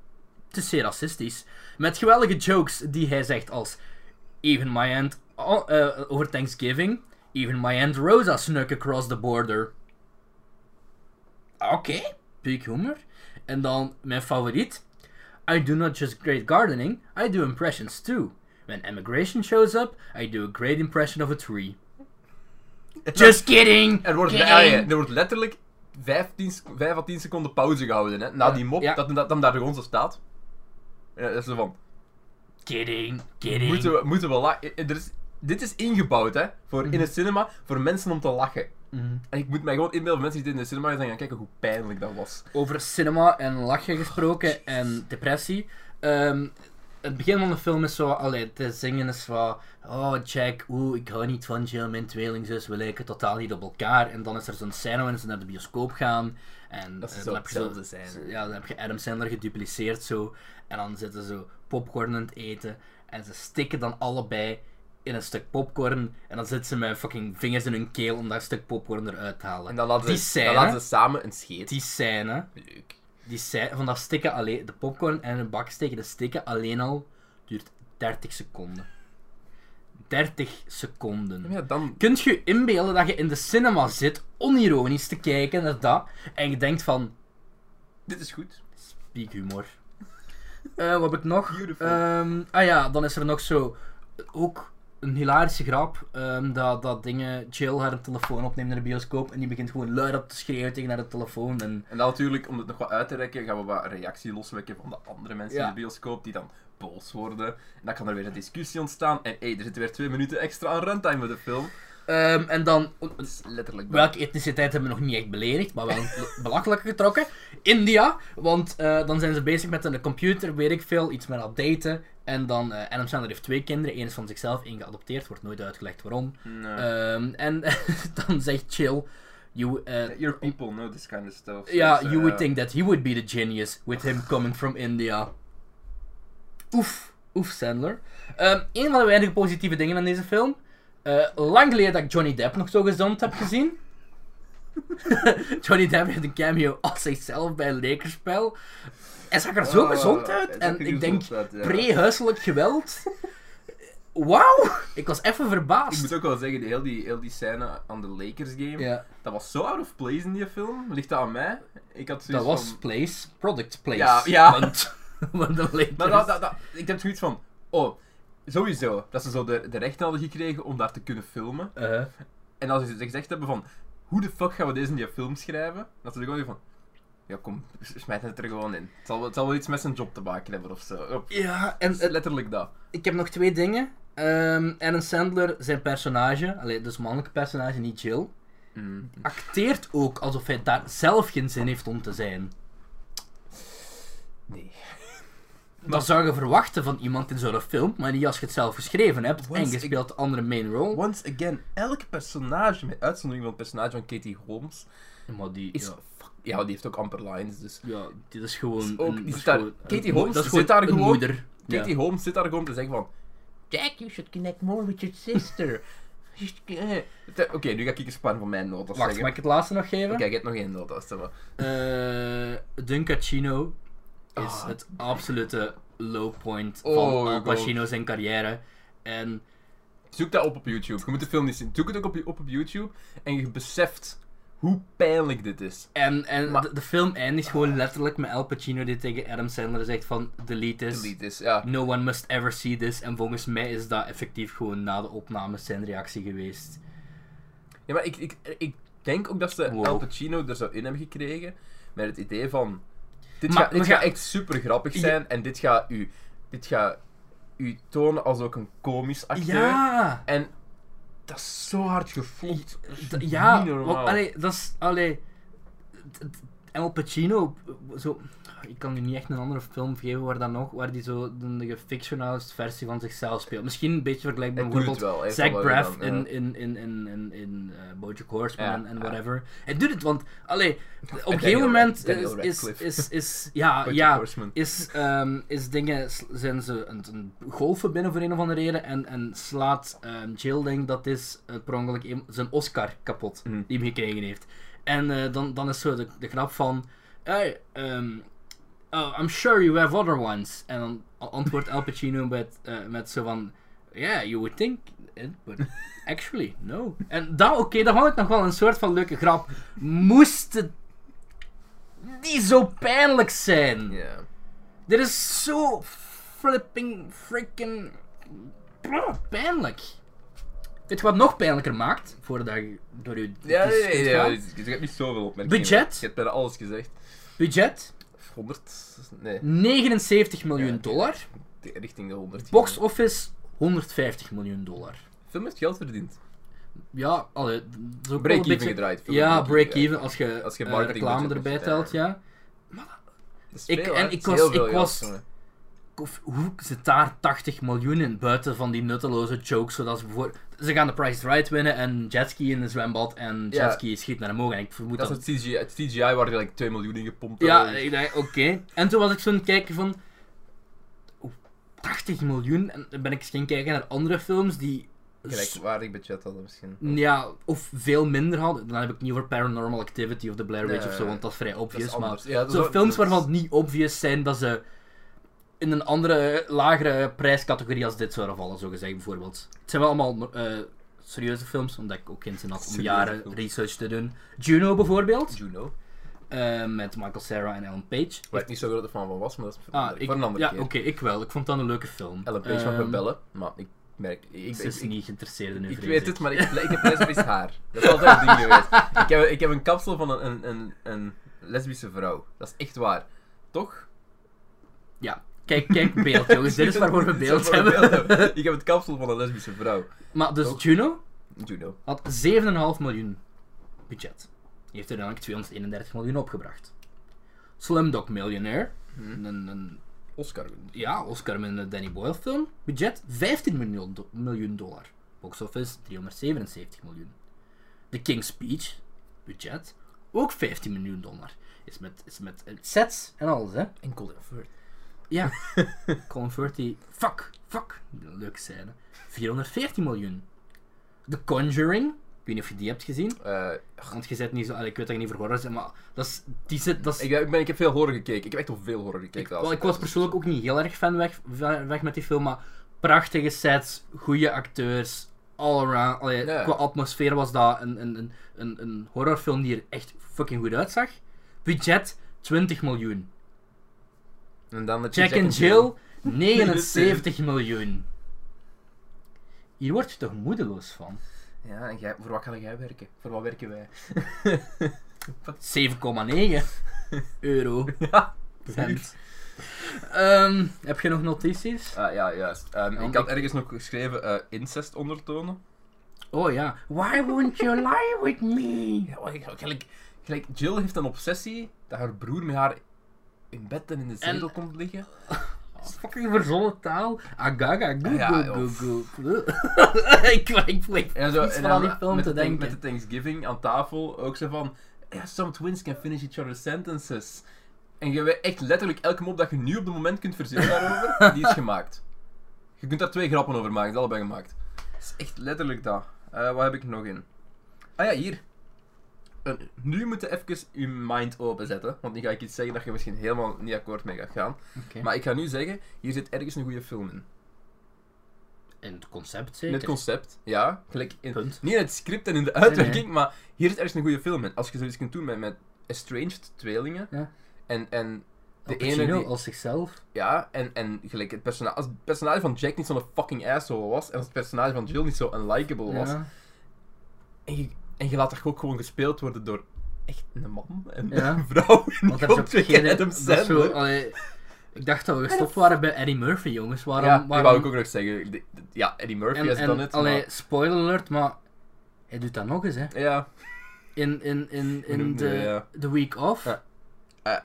[SPEAKER 2] het is zeer racistisch. Met geweldige jokes die hij zegt als... Even my aunt... oh, eh, over Thanksgiving. Even my aunt Rosa snuck across the border. Ah, Oké, peak humor. En dan mijn favoriet. I do not just great gardening, I do impressions too. When emigration shows up, I do a great impression of a tree. Just kidding!
[SPEAKER 1] Er wordt,
[SPEAKER 2] kidding.
[SPEAKER 1] ah, ja, er wordt letterlijk 15, 5 à 10 seconden pauze gehouden hè, na die mop,
[SPEAKER 2] ja.
[SPEAKER 1] dat, hem- dat hem daar gewoon zo staat. En dat is zo van,
[SPEAKER 2] Kidding, kidding.
[SPEAKER 1] moeten we, moeten we lachen? Er is, dit is ingebouwd hè, voor,
[SPEAKER 2] Mhm.
[SPEAKER 1] in het cinema, voor mensen om te lachen. En ik moet mij gewoon inbeelden, mensen die dit in de cinema zijn gaan kijken, hoe pijnlijk dat was.
[SPEAKER 2] over cinema en lachen gesproken
[SPEAKER 1] Oh,
[SPEAKER 2] en depressie. Ehm, het begin van de film is zo, allee, te zingen is van, oh Jack, oeh, ik hou niet van Jill, mijn tweelingzus, we lijken totaal niet op elkaar. En dan is er zo'n scène waarin ze naar de bioscoop gaan. En
[SPEAKER 1] Dat ze
[SPEAKER 2] eh,
[SPEAKER 1] zo
[SPEAKER 2] dan heb je zo,
[SPEAKER 1] hetzelfde zijn.
[SPEAKER 2] Ja, dan heb je Adam Sandler gedupliceerd zo. En dan zitten ze zo popcorn aan het eten. En ze stikken dan allebei in een stuk popcorn. En dan zitten ze met fucking vingers in hun keel om dat stuk popcorn eruit te halen.
[SPEAKER 1] En dan laten,
[SPEAKER 2] die
[SPEAKER 1] ze,
[SPEAKER 2] scène,
[SPEAKER 1] dan laten ze samen een scheet.
[SPEAKER 2] die scène
[SPEAKER 1] Leuk.
[SPEAKER 2] die zei, van dat stikken alleen, de popcorn en een bak steken, dat stikken alleen al duurt 30 seconden. 30 seconden.
[SPEAKER 1] Ja, dan...
[SPEAKER 2] Kunt je je inbeelden dat je in de cinema zit, onironisch te kijken naar dat, en je denkt van,
[SPEAKER 1] Dit is goed.
[SPEAKER 2] piek humor. Eh, wat heb ik nog?
[SPEAKER 1] Beautiful.
[SPEAKER 2] Ehm, ah ja, dan is er nog zo, ook een hilarische grap, ehm, dat, dat dingen, Jill haar telefoon opneemt in de bioscoop, en die begint gewoon luid op te schreeuwen tegen haar telefoon, en
[SPEAKER 1] En dan natuurlijk, om het nog wat uit te rekken, gaan we wat reactie loswekken van de andere mensen
[SPEAKER 2] Ja.
[SPEAKER 1] in de bioscoop, die dan boos worden. En dan kan er weer een discussie ontstaan. En hey, er zitten weer twee minuten extra aan runtime met de film.
[SPEAKER 2] ehm, en dan
[SPEAKER 1] Dat is letterlijk...
[SPEAKER 2] Welke etniciteit hebben we nog niet echt beledigd, maar wel [laughs] belachelijk getrokken? India, want eh, dan zijn ze bezig met een computer, weet ik veel, iets met dat daten. En dan, eh Adam Sandler heeft twee kinderen, één is van zichzelf, één geadopteerd, wordt nooit uitgelegd waarom.
[SPEAKER 1] Nee.
[SPEAKER 2] Ehm, en [laughs] dan zegt Chill, you, eh,
[SPEAKER 1] Your people know this kind of stuff.
[SPEAKER 2] yeah,
[SPEAKER 1] so,
[SPEAKER 2] you would
[SPEAKER 1] eh,
[SPEAKER 2] think that he would be the genius with him coming from India. Oef, oef Sandler. Ehm, een van de weinige positieve dingen aan deze film. Eh, lang geleden dat ik Johnny Depp nog zo gezond heb gezien. [laughs] Johnny Depp heeft een cameo als zichzelf bij een lekerspel. Hij zag er zo
[SPEAKER 1] Oh,
[SPEAKER 2] gezond
[SPEAKER 1] hij
[SPEAKER 2] uit.
[SPEAKER 1] zag
[SPEAKER 2] En
[SPEAKER 1] er
[SPEAKER 2] ik denk,
[SPEAKER 1] gezond uit, ja.
[SPEAKER 2] pre-huiselijk geweld. Wauw! Ik was even
[SPEAKER 1] Ik moet
[SPEAKER 2] verbaasd.
[SPEAKER 1] ook wel zeggen, heel die, heel die scène aan de Lakers game,
[SPEAKER 2] Ja,
[SPEAKER 1] dat was zo out of place in die film. Ligt dat aan mij? Ik had
[SPEAKER 2] dat
[SPEAKER 1] zoiets
[SPEAKER 2] was
[SPEAKER 1] dus van-
[SPEAKER 2] place, product place.
[SPEAKER 1] Ja, ja.
[SPEAKER 2] Want, [laughs] want de Lakers...
[SPEAKER 1] Maar dat, dat, dat- ik heb zoiets van, oh, sowieso, dat ze zo de, de rechten hadden gekregen om daar te kunnen filmen.
[SPEAKER 2] Eh.
[SPEAKER 1] En als ze gezegd hebben van, hoe de fuck gaan we deze in die film schrijven? Dat ze er gewoon van, ja kom, smijt het er gewoon in. Het zal, wel- het zal wel iets met zijn job te maken hebben of zo. Oh,
[SPEAKER 2] Ja, en
[SPEAKER 1] het is
[SPEAKER 2] het-
[SPEAKER 1] letterlijk dat.
[SPEAKER 2] ik heb nog twee dingen. Ehm Adam Sandler, zijn personage, allee, dus mannelijke personage, niet Jill,
[SPEAKER 1] Mm.
[SPEAKER 2] acteert ook alsof hij daar zelf geen zin heeft om te zijn.
[SPEAKER 1] Nee.
[SPEAKER 2] Dat zou je verwachten van iemand in zo'n film, maar niet als je het zelf geschreven hebt en
[SPEAKER 1] Once
[SPEAKER 2] je speelt de andere main role.
[SPEAKER 1] Once again, elk personage, met uitzondering van het personage van Katie Holmes,
[SPEAKER 2] Maar die,
[SPEAKER 1] is...
[SPEAKER 2] ja,
[SPEAKER 1] fuck- Ja, die heeft ook amper lines, dus...
[SPEAKER 2] ja, dit is gewoon...
[SPEAKER 1] Ook,
[SPEAKER 2] een-
[SPEAKER 1] die
[SPEAKER 2] dat
[SPEAKER 1] zit daar-
[SPEAKER 2] gewoon een
[SPEAKER 1] Katie
[SPEAKER 2] mo-
[SPEAKER 1] Holmes
[SPEAKER 2] dat is
[SPEAKER 1] zit daar
[SPEAKER 2] een
[SPEAKER 1] gewoon-
[SPEAKER 2] moeder. Ja.
[SPEAKER 1] Katie Holmes zit daar gewoon te zeggen van...
[SPEAKER 3] Jack, you should connect more with your sister. You should-
[SPEAKER 1] eh, te- [laughs] Oké, nu ga ik eens een paar van mijn notas
[SPEAKER 2] Wacht,
[SPEAKER 1] zeggen.
[SPEAKER 2] mag ik het laatste nog geven?
[SPEAKER 1] Oké, ik heb nog één nota, stel maar.
[SPEAKER 2] Eh Duncachino is
[SPEAKER 1] Ah.
[SPEAKER 2] het absolute low point
[SPEAKER 1] Oh,
[SPEAKER 2] van Al
[SPEAKER 1] God.
[SPEAKER 2] Pacino zijn carrière. En
[SPEAKER 1] Zoek dat op op YouTube. Je moet de film niet zien. Zoek het ook op, op op YouTube. En je beseft hoe pijnlijk dit is.
[SPEAKER 2] En, en
[SPEAKER 1] Maar- Ah.
[SPEAKER 2] de, de film eindigt gewoon letterlijk met Al Pacino die tegen Adam Sandler zegt van delete this,
[SPEAKER 1] Delete is, ja.
[SPEAKER 2] no one must ever see this. En volgens mij is dat effectief gewoon na de opname zijn reactie geweest.
[SPEAKER 1] Ja, maar ik, ik, ik denk ook dat ze
[SPEAKER 2] Wow.
[SPEAKER 1] Al Pacino er zo in hebben gekregen. Met het idee van... Dit,
[SPEAKER 2] Maar-
[SPEAKER 1] gaat dit
[SPEAKER 2] maar
[SPEAKER 1] gaat
[SPEAKER 2] ja-
[SPEAKER 1] echt super grappig zijn. En dit gaat u... Dit gaat u tonen als ook een komisch acteur.
[SPEAKER 2] Ja!
[SPEAKER 1] En dat is zo hard gevoeld.
[SPEAKER 2] D- ja,
[SPEAKER 1] niet normaal.
[SPEAKER 2] want, allee, dat is, allee, d- d- Al Pacino, zo, ik kan nu niet echt een andere film geven waar dan nog, waar die zo de, de gefictionalized versie van zichzelf speelt. Misschien een beetje vergelijkbaar
[SPEAKER 1] Hij
[SPEAKER 2] met
[SPEAKER 1] doet het
[SPEAKER 2] bijvoorbeeld
[SPEAKER 1] wel, hij heeft
[SPEAKER 2] Zach
[SPEAKER 1] wel
[SPEAKER 2] Braff
[SPEAKER 1] gedaan, ja.
[SPEAKER 2] in, in, in, in, in, in eh, Bojack Horseman
[SPEAKER 1] Ja,
[SPEAKER 2] en- en
[SPEAKER 1] ja.
[SPEAKER 2] whatever. Hij doet het, want, allee, op een
[SPEAKER 1] Daniel
[SPEAKER 2] gegeven
[SPEAKER 1] Rad-
[SPEAKER 2] moment is,
[SPEAKER 1] Daniel
[SPEAKER 2] is,
[SPEAKER 1] Radcliffe.
[SPEAKER 2] is, is, ja,
[SPEAKER 1] Bojack
[SPEAKER 2] ja,
[SPEAKER 1] Horseman.
[SPEAKER 2] is, ehm, is dingen, s- zijn ze een, een golven binnen voor een of andere reden en, en slaat ehm Jill, denk ik dat is, eh, per ongeluk een- zijn Oscar kapot,
[SPEAKER 1] Mhm.
[SPEAKER 2] die hem gekregen heeft. En eh, dan, dan is zo de, de grap van, hey, ehm, oh, I'm sure you have other ones. En dan antwoordt Al Pacino met, eh, met zo van, yeah, you would think it,
[SPEAKER 1] [laughs]
[SPEAKER 2] but actually, no. En dan, oké, dan vond ik nog wel een soort van leuke grap. Moest het die zo pijnlijk zijn?
[SPEAKER 1] Ja.
[SPEAKER 2] Dit is zo flipping, freaking pijnlijk. Weet je wat nog pijnlijker maakt? Voordat je door je
[SPEAKER 1] Ja,
[SPEAKER 2] het is-
[SPEAKER 1] ja,
[SPEAKER 2] het
[SPEAKER 1] ja, ja,
[SPEAKER 2] gaat?
[SPEAKER 1] dus- dus ik heb niet zoveel opmerkingen.
[SPEAKER 2] Budget?
[SPEAKER 1] Je hebt bijna alles gezegd.
[SPEAKER 2] Budget
[SPEAKER 1] 100? Nee,
[SPEAKER 2] 79 miljoen
[SPEAKER 1] Ja.
[SPEAKER 2] dollar.
[SPEAKER 1] die- richting de 100.
[SPEAKER 2] Box office 150 miljoen dollar.
[SPEAKER 1] Film heeft geld verdiend.
[SPEAKER 2] Ja, allee, dat is ook wel een
[SPEAKER 1] Break-even
[SPEAKER 2] beetje...
[SPEAKER 1] gedraaid. film.
[SPEAKER 2] Ja,
[SPEAKER 1] Break-even,
[SPEAKER 2] break-even als je,
[SPEAKER 1] Als je
[SPEAKER 2] eh,
[SPEAKER 1] marketing
[SPEAKER 2] reclame
[SPEAKER 1] budget
[SPEAKER 2] erbij
[SPEAKER 1] hebt,
[SPEAKER 2] telt,
[SPEAKER 1] ja.
[SPEAKER 2] ja.
[SPEAKER 1] Dat is
[SPEAKER 2] Ik-
[SPEAKER 1] veel,
[SPEAKER 2] en
[SPEAKER 1] hè.
[SPEAKER 2] ik
[SPEAKER 1] Dat is
[SPEAKER 2] was-
[SPEAKER 1] heel veel
[SPEAKER 2] ik
[SPEAKER 1] geld,
[SPEAKER 2] was-
[SPEAKER 1] jongen.
[SPEAKER 2] Of hoe zit daar 80 miljoen in, buiten van die nutteloze jokes, zodat ze bijvoorbeeld... Ze gaan de Price is Right winnen en jetski in een zwembad en
[SPEAKER 1] Ja.
[SPEAKER 2] jetski schiet naar omhoog en ik vermoed
[SPEAKER 1] Dat
[SPEAKER 2] dat...
[SPEAKER 1] is het CGI, het CGI waar je like, 2 miljoen in gepompt
[SPEAKER 2] Ja, eh,
[SPEAKER 1] had.
[SPEAKER 2] ik dacht, oké. En toen was ik zo aan het kijken van... oeh, 80 miljoen? En dan ben ik eens gaan kijken naar andere films die... s-
[SPEAKER 1] Gelijkwaardig budget hadden misschien.
[SPEAKER 2] Ja, of veel minder hadden. Dan heb ik het niet over Paranormal Activity of The Blair Witch
[SPEAKER 1] Nee,
[SPEAKER 2] of zo, want dat is vrij
[SPEAKER 1] Dat is
[SPEAKER 2] obvious. maar
[SPEAKER 1] anders. Ja, dat is
[SPEAKER 2] zo
[SPEAKER 1] wel-
[SPEAKER 2] films
[SPEAKER 1] dat is-
[SPEAKER 2] waarvan het niet obvious zijn dat ze in een andere, lagere prijscategorie als dit zouden vallen, zo gezegd bijvoorbeeld. Het zijn wel allemaal eh, serieuze films, omdat ik ook in zin had om
[SPEAKER 1] Serieuze
[SPEAKER 2] jaren
[SPEAKER 1] films.
[SPEAKER 2] research te doen. Juno bijvoorbeeld,
[SPEAKER 1] Juno.
[SPEAKER 2] eh, met Michael Cera en Ellen Page.
[SPEAKER 1] Waar ik niet zo grote fan van was, maar dat is voor,
[SPEAKER 2] Ah, ik,
[SPEAKER 1] voor een andere
[SPEAKER 2] ja,
[SPEAKER 1] keer.
[SPEAKER 2] oké, ik wel. Ik vond dat een leuke film.
[SPEAKER 1] Ellen Page mag
[SPEAKER 2] Ehm,
[SPEAKER 1] me bellen, maar ik merk... Ik, ik,
[SPEAKER 2] Ze is
[SPEAKER 1] ik,
[SPEAKER 2] niet geïnteresseerd in uw
[SPEAKER 1] ik
[SPEAKER 2] vrees
[SPEAKER 1] weet het, maar ik, ik heb
[SPEAKER 2] [laughs]
[SPEAKER 1] lesbisch haar. Dat is altijd een ding geweest. Ik heb, ik heb een kapsel van een, een, een, een lesbische vrouw. Dat is echt waar. Toch?
[SPEAKER 2] Ja, kijk, kijk,
[SPEAKER 1] [laughs]
[SPEAKER 2] beeld, jongens. dit is waarvoor we
[SPEAKER 1] Dit is
[SPEAKER 2] beeld
[SPEAKER 1] waarvoor we
[SPEAKER 2] hebben.
[SPEAKER 1] hebben. Ik heb het kapsel van een lesbische vrouw.
[SPEAKER 2] Maar dus
[SPEAKER 1] Toch?
[SPEAKER 2] Juno
[SPEAKER 1] Juno.
[SPEAKER 2] had 7,5 miljoen budget. Die heeft er uiteindelijk 231 miljoen opgebracht. Slumdog Millionaire,
[SPEAKER 1] Hm.
[SPEAKER 2] een, een
[SPEAKER 1] Oscar wint.
[SPEAKER 2] ja, Oscar winnende Danny Boyle film, budget 15 miljoen, do- miljoen dollar. Box office 377 miljoen. The King's Speech, budget, ook 15 miljoen dollar. Is met, is met eh, sets en alles, hè.
[SPEAKER 1] En Colin Firth.
[SPEAKER 2] Ja, Colin Firth die... Fuck, fuck. Leuke scène. 414 miljoen. The Conjuring. Ik weet niet of je die hebt gezien.
[SPEAKER 1] Eh,
[SPEAKER 2] Want je zet niet zo... allee, Ik weet dat je niet voor horror bent, maar... Dat is, die zit... Dat is,
[SPEAKER 1] ik, ik ben, ik heb veel horror gekeken. Ik heb echt al veel horror gekeken.
[SPEAKER 2] ik,
[SPEAKER 1] de
[SPEAKER 2] wel,
[SPEAKER 1] laatste
[SPEAKER 2] ik was
[SPEAKER 1] tijd.
[SPEAKER 2] persoonlijk ook niet heel erg fan weg, ver- weg met die film, maar... Prachtige sets, goede acteurs, all around. Allee,
[SPEAKER 1] Ja.
[SPEAKER 2] Qua atmosfeer was dat een, een, een, een, een horrorfilm die er echt fucking goed uitzag. Budget, 20 miljoen.
[SPEAKER 1] En dan had je
[SPEAKER 2] Jack and Jill, 79 miljoen. Hier word je toch moedeloos van?
[SPEAKER 1] Ja, en jij, voor wat kan jij werken? Voor wat werken wij?
[SPEAKER 2] 7,9 euro.
[SPEAKER 1] [laughs] Ja.
[SPEAKER 2] Cent. Ehm, heb je nog notities?
[SPEAKER 1] Ah, ja, juist. Ehm,
[SPEAKER 2] Ja,
[SPEAKER 1] ik had ergens nog geschreven eh, incest ondertonen.
[SPEAKER 2] Oh ja. Why won't you lie with
[SPEAKER 1] [laughs]
[SPEAKER 2] me?
[SPEAKER 1] Ja, maar ik- gelijk, gelijk, Jill heeft een obsessie dat haar broer met haar in bed en in de zetel komt liggen.
[SPEAKER 2] Dat is fucking verzonnen taal. Agaga, go,
[SPEAKER 1] Ja,
[SPEAKER 2] go, go,
[SPEAKER 1] joh.
[SPEAKER 2] go. [laughs] ik ik bleef
[SPEAKER 1] En zo,
[SPEAKER 2] iets
[SPEAKER 1] en
[SPEAKER 2] van aan
[SPEAKER 1] dan
[SPEAKER 2] die film
[SPEAKER 1] met,
[SPEAKER 2] te
[SPEAKER 1] de, thank-
[SPEAKER 2] denken.
[SPEAKER 1] met de Thanksgiving aan tafel ook zo van... Yeah, some twins can finish each other's sentences. En je weet echt letterlijk elke mop dat je nu op het moment kunt verzinnen
[SPEAKER 2] [laughs]
[SPEAKER 1] daarover, die is gemaakt. Je kunt daar twee grappen over maken, dat is allebei gemaakt. Dat is echt letterlijk dat. Eh, wat heb ik nog in? Ah ja, hier. En nu moet je even je mind openzetten, want nu ga ik iets zeggen dat je misschien helemaal niet akkoord mee gaat gaan.
[SPEAKER 2] Oké.
[SPEAKER 1] Maar ik ga nu zeggen, hier zit ergens een goede film in.
[SPEAKER 2] In het concept
[SPEAKER 1] In
[SPEAKER 2] zeker.
[SPEAKER 1] het concept, ja. Gelijk in,
[SPEAKER 2] Punt.
[SPEAKER 1] niet in het script en in de uitwerking, maar hier is ergens een goede film in. Als je zoiets kunt doen met, met estranged tweelingen.
[SPEAKER 2] Ja.
[SPEAKER 1] En, en de
[SPEAKER 2] Al Pacino
[SPEAKER 1] ene die-
[SPEAKER 2] als zichzelf.
[SPEAKER 1] Ja, en, en gelijk het personage, als het personage van Jack niet zo'n fucking asshole was, en als het personage van Jill niet zo unlikable was,
[SPEAKER 2] Ja.
[SPEAKER 1] en, je, en je laat dat ook gewoon gespeeld worden door echt een man en
[SPEAKER 2] Ja.
[SPEAKER 1] een vrouw in
[SPEAKER 2] Want dat is
[SPEAKER 1] ook
[SPEAKER 2] ook
[SPEAKER 1] twee
[SPEAKER 2] geen...
[SPEAKER 1] keer
[SPEAKER 2] dat
[SPEAKER 1] Adam
[SPEAKER 2] is zo,
[SPEAKER 1] Sandler.
[SPEAKER 2] allee, ik dacht dat we gestopt waren bij Eddie Murphy, jongens. Waarom,
[SPEAKER 1] ja, die
[SPEAKER 2] waarom...
[SPEAKER 1] wou ik ook nog zeggen. De- de- Ja, Eddie Murphy
[SPEAKER 2] En,
[SPEAKER 1] has
[SPEAKER 2] en
[SPEAKER 1] done it,
[SPEAKER 2] allee,
[SPEAKER 1] maar-
[SPEAKER 2] spoiler alert, maar hij doet dat nog eens, hè.
[SPEAKER 1] Ja,
[SPEAKER 2] In, in, in, in
[SPEAKER 1] noemde
[SPEAKER 2] de
[SPEAKER 1] hij, ja.
[SPEAKER 2] The Week Off.
[SPEAKER 1] Ja. Eh,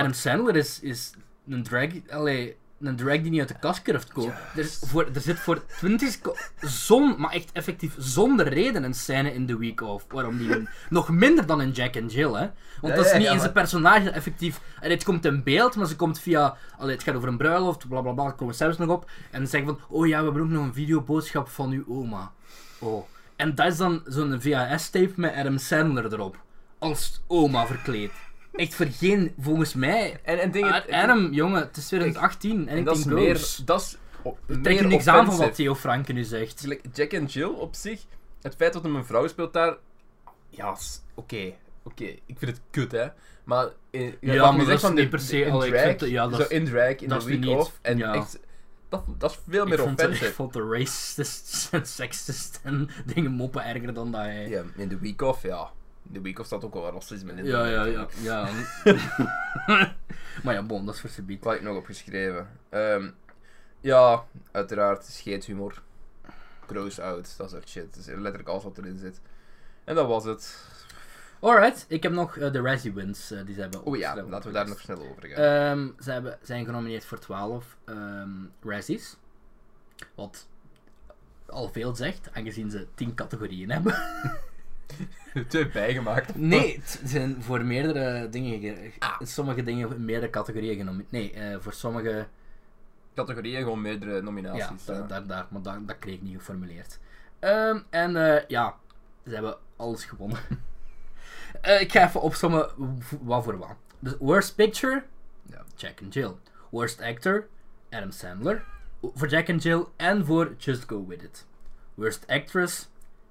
[SPEAKER 2] Adam Sandler is, is een drag... Allee, een drag die niet uit de kast durft komen. Er, is voor, er zit voor 20 seconden, zon, maar echt effectief zonder reden een scène in The Week Off. Waarom die
[SPEAKER 1] [laughs]
[SPEAKER 2] doen? nog minder dan in Jack and Jill, hè? Want
[SPEAKER 1] Ja,
[SPEAKER 2] dat is
[SPEAKER 1] ja,
[SPEAKER 2] niet
[SPEAKER 1] ja,
[SPEAKER 2] in
[SPEAKER 1] maar-
[SPEAKER 2] zijn personage effectief. En het komt in beeld, maar ze komt via. Allee, het gaat over een bruiloft, blablabla, bla, bla, daar komen we zelfs nog op. En ze zeggen van: Oh ja, we hebben ook nog een videoboodschap van uw oma. Oh. En dat is dan zo'n VHS-tape met Adam Sandler erop. Als oma verkleed. echt voor geen, volgens mij.
[SPEAKER 1] En, en dingen...
[SPEAKER 2] Ar- Adam, jongen, het is 2018 en
[SPEAKER 1] en
[SPEAKER 2] ik
[SPEAKER 1] dat is
[SPEAKER 2] denk
[SPEAKER 1] meer...
[SPEAKER 2] meer.
[SPEAKER 1] Dat is o-
[SPEAKER 2] Trek je
[SPEAKER 1] meer
[SPEAKER 2] niks aan van
[SPEAKER 1] offensive.
[SPEAKER 2] wat Theo Franken nu zegt.
[SPEAKER 1] Like, Jack en Jill op zich, het feit dat hem een vrouw speelt daar, ja, s- oké, oké, ik vind het kut, hè. Maar eh, in,
[SPEAKER 2] Ja,
[SPEAKER 1] wat
[SPEAKER 2] maar
[SPEAKER 1] men
[SPEAKER 2] dat
[SPEAKER 1] zegt
[SPEAKER 2] is
[SPEAKER 1] van
[SPEAKER 2] niet per se-
[SPEAKER 1] in
[SPEAKER 2] allee, ik
[SPEAKER 1] drag,
[SPEAKER 2] vind dat- ja, dat
[SPEAKER 1] zo
[SPEAKER 2] is-
[SPEAKER 1] in drag, in
[SPEAKER 2] dat
[SPEAKER 1] de
[SPEAKER 2] is nu
[SPEAKER 1] week
[SPEAKER 2] niet-
[SPEAKER 1] off, en
[SPEAKER 2] ja.
[SPEAKER 1] echt, dat, dat is veel
[SPEAKER 2] Ik
[SPEAKER 1] meer
[SPEAKER 2] vond, de, ik
[SPEAKER 1] offensive.
[SPEAKER 2] vond de racist [laughs] en sexist en dingen moppen erger dan dat hij.
[SPEAKER 1] Ja, in de week off, ja. In de week off staat ook wel racisme in.
[SPEAKER 2] Ja, ja, ja. ja. [laughs] maar ja, bon, dat is voor zijn
[SPEAKER 1] Wat had ik nog opgeschreven? Ehm, ja, uiteraard, scheethumor. Gross out, dat soort shit. Dus letterlijk alles wat erin zit. En dat was het.
[SPEAKER 2] Alright, ik heb nog eh, de Razzie Wins eh, die ze hebben
[SPEAKER 1] Oh ja,
[SPEAKER 2] opgeschreven.
[SPEAKER 1] laten we daar nog snel over gaan.
[SPEAKER 2] Ehm, ze hebben, zijn genomineerd voor 12 ehm Razzies. Wat al veel zegt, aangezien ze 10 categorieën hebben.
[SPEAKER 1] [laughs] Te bijgemaakt.
[SPEAKER 2] [laughs] Nee, het zijn voor meerdere dingen. ge- Sommige dingen in meerdere categorieën genomineerd. Nee, eh, voor sommige.
[SPEAKER 1] Categorieën, gewoon meerdere
[SPEAKER 2] Ja,
[SPEAKER 1] nominaties. eh.
[SPEAKER 2] da-
[SPEAKER 1] ja.
[SPEAKER 2] daar, daar, maar dat, dat kreeg ik niet geformuleerd. Ehm, en eh, ja, ze hebben
[SPEAKER 1] [laughs]
[SPEAKER 2] alles gewonnen. Eh, ik ga even opsommen w- wat voor wat. Dus Worst Picture,
[SPEAKER 1] Ja.
[SPEAKER 2] Jack and Jill. Worst Actor, Adam Sandler. O- Voor Jack and Jill en voor Just Go With It. Worst Actress,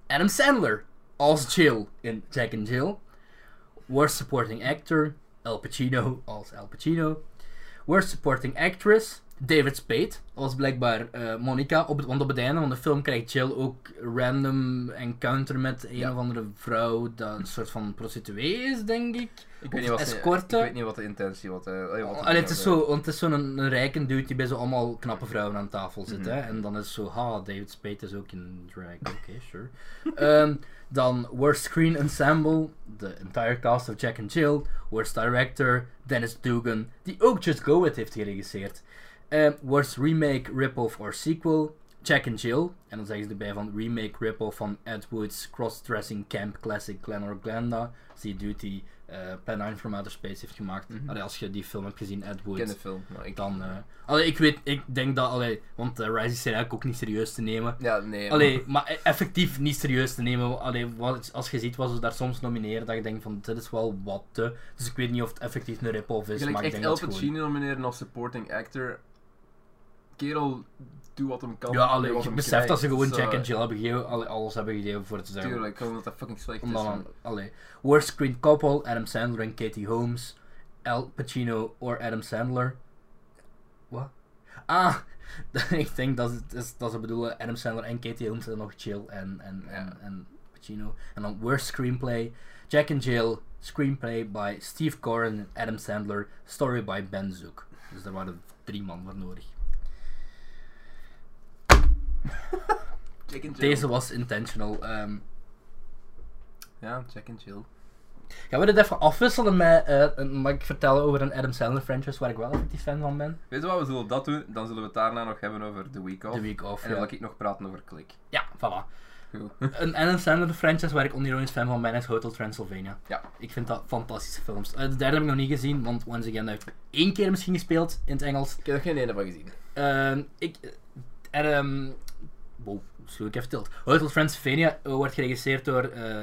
[SPEAKER 2] Adam Sandler als Jill in Jack and Jill. Worst Supporting Actor, Al Pacino als Al Pacino. Worst Supporting Actress, David Spade als blijkbaar eh, Monica. Op het, want op het einde van de film krijgt Jill ook random encounter met een
[SPEAKER 1] Ja.
[SPEAKER 2] of andere vrouw dat een soort van prostituee is, denk ik.
[SPEAKER 1] Ik,
[SPEAKER 2] Of
[SPEAKER 1] weet niet wat, ze-
[SPEAKER 2] escorte.
[SPEAKER 1] ik weet niet wat de intentie was. eh, allee, wat de
[SPEAKER 2] Allee, het is
[SPEAKER 1] bedoeling
[SPEAKER 2] zo- want het is zo'n een, rijke dude die bij zo allemaal knappe vrouwen aan tafel zit. Hè? En dan is het zo, ha, David Spade is ook in drag. Oké, sure. Ehm, dan Worst Screen Ensemble, the entire cast of Jack and Jill. Worst Director, Dennis Dugan, die ook Just Go It heeft geregisseerd. Ehm, worst Remake, Rip-Off or Sequel, Jack and Jill. En dan zeggen ze erbij van Remake, Rip-Off van Ed Wood's Crossdressing Camp Classic Glen or Glenda. Dat is die dude die eh, Plan 9 from Outer Space heeft gemaakt. Allee, als je die film hebt gezien, Ed
[SPEAKER 1] is. Ik ken de
[SPEAKER 2] Wood,
[SPEAKER 1] film. maar ik...
[SPEAKER 2] dan... eh allee, ik weet, ik denk dat... Allee, want eh, Rise is eigenlijk ook niet serieus te nemen.
[SPEAKER 1] Ja, nee.
[SPEAKER 2] Allee, maar e- effectief niet serieus te nemen. Allee, wat, als je ziet wat ze daar soms nomineren, dat je denkt van, dit is wel wat te... Dus ik weet niet of het effectief een rip-off is,
[SPEAKER 1] Ik
[SPEAKER 2] maar
[SPEAKER 1] echt
[SPEAKER 2] ik denk
[SPEAKER 1] El
[SPEAKER 2] dat het gewoon...
[SPEAKER 1] Pacino nomineren als supporting actor. Kerel, doe wat hem kan.
[SPEAKER 2] Ja,
[SPEAKER 1] doe
[SPEAKER 2] allee,
[SPEAKER 1] wat
[SPEAKER 2] je
[SPEAKER 1] hem
[SPEAKER 2] beseft dat ze
[SPEAKER 1] krijgt.
[SPEAKER 2] gewoon
[SPEAKER 1] Zo,
[SPEAKER 2] Jack en Jill hebben gegeven, allee, alles hebben gegeven voor te zeggen.
[SPEAKER 1] eh, Tuurlijk, gewoon omdat dat fucking slecht is.
[SPEAKER 2] Om dan
[SPEAKER 1] man.
[SPEAKER 2] aan- allee. Worst Screen Couple, Adam Sandler en Katie Holmes. Al Pacino or Adam Sandler. Wat? Ah, [laughs] ik denk dat, het is, dat ze bedoelen Adam Sandler en Katie Holmes en nog Jill en, en, en,
[SPEAKER 1] Ja.
[SPEAKER 2] en Pacino. En dan Worst Screenplay, Jack and Jill. Screenplay by Steve Corrin en Adam Sandler. Story by Ben Zook. Dus daar waren drie man voor nodig.
[SPEAKER 1] Jack and Jill.
[SPEAKER 2] Deze was intentional. ehm,
[SPEAKER 1] Ja, Jack and Jill.
[SPEAKER 2] Gaan we dit even afwisselen met, eh een, mag ik vertellen over een Adam Sandler franchise waar ik wel effectief fan van ben?
[SPEAKER 1] Weet je wat, we zullen dat doen. Dan zullen we het daarna nog hebben over The Week Off.
[SPEAKER 2] The Week Off,
[SPEAKER 1] En dan
[SPEAKER 2] ja.
[SPEAKER 1] wil ik nog praten over Click.
[SPEAKER 2] Ja, voilà.
[SPEAKER 1] Goed.
[SPEAKER 2] Een Adam Sandler franchise waar ik onironisch fan van ben is Hotel Transylvania.
[SPEAKER 1] Ja.
[SPEAKER 2] Ik vind dat fantastische films. Eh, de derde heb ik nog niet gezien, want once again, dat heb ik één keer misschien gespeeld in het Engels.
[SPEAKER 1] Ik heb er geen ene van gezien.
[SPEAKER 2] Ehm, ik... Er, ehm wow, sloeg ik even tilt. Hotel Transylvania eh, wordt geregisseerd door eh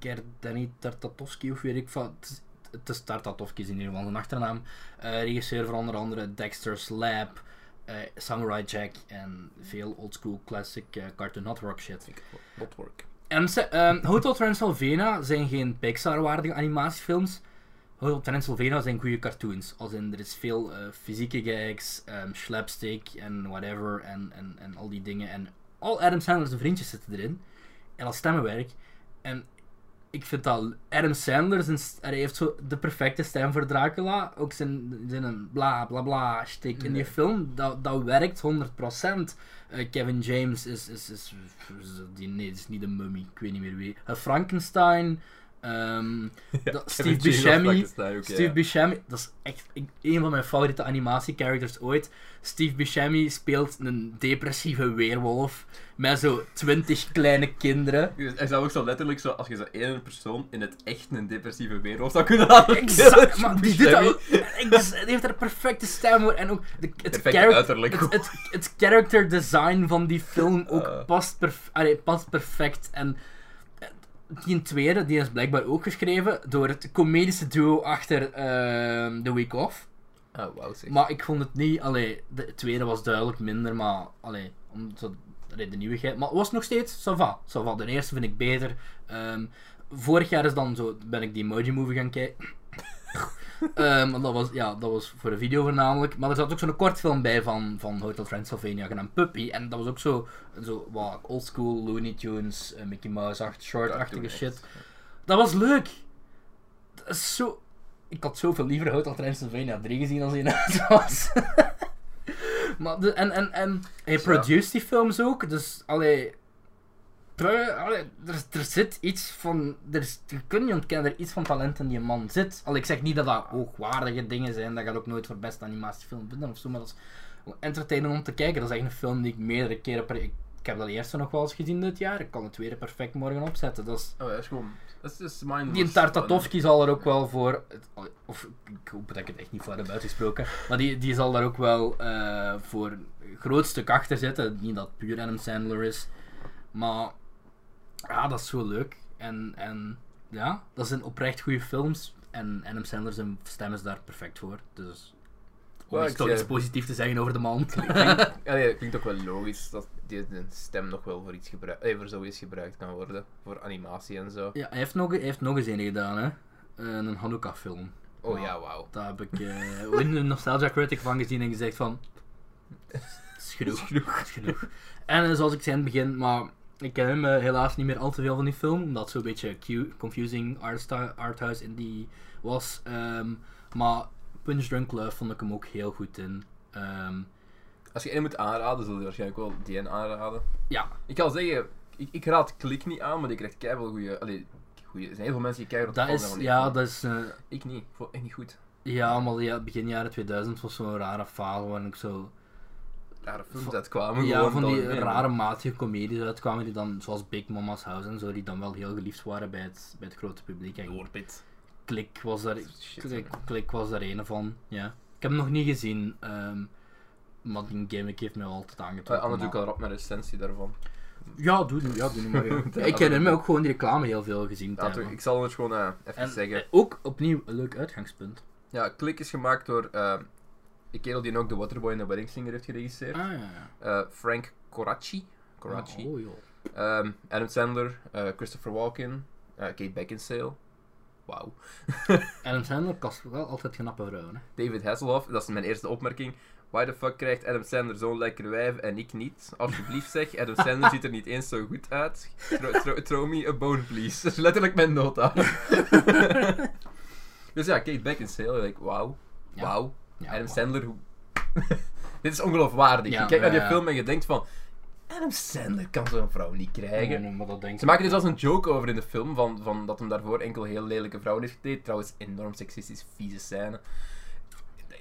[SPEAKER 2] Gerdani Tartatovsky of weet ik van... Het is- Het is Tartatovsky is in ieder geval zijn achternaam. Eh, regisseur van onder andere Dexter's Lab, eh, Samurai Jack en veel oldschool classic eh, Cartoon Network shit.
[SPEAKER 1] Botwork.
[SPEAKER 2] En ze- ehm, Hotel Transylvania zijn geen Pixar-waardige animatiefilms. Hotel Transylvania zijn goede cartoons. Als in, er is veel eh, fysieke gags, ehm slapstick en whatever en, en, en al die dingen. En al Adam Sandler's vriendjes zitten erin. En dat stemmenwerk. En ik vind dat Adam Sandler zijn, st- hij heeft zo de perfecte stem voor Dracula. Ook zijn, zijn een bla bla bla shtick in die film. Dat, dat werkt 100%. Eh, Kevin James is, is, is, is- die, nee, is niet de mummy, ik weet niet meer wie. Eh, Frankenstein, ehm, dat-
[SPEAKER 1] [laughs]
[SPEAKER 2] Steve Buscemi. Steve Buscemi, dat is echt ik- een van mijn favoriete animatiecharacters ooit. Steve Buscemi speelt een depressieve weerwolf met zo twintig
[SPEAKER 1] [laughs]
[SPEAKER 2] kleine kinderen.
[SPEAKER 1] Hij zou ook zo letterlijk zo, als je zo één persoon in het echt een depressieve wereld zou kunnen laten.
[SPEAKER 2] Exact,
[SPEAKER 1] killen,
[SPEAKER 2] maar die, doet dat
[SPEAKER 1] Buscemi.
[SPEAKER 2] ook. Ik- dus, die heeft er een perfecte stem voor. En ook de, het,
[SPEAKER 1] Perfecte
[SPEAKER 2] charac-
[SPEAKER 1] uiterlijk.
[SPEAKER 2] het, het, het character design van die film ook
[SPEAKER 1] Eh.
[SPEAKER 2] past, perf- allee, past perfect. En eh, Die tweede, die is blijkbaar ook geschreven door het comedische duo achter ehm The Week Off.
[SPEAKER 1] Oh, wauw zeg.
[SPEAKER 2] Maar ik vond het niet, allee, de tweede was duidelijk minder, maar allee, om zo, allee, de nieuwigheid. Maar het was nog steeds, ça va, ça va. De eerste vind ik beter. Ehm, vorig jaar is dan zo, ben ik die Emoji Movie gaan kijken. Ehm, want dat was, ja, dat was voor een video voornamelijk. Maar er zat ook zo'n kortfilm bij van, van Hotel Transylvania genaamd Puppy. En dat was ook zo, zo wat oldschool Looney Tunes, eh, Mickey Mouse-achtige short-achtige
[SPEAKER 1] Cartoon,
[SPEAKER 2] shit.
[SPEAKER 1] echt.
[SPEAKER 2] Dat was leuk. Dat is zo... Ik had zoveel liever Hotel Transylvania 3 gezien als hij uit was. [laughs] maar de, en, en, en hij
[SPEAKER 1] Zo.
[SPEAKER 2] produced die films ook, dus allee... Puh, allee, er, er zit iets van... Er is, je kunt niet ontkennen dat er iets van talent in die man zit. Al ik zeg niet dat dat hoogwaardige dingen zijn, dat gaat ook nooit voor beste animatiefilm vinden of zo, maar dat is entertainend om te kijken. Dat is echt een film die ik meerdere keren per... Ik, ik heb dat eerste nog wel eens gezien dit jaar, ik kan het tweede perfect morgen opzetten. Dat is,
[SPEAKER 1] Oh, dat is gewoon... Dat is, dus dat is mindless.
[SPEAKER 2] die Tartatovsky zal er ook wel voor. het- Of ik hoop dat ik het echt niet voor heb uitgesproken. Maar die, die zal daar ook wel eh, voor een groot stuk achter zitten. Niet dat het puur Adam Sandler is. Maar ja, dat is zo leuk. En, en ja, dat zijn oprecht goede films. En Adam Sandler zijn stem is daar perfect voor. Dus om
[SPEAKER 1] Wel,
[SPEAKER 2] iets
[SPEAKER 1] ik
[SPEAKER 2] toch
[SPEAKER 1] zei-
[SPEAKER 2] iets positiefs te zeggen over de man. [laughs]
[SPEAKER 1] Ja, nee, dat klinkt ook wel logisch dat die die stem nog wel voor iets gebruikt... eh, voor zoiets gebruikt kan worden. Voor animatie en zo.
[SPEAKER 2] ja, hij heeft nog, hij heeft nog eens een gedaan, hè. Een Hanukkah film.
[SPEAKER 1] Oh ja, wauw.
[SPEAKER 2] Daar heb ik eh, ooit een nostalgia critic van gezien en gezegd van... Is genoeg. Is genoeg. En eh, zoals ik zei in het begin, maar ik ken hem eh, helaas niet meer al te veel van die film. Omdat het zo'n beetje cu- confusing artsta- arthouse in die was. Ehm, maar Punch Drunk Love vond ik hem ook heel goed in. Ehm,
[SPEAKER 1] Als je één moet aanraden, zul je waarschijnlijk wel die een aanraden.
[SPEAKER 2] ja,
[SPEAKER 1] Ik kan zeggen, ik, ik raad Klik niet aan, maar die krijgt keihard goede. Allee, goeie. Er zijn heel veel mensen die keihard
[SPEAKER 2] dat is... Ja, dat is... eh,
[SPEAKER 1] Ik niet. Ik vond het echt niet goed.
[SPEAKER 2] ja, maar ja, begin jaren 2000 was zo'n rare fase waarin ik zo...
[SPEAKER 1] Rare films
[SPEAKER 2] Van-
[SPEAKER 1] dat kwamen
[SPEAKER 2] Ja,
[SPEAKER 1] gewoon.
[SPEAKER 2] van
[SPEAKER 1] door-
[SPEAKER 2] die
[SPEAKER 1] nee,
[SPEAKER 2] rare matige comedies uitkwamen die dan, zoals Big Mama's House en zo, die dan wel heel geliefd waren bij het, bij het grote publiek.
[SPEAKER 1] man.
[SPEAKER 2] En
[SPEAKER 1] Loorpit.
[SPEAKER 2] Klik was daar,
[SPEAKER 1] Shit,
[SPEAKER 2] Klik,
[SPEAKER 1] man.
[SPEAKER 2] Klik was daar een van, ja. Ik heb hem nog niet gezien, ehm, maar die gimmick heeft mij wel altijd
[SPEAKER 1] Eh,
[SPEAKER 2] aangetrokken.
[SPEAKER 1] Anne doe ik
[SPEAKER 2] maar-
[SPEAKER 1] al rap mijn recensie daarvan.
[SPEAKER 2] Ja, doe nu, ja, doe nu maar.
[SPEAKER 1] [laughs]
[SPEAKER 2] ja.
[SPEAKER 1] Ja,
[SPEAKER 2] ik
[SPEAKER 1] doe
[SPEAKER 2] herinner me
[SPEAKER 1] maar.
[SPEAKER 2] ook gewoon die reclame heel veel gezien te
[SPEAKER 1] Ja, toch,
[SPEAKER 2] hebben.
[SPEAKER 1] ik zal het gewoon eh, even
[SPEAKER 2] En
[SPEAKER 1] zeggen.
[SPEAKER 2] eh, ook opnieuw een leuk uitgangspunt.
[SPEAKER 1] Ja, Klik is gemaakt door eh, een kerel die ook The Waterboy en The Wedding Singer heeft geregisseerd.
[SPEAKER 2] Ah ja, ja.
[SPEAKER 1] Eh, Frank Coraci. Coraci.
[SPEAKER 2] Oh, joh.
[SPEAKER 1] Ehm, Adam Sandler, eh, Christopher Walken, eh, Kate Beckinsale. Wauw.
[SPEAKER 2] Adam Sandler kast wel altijd knappe vrouwen, hè.
[SPEAKER 1] David Hasselhoff, dat is mijn eerste opmerking. Why the fuck krijgt Adam Sandler zo'n lekker wijf en ik niet? Alsjeblieft zeg, Adam Sandler ziet er niet eens zo goed uit. Throw, throw- throw me a bone please. [laughs] Dat is letterlijk mijn nota. dus ja, Kate Beckinsale, like, wauw.
[SPEAKER 2] Ja.
[SPEAKER 1] Wauw.
[SPEAKER 2] Ja,
[SPEAKER 1] Adam
[SPEAKER 2] wow.
[SPEAKER 1] Sandler, hoe... [laughs] Dit is ongeloofwaardig.
[SPEAKER 2] Ja,
[SPEAKER 1] je kijkt naar die
[SPEAKER 2] ja, ja.
[SPEAKER 1] film en je denkt van... Adam Sandler kan zo'n vrouw niet krijgen.
[SPEAKER 2] Oh, Nee, maar dat denk
[SPEAKER 1] Ze maken er zelfs een joke over in de film, van, van dat hem daarvoor enkel heel lelijke vrouwen heeft gekleed. Trouwens, enorm seksistisch, vieze scène.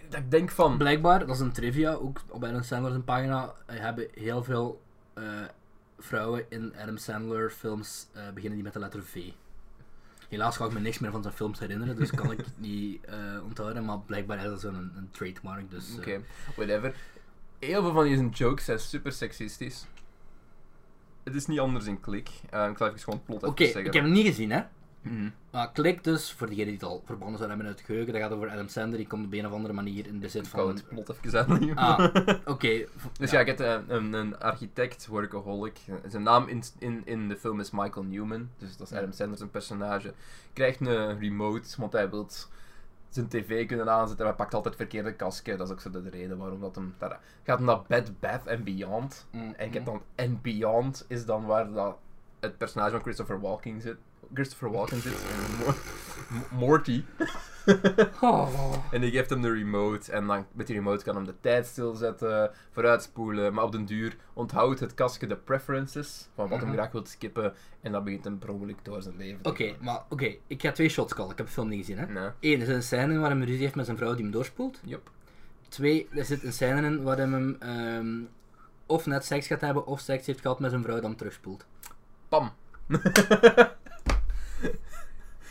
[SPEAKER 1] Dat ik denk van...
[SPEAKER 2] Blijkbaar, dat is een trivia, ook op Adam Sandler zijn pagina, eh, hebben heel veel eh, vrouwen in Adam Sandler films eh, beginnen die met de letter V. Helaas kan ik me niks meer van zijn films herinneren, dus kan ik
[SPEAKER 1] [laughs]
[SPEAKER 2] het niet eh, onthouden, maar blijkbaar is dat zo'n een trademark, dus... eh,
[SPEAKER 1] Oké, whatever. Heel veel van deze jokes zijn super seksistisch. Het is niet anders in klik. Eh, ik zal even gewoon het plot even
[SPEAKER 2] Oké,
[SPEAKER 1] zeggen.
[SPEAKER 2] ik heb hem niet gezien, hè.
[SPEAKER 1] Mhm.
[SPEAKER 2] Maar klik dus, voor degenen die het al verbannen zouden hebben uit het geheugen, dat gaat over Adam Sandler, die komt op een of andere manier in bezit
[SPEAKER 1] Ik wou
[SPEAKER 2] van...
[SPEAKER 1] het plot even [laughs] uitleggen.
[SPEAKER 2] Hmm. Ah, oké.
[SPEAKER 1] Dus ja, ik heb eh, een, een architect, workaholic. Zijn naam in, in, in de film is Michael Newman. Dus dat is Adam Sandler zijn personage. Krijgt een remote, want hij wil zijn tv kunnen aanzetten. Maar hij pakt altijd verkeerde kasken. Dat is ook zo de reden waarom dat hem... Daar, gaat hem naar Bed, Bath and Beyond. En
[SPEAKER 2] Mhm.
[SPEAKER 1] ik heb
[SPEAKER 2] mm.
[SPEAKER 1] dan... En Beyond is dan waar dat het personage van Christopher Walken zit. Christopher Walken zit. [laughs] en Mo- Mo- Morty.
[SPEAKER 2] Oh.
[SPEAKER 1] En die geeft hem de remote. En dan met die remote kan hem de tijd stilzetten, vooruitspoelen. Maar op den duur onthoudt het kastje de preferences van wat hem
[SPEAKER 2] Mhm.
[SPEAKER 1] graag wil skippen. En dat begint hem per ongeluk door zijn leven te Nou,
[SPEAKER 2] Oké,
[SPEAKER 1] gaan.
[SPEAKER 2] maar oké, ik ga twee shots callen. Ik heb de film niet gezien, hè.
[SPEAKER 1] Nee.
[SPEAKER 2] Eén, er zit een scène in waar hij ruzie heeft met zijn vrouw die hem doorspoelt.
[SPEAKER 1] Yup.
[SPEAKER 2] Twee, er zit een scène in waar hij hem ehm, of net seks gaat hebben of seks heeft gehad met zijn vrouw dan terugspoelt.
[SPEAKER 1] Pam.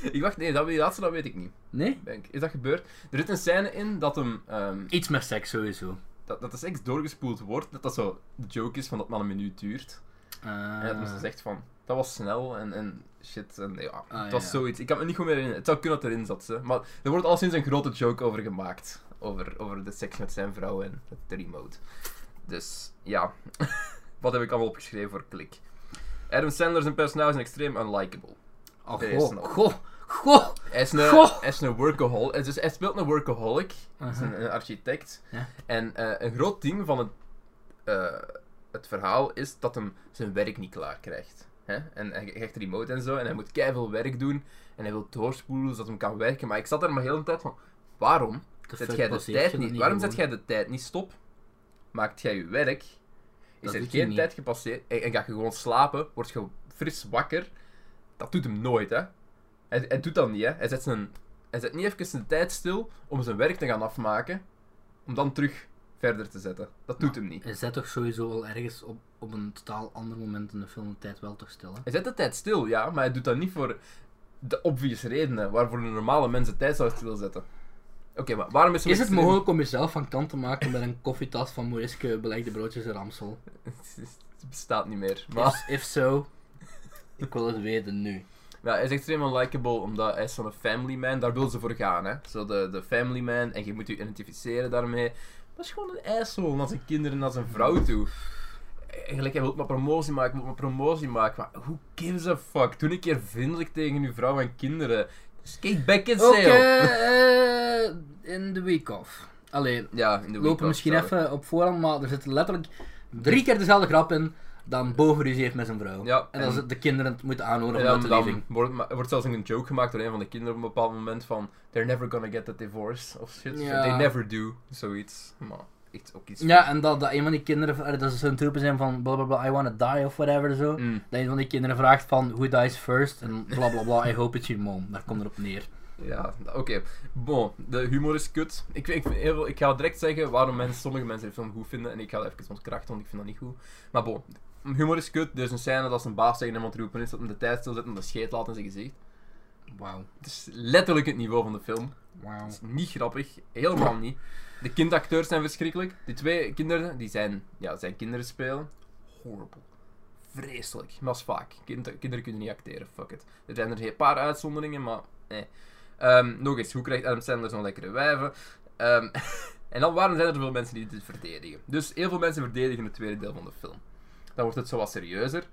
[SPEAKER 1] ik wacht, nee, dat, die laatste dat weet ik niet.
[SPEAKER 2] Nee?
[SPEAKER 1] Denk, Is dat gebeurd? Er zit een scène in dat hem... ehm,
[SPEAKER 2] Iets met seks sowieso.
[SPEAKER 1] dat, dat de seks doorgespoeld wordt, dat dat zo de joke dus is van dat maar een minuut duurt.
[SPEAKER 2] Ah.
[SPEAKER 1] En dat men zo zegt van, dat was snel en, en shit. En ja,
[SPEAKER 2] Ah,
[SPEAKER 1] het
[SPEAKER 2] ja,
[SPEAKER 1] was
[SPEAKER 2] ja.
[SPEAKER 1] zoiets. Ik kan me niet goed meer herinneren. Het zou kunnen dat erin zat. Ze. Maar er wordt al sinds een grote joke over gemaakt. Over, over de seks met zijn vrouw en het de remote. Dus ja, [laughs] wat heb ik allemaal opgeschreven voor klik? Adam Sandler zijn personage is extreem unlikable.
[SPEAKER 2] Oh,
[SPEAKER 1] Er is
[SPEAKER 2] goh,
[SPEAKER 1] nog.
[SPEAKER 2] goh, goh.
[SPEAKER 1] Hij is een,
[SPEAKER 2] Goh.
[SPEAKER 1] hij is een workaholic. Hij, is dus, hij speelt een workaholic. Hij is een, een eh, architect.
[SPEAKER 2] Ja.
[SPEAKER 1] En eh, een groot ding van het, eh, het verhaal is dat hem zijn werk niet klaar krijgt. Hè? En hij krijgt remote en zo. En hij moet keihard werk doen. En hij wil doorspoelen zodat hij kan werken. Maar ik zat daar maar heel de hele tijd van... Waarom
[SPEAKER 2] De
[SPEAKER 1] zet
[SPEAKER 2] fuck
[SPEAKER 1] jij de
[SPEAKER 2] passeert je
[SPEAKER 1] tijd
[SPEAKER 2] dat
[SPEAKER 1] niet? Waarom zet
[SPEAKER 2] gewoon?
[SPEAKER 1] jij de tijd niet stop? Maakt jij je werk? Is
[SPEAKER 2] Dat
[SPEAKER 1] er
[SPEAKER 2] doet hij
[SPEAKER 1] geen
[SPEAKER 2] niet.
[SPEAKER 1] tijd gepasseerd? En, en ga je gewoon slapen? Word je fris wakker? Dat doet hem nooit, hè? Hij, hij doet dat niet, hè? Hij zet, zijn, hij zet niet even zijn tijd stil om zijn werk te gaan afmaken, om dan terug verder te zetten. Dat doet hem niet.
[SPEAKER 2] Je zet toch sowieso wel ergens op, op een totaal ander moment in de film de tijd wel toch stil, hè?
[SPEAKER 1] Hij zet de tijd stil, ja, maar hij doet dat niet voor de obvious redenen waarvoor een normale mens de tijd zou stilzetten. Oké, maar waarom is, hem
[SPEAKER 2] Is het
[SPEAKER 1] extreem-
[SPEAKER 2] mogelijk om jezelf van kant te maken met een koffietas van Moeriske belegde broodjes en ramsel?
[SPEAKER 1] Het bestaat niet meer. Maar...
[SPEAKER 2] If, if so, ik wil het weten nu.
[SPEAKER 1] Ja, hij is extreem unlikable omdat hij is van een family man. Daar wil ze voor gaan, hè. Zo de, de family man en je moet je identificeren daarmee. Dat is gewoon een asshole naar zijn kinderen en naar zijn vrouw toe. Eigenlijk, hij wil maar promotie maken, wil maar promotie maken. Maar who gives a fuck? Doe een keer vriendelijk tegen uw vrouw en kinderen. Skate back in
[SPEAKER 2] Oké,
[SPEAKER 1] sale.
[SPEAKER 2] eh, in de week off. Allee,
[SPEAKER 1] Ja, in de
[SPEAKER 2] we
[SPEAKER 1] week
[SPEAKER 2] lopen
[SPEAKER 1] off,
[SPEAKER 2] misschien
[SPEAKER 1] sorry.
[SPEAKER 2] even op voorhand, maar er zitten letterlijk drie keer dezelfde grap in dan boven u heeft met zijn vrouw.
[SPEAKER 1] Ja,
[SPEAKER 2] en dan
[SPEAKER 1] en-
[SPEAKER 2] zitten de kinderen het moeten
[SPEAKER 1] En
[SPEAKER 2] aanhoren om uit
[SPEAKER 1] dan,
[SPEAKER 2] te
[SPEAKER 1] dan
[SPEAKER 2] leven.
[SPEAKER 1] wordt, ma- wordt zelfs een joke gemaakt door een van de kinderen op een bepaald moment van... They're never gonna get that divorce, of shit.
[SPEAKER 2] Ja.
[SPEAKER 1] They never do, zoiets. Maar echt ook iets...
[SPEAKER 2] Ja, en dat, dat een van die kinderen, eh, dat ze zo'n troepen zijn van blablabla, I wanna die of whatever zo.
[SPEAKER 1] Mm.
[SPEAKER 2] Dat een van die kinderen vraagt van who dies first en blablabla, I hope it's your mom. Daar komt erop neer.
[SPEAKER 1] Ja, oké. Bon, de humor is kut. Ik, ik, vind heel veel- ik ga direct zeggen waarom mensen, sommige mensen de film goed vinden. En ik ga dat even ontkrachten, want ik vind dat niet goed. Maar bon, humor is kut. Dus een scène dat zijn baas tegen iemand roepen is dat hem de tijd stilzet en de scheet laat in zijn gezicht.
[SPEAKER 2] Wauw.
[SPEAKER 1] Het is letterlijk het niveau van de film.
[SPEAKER 2] Wauw.
[SPEAKER 1] Het is niet grappig. Helemaal niet. De kindacteurs zijn verschrikkelijk. Die twee kinderen, die zijn, ja, zijn kinderen spelen. Horrible. Vreselijk. Maar dat is vaak. Kind- kinderen kunnen niet acteren. Fuck it. Er zijn er een paar uitzonderingen, maar eh. Ehm, nog eens, hoe krijgt Adam Sandler zo'n lekkere wijven? Ehm, [laughs] en dan, waarom zijn er zoveel mensen die dit verdedigen? Dus heel veel mensen verdedigen het tweede deel van de film. Dan wordt het zo wat serieuzer.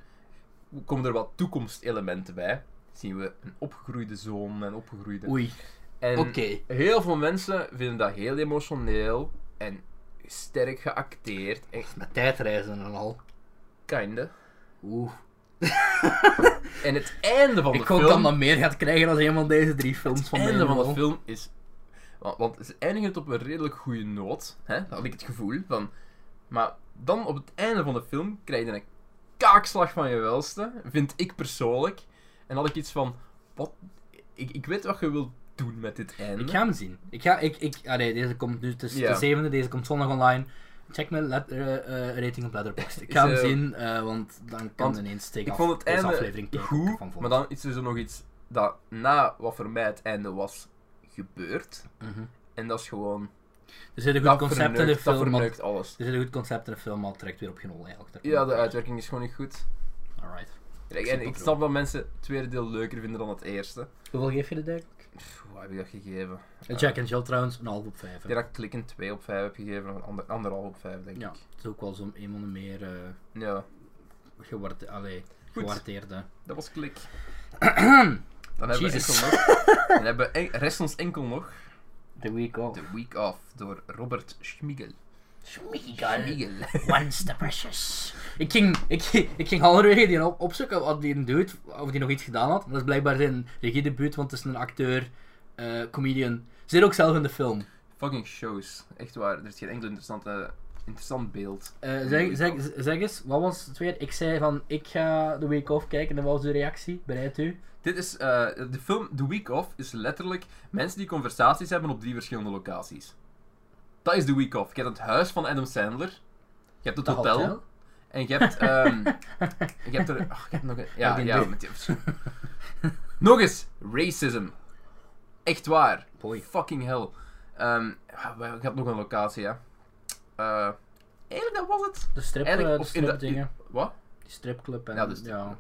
[SPEAKER 1] Komen er wat toekomstelementen bij. Zien we een opgegroeide zoon en opgegroeide...
[SPEAKER 2] Oei.
[SPEAKER 1] En
[SPEAKER 2] Oké.
[SPEAKER 1] heel veel mensen vinden dat heel emotioneel en sterk geacteerd. En
[SPEAKER 2] Met tijdreizen en al.
[SPEAKER 1] kinder.
[SPEAKER 2] Oeh.
[SPEAKER 1] En het einde van de
[SPEAKER 2] Ik
[SPEAKER 1] film.
[SPEAKER 2] hoop dat dat meer gaat krijgen dan een van deze drie films van
[SPEAKER 1] het einde van de
[SPEAKER 2] Marvel.
[SPEAKER 1] film is. Want, want ze eindigen het op een redelijk goede noot. Hè? Dat had ik het gevoel van. Maar dan op het einde van de film krijg je een kaakslag van je welste. Vind ik persoonlijk. En had ik iets van. Wat? Ik, ik weet wat je wilt doen met dit einde.
[SPEAKER 2] Ik ga hem zien. Ik ga, ik, ik, allee, deze komt nu, het is
[SPEAKER 1] Ja.
[SPEAKER 2] de zevende, deze komt zondag online. Check mijn let- eh, eh, rating op Letterboxd. Ik ga
[SPEAKER 1] Is, eh,
[SPEAKER 2] hem zien, eh, want dan kan
[SPEAKER 1] want
[SPEAKER 2] ineens
[SPEAKER 1] Ik,
[SPEAKER 2] steken af
[SPEAKER 1] vond het
[SPEAKER 2] deze
[SPEAKER 1] einde
[SPEAKER 2] aflevering kijken wat ik
[SPEAKER 1] goed,
[SPEAKER 2] ervan vond.
[SPEAKER 1] maar dan is er zo nog iets dat na wat voor mij het einde was gebeurd.
[SPEAKER 2] Mhm.
[SPEAKER 1] En dat is gewoon.
[SPEAKER 2] Er zit een goed
[SPEAKER 1] Dat
[SPEAKER 2] concept in de
[SPEAKER 1] verneukt- dat
[SPEAKER 2] film, maar er
[SPEAKER 1] verneukt alles.
[SPEAKER 2] zit een goed concept in de film, maar het trekt weer op geen hol eigenlijk. Daar komt
[SPEAKER 1] Ja,
[SPEAKER 2] het
[SPEAKER 1] de
[SPEAKER 2] op.
[SPEAKER 1] uitwerking is gewoon niet goed.
[SPEAKER 2] Alright.
[SPEAKER 1] Kijk,
[SPEAKER 2] snap
[SPEAKER 1] En ik
[SPEAKER 2] dat
[SPEAKER 1] snap dat mensen het tweede deel leuker vinden dan het eerste.
[SPEAKER 2] Hoeveel geef je dit eigenlijk?
[SPEAKER 1] Pff, wat heb ik dat gegeven?
[SPEAKER 2] Eh, Jack en Jill trouwens, een half op vijf.
[SPEAKER 1] Ik
[SPEAKER 2] hè.
[SPEAKER 1] denk dat ik Klikken 2 op 5 heb gegeven, een ander, anderhalf op 5 denk
[SPEAKER 2] Ja,
[SPEAKER 1] ik.
[SPEAKER 2] het is ook wel zo'n een van de meer eh
[SPEAKER 1] Ja,
[SPEAKER 2] gewarte- allee, gewaardeerde.
[SPEAKER 1] dat was
[SPEAKER 2] [clears throat]
[SPEAKER 1] Klik. Dan hebben, we
[SPEAKER 2] Jesus.
[SPEAKER 1] enkel nog,
[SPEAKER 2] [laughs]
[SPEAKER 1] dan hebben we en- rest ons enkel nog
[SPEAKER 2] The week off.
[SPEAKER 1] The Week Off door Robert Schmiegel.
[SPEAKER 2] Schmiegel.
[SPEAKER 1] Schmiegel.
[SPEAKER 2] Once the precious. Ik ging, ik, ging- ik ging halverwege die op, opzoeken wat die een dude, of die nog iets gedaan had. Dat is blijkbaar zijn regiedebuut, want het is een acteur, eh, comedian. Zit ook zelf in de film.
[SPEAKER 1] Fucking shows. Echt waar, er is geen enkel interessante, interessant beeld.
[SPEAKER 2] Eh,
[SPEAKER 1] Oh,
[SPEAKER 2] zeg, zeg, zeg eens, wat was het weer? Ik zei van, ik ga de week off kijken en wat was de reactie? Bereid u?
[SPEAKER 1] Dit is, eh, de film The Week Off is letterlijk mensen die conversaties hebben op drie verschillende locaties. Dat is The Week Off. Je hebt het huis van Adam Sandler, je hebt het
[SPEAKER 2] Dat
[SPEAKER 1] hotel,
[SPEAKER 2] hotel?
[SPEAKER 1] en je hebt, [laughs] ehm, je hebt er, ach, ik heb nog een, ja,
[SPEAKER 2] die
[SPEAKER 1] ja,
[SPEAKER 2] deur.
[SPEAKER 1] met die, [laughs] nog eens, racism. Echt waar.
[SPEAKER 2] Boy.
[SPEAKER 1] Fucking hell. Ehm, ah, wel, ik had nog een locatie, ja. Eh eigenlijk, dat was het.
[SPEAKER 2] De strip, eh,
[SPEAKER 1] Eigenlijk,
[SPEAKER 2] de
[SPEAKER 1] of in de-
[SPEAKER 2] stripdingen.
[SPEAKER 1] Wat?
[SPEAKER 2] Die stripclub en...
[SPEAKER 1] Ja,
[SPEAKER 2] Ja,
[SPEAKER 1] de strip-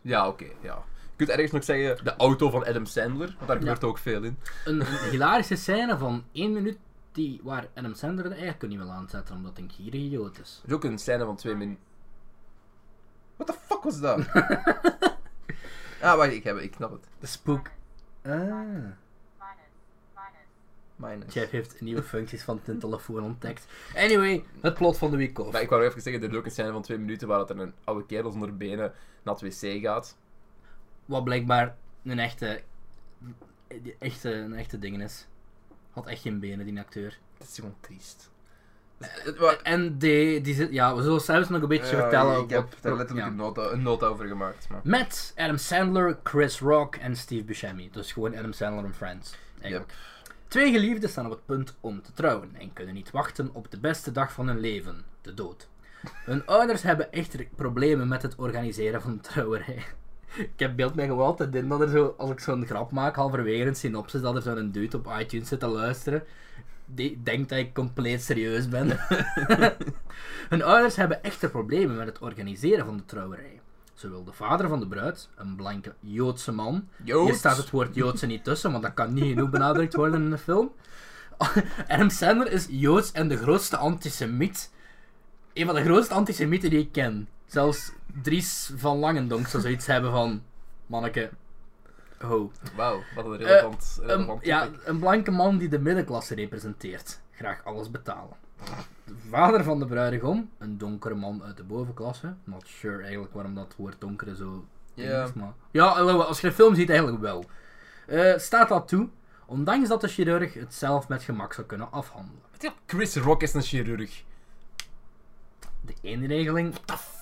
[SPEAKER 1] Ja, oké, ja. kunt ergens nog zeggen, de auto van Adam Sandler, want daar gebeurt ook veel in.
[SPEAKER 2] Een, een hilarische scène van één minuut die, waar Adam Sandler de eigen niet wil aanzetten, omdat hij een gierige idioot is.
[SPEAKER 1] Er is ook een scène van twee minuten. What the fuck was [laughs] dat? ah, wacht, ik, heb, het, ik snap het.
[SPEAKER 2] De spook. Ah.
[SPEAKER 1] Minus.
[SPEAKER 2] Jeff heeft nieuwe functies van zijn telefoon ontdekt. Anyway, het plot van de week off.
[SPEAKER 1] Maar ik wou nog even zeggen, er is ook een scène van twee minuten waar dat er een oude kerel zonder benen naar het wc gaat.
[SPEAKER 2] Wat blijkbaar een echte, die echte, een echte ding is. Had echt geen benen, die acteur.
[SPEAKER 1] Dat is gewoon triest. Eh,
[SPEAKER 2] En die, die zit, ja, we zullen zelfs nog een beetje vertellen.
[SPEAKER 1] ik heb
[SPEAKER 2] wat-
[SPEAKER 1] daar letterlijk
[SPEAKER 2] ja.
[SPEAKER 1] een, nota, een nota over gemaakt. Maar.
[SPEAKER 2] Met Adam Sandler, Chris Rock en Steve Buscemi. Dus gewoon Adam Sandler en Friends. Eigenlijk. Twee geliefden staan op het punt om te trouwen en kunnen niet wachten op de beste dag van hun leven, de dood. Hun ouders hebben echter problemen met het organiseren van de trouwerij. Ik heb beeld mij gewoon altijd in dat er zo, als ik zo'n grap maak, halverwege een synopsis, dat er zo'n dude op iTunes zit te luisteren. Die denkt dat ik compleet serieus ben. [laughs] Hun ouders hebben echter problemen met het organiseren van de trouwerij. Ze wil de vader van de bruid, een blanke Joodse man. Hier
[SPEAKER 1] Joods?
[SPEAKER 2] staat het woord Joodse niet tussen, want dat kan niet genoeg benadrukt worden in de film. [laughs] Adam Sandler is Joods en de grootste antisemiet. Een van de grootste antisemieten die ik ken. Zelfs Dries van Langendonk zou zoiets hebben van... Manneke, ho.
[SPEAKER 1] Wauw, wat een relevant,
[SPEAKER 2] Een-
[SPEAKER 1] relevant
[SPEAKER 2] ja,
[SPEAKER 1] topic.
[SPEAKER 2] een blanke man die de middenklasse representeert. Graag alles betalen. De vader van de bruidegom, een donkere man uit de bovenklasse. Not sure eigenlijk waarom dat woord donkere zo ding
[SPEAKER 1] Ja.
[SPEAKER 2] is, maar... Ja, alhoewel, als je de film ziet eigenlijk wel. Eh, staat dat toe, ondanks dat de chirurg het zelf met gemak zou kunnen afhandelen.
[SPEAKER 1] Chris Rock is een chirurg.
[SPEAKER 2] De ene regeling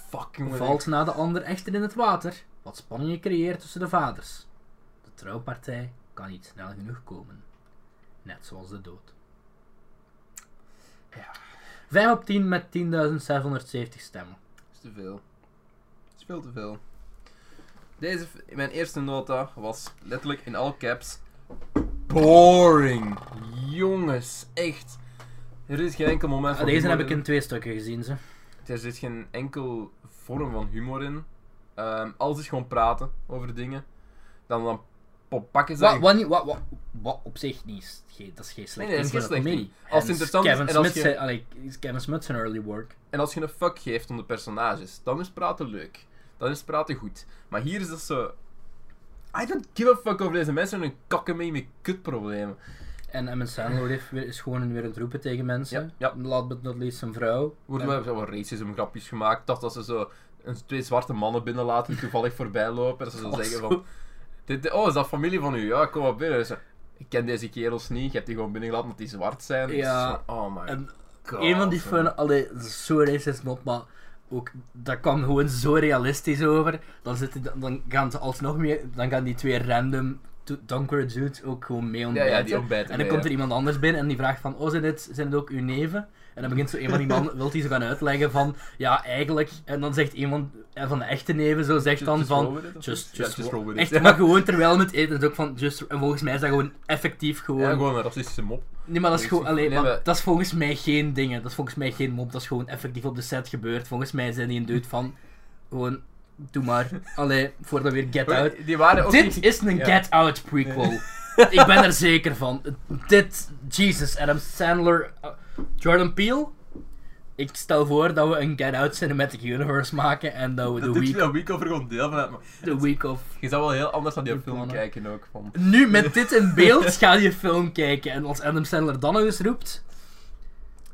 [SPEAKER 1] Fuck, jongen.
[SPEAKER 2] valt na de ander echter in het water, wat spanningen creëert tussen de vaders. De trouwpartij kan niet snel genoeg komen. Net zoals de dood. Ja. 5 op 10 met 10.670 stemmen.
[SPEAKER 1] is te veel. is veel te veel. Deze, f- mijn eerste nota was letterlijk in all caps. Boring. Jongens, echt. Er is geen enkel moment
[SPEAKER 2] Ah,
[SPEAKER 1] van
[SPEAKER 2] deze
[SPEAKER 1] humor
[SPEAKER 2] heb ik
[SPEAKER 1] in.
[SPEAKER 2] in twee stukken gezien, ze.
[SPEAKER 1] Er zit geen enkel vorm van humor in. Ehm, alles is gewoon praten over dingen. Dan, dan pop- pakken ze...
[SPEAKER 2] Wat, wat, niet- wat, wat, wat op zich niet, is- geen- dat is geen slecht
[SPEAKER 1] Nee, nee, dat
[SPEAKER 2] ding
[SPEAKER 1] is
[SPEAKER 2] voor
[SPEAKER 1] geen
[SPEAKER 2] een
[SPEAKER 1] slecht
[SPEAKER 2] comedie.
[SPEAKER 1] ding. Als het
[SPEAKER 2] En
[SPEAKER 1] interessant is
[SPEAKER 2] Kevin
[SPEAKER 1] en als
[SPEAKER 2] Smith
[SPEAKER 1] je-
[SPEAKER 2] zijn- allee, is Kevin Smith zijn early work.
[SPEAKER 1] En als je een fuck geeft om de personages, dan is praten leuk. Dan is praten goed. Maar hier is dat zo... I don't give a fuck over deze mensen en hun kakken mee met kutproblemen.
[SPEAKER 2] En Emma Sandler heeft weer- is gewoon weer aan het roepen tegen mensen.
[SPEAKER 1] Ja,
[SPEAKER 2] Laat but not least zijn vrouw.
[SPEAKER 1] Wordt
[SPEAKER 2] En-
[SPEAKER 1] wel wel racism grapjes gemaakt. Dat als ze zo een, twee zwarte mannen binnenlaten die toevallig voorbij lopen. Dat ze zo
[SPEAKER 2] Dat was
[SPEAKER 1] zeggen
[SPEAKER 2] Oh, zo.
[SPEAKER 1] van... Dit, dit- oh, is dat familie van u? Ja, kom maar binnen. Ze, ik ken deze kerels niet. Je hebt die gewoon binnengelaten omdat die zwart zijn.
[SPEAKER 2] Ja.
[SPEAKER 1] Dus, oh my
[SPEAKER 2] En
[SPEAKER 1] god.
[SPEAKER 2] Een van die fun, allee, zo racist not, maar ook, dat kwam gewoon zo realistisch over. Dan, zitten, dan- dan gaan ze alsnog meer, dan gaan die twee random to- donkere dudes ook gewoon mee ontbijten.
[SPEAKER 1] ja, die ontbijten
[SPEAKER 2] en dan
[SPEAKER 1] mee,
[SPEAKER 2] komt
[SPEAKER 1] ja.
[SPEAKER 2] er iemand anders binnen en die vraagt van, oh, zijn dit, zijn dit ook uw neven? En dan begint zo
[SPEAKER 1] [laughs]
[SPEAKER 2] een van die mannen, wilt hij ze gaan uitleggen van, ja, eigenlijk, en dan zegt iemand eh, van de echte neven zo, zegt
[SPEAKER 1] Just-
[SPEAKER 2] dan
[SPEAKER 1] just roll
[SPEAKER 2] van,
[SPEAKER 1] with it, of
[SPEAKER 2] just,
[SPEAKER 1] zo?
[SPEAKER 2] just,
[SPEAKER 1] Ja, just roll with it,
[SPEAKER 2] Echt,
[SPEAKER 1] [laughs] ja.
[SPEAKER 2] maar gewoon terwijl we het eten, is ook van, just, en volgens mij is dat gewoon effectief gewoon...
[SPEAKER 1] Ja,
[SPEAKER 2] [laughs]
[SPEAKER 1] gewoon een racistische mop.
[SPEAKER 2] Nee, maar dat is
[SPEAKER 1] Nee,
[SPEAKER 2] gewoon. Alleen,
[SPEAKER 1] nee,
[SPEAKER 2] maar
[SPEAKER 1] maar-
[SPEAKER 2] dat is volgens mij geen dingen. Dat is volgens mij geen mop. Dat is gewoon effectief op de set gebeurd. Volgens mij zijn die een dude van. Gewoon, doe maar. Allee, voordat weer Get Out.
[SPEAKER 1] Die waren ook
[SPEAKER 2] Dit
[SPEAKER 1] niet-
[SPEAKER 2] is een
[SPEAKER 1] Oh, Ja.
[SPEAKER 2] Get Out prequel.
[SPEAKER 1] [laughs]
[SPEAKER 2] Ik ben er zeker van. Dit, Jesus, Adam Sandler, eh, Jordan Peele. Ik stel voor dat we een Get Out Cinematic Universe maken en dat we
[SPEAKER 1] Dat
[SPEAKER 2] de
[SPEAKER 1] dit
[SPEAKER 2] week,
[SPEAKER 1] een week over gewoon deel van uitmaken.
[SPEAKER 2] de week of
[SPEAKER 1] Je zou wel heel anders naar die
[SPEAKER 2] Die
[SPEAKER 1] film
[SPEAKER 2] plannen.
[SPEAKER 1] kijken ook. Van.
[SPEAKER 2] Nu
[SPEAKER 1] [laughs]
[SPEAKER 2] met dit in beeld ga je film kijken. En als Adam Sandler dan nog eens roept.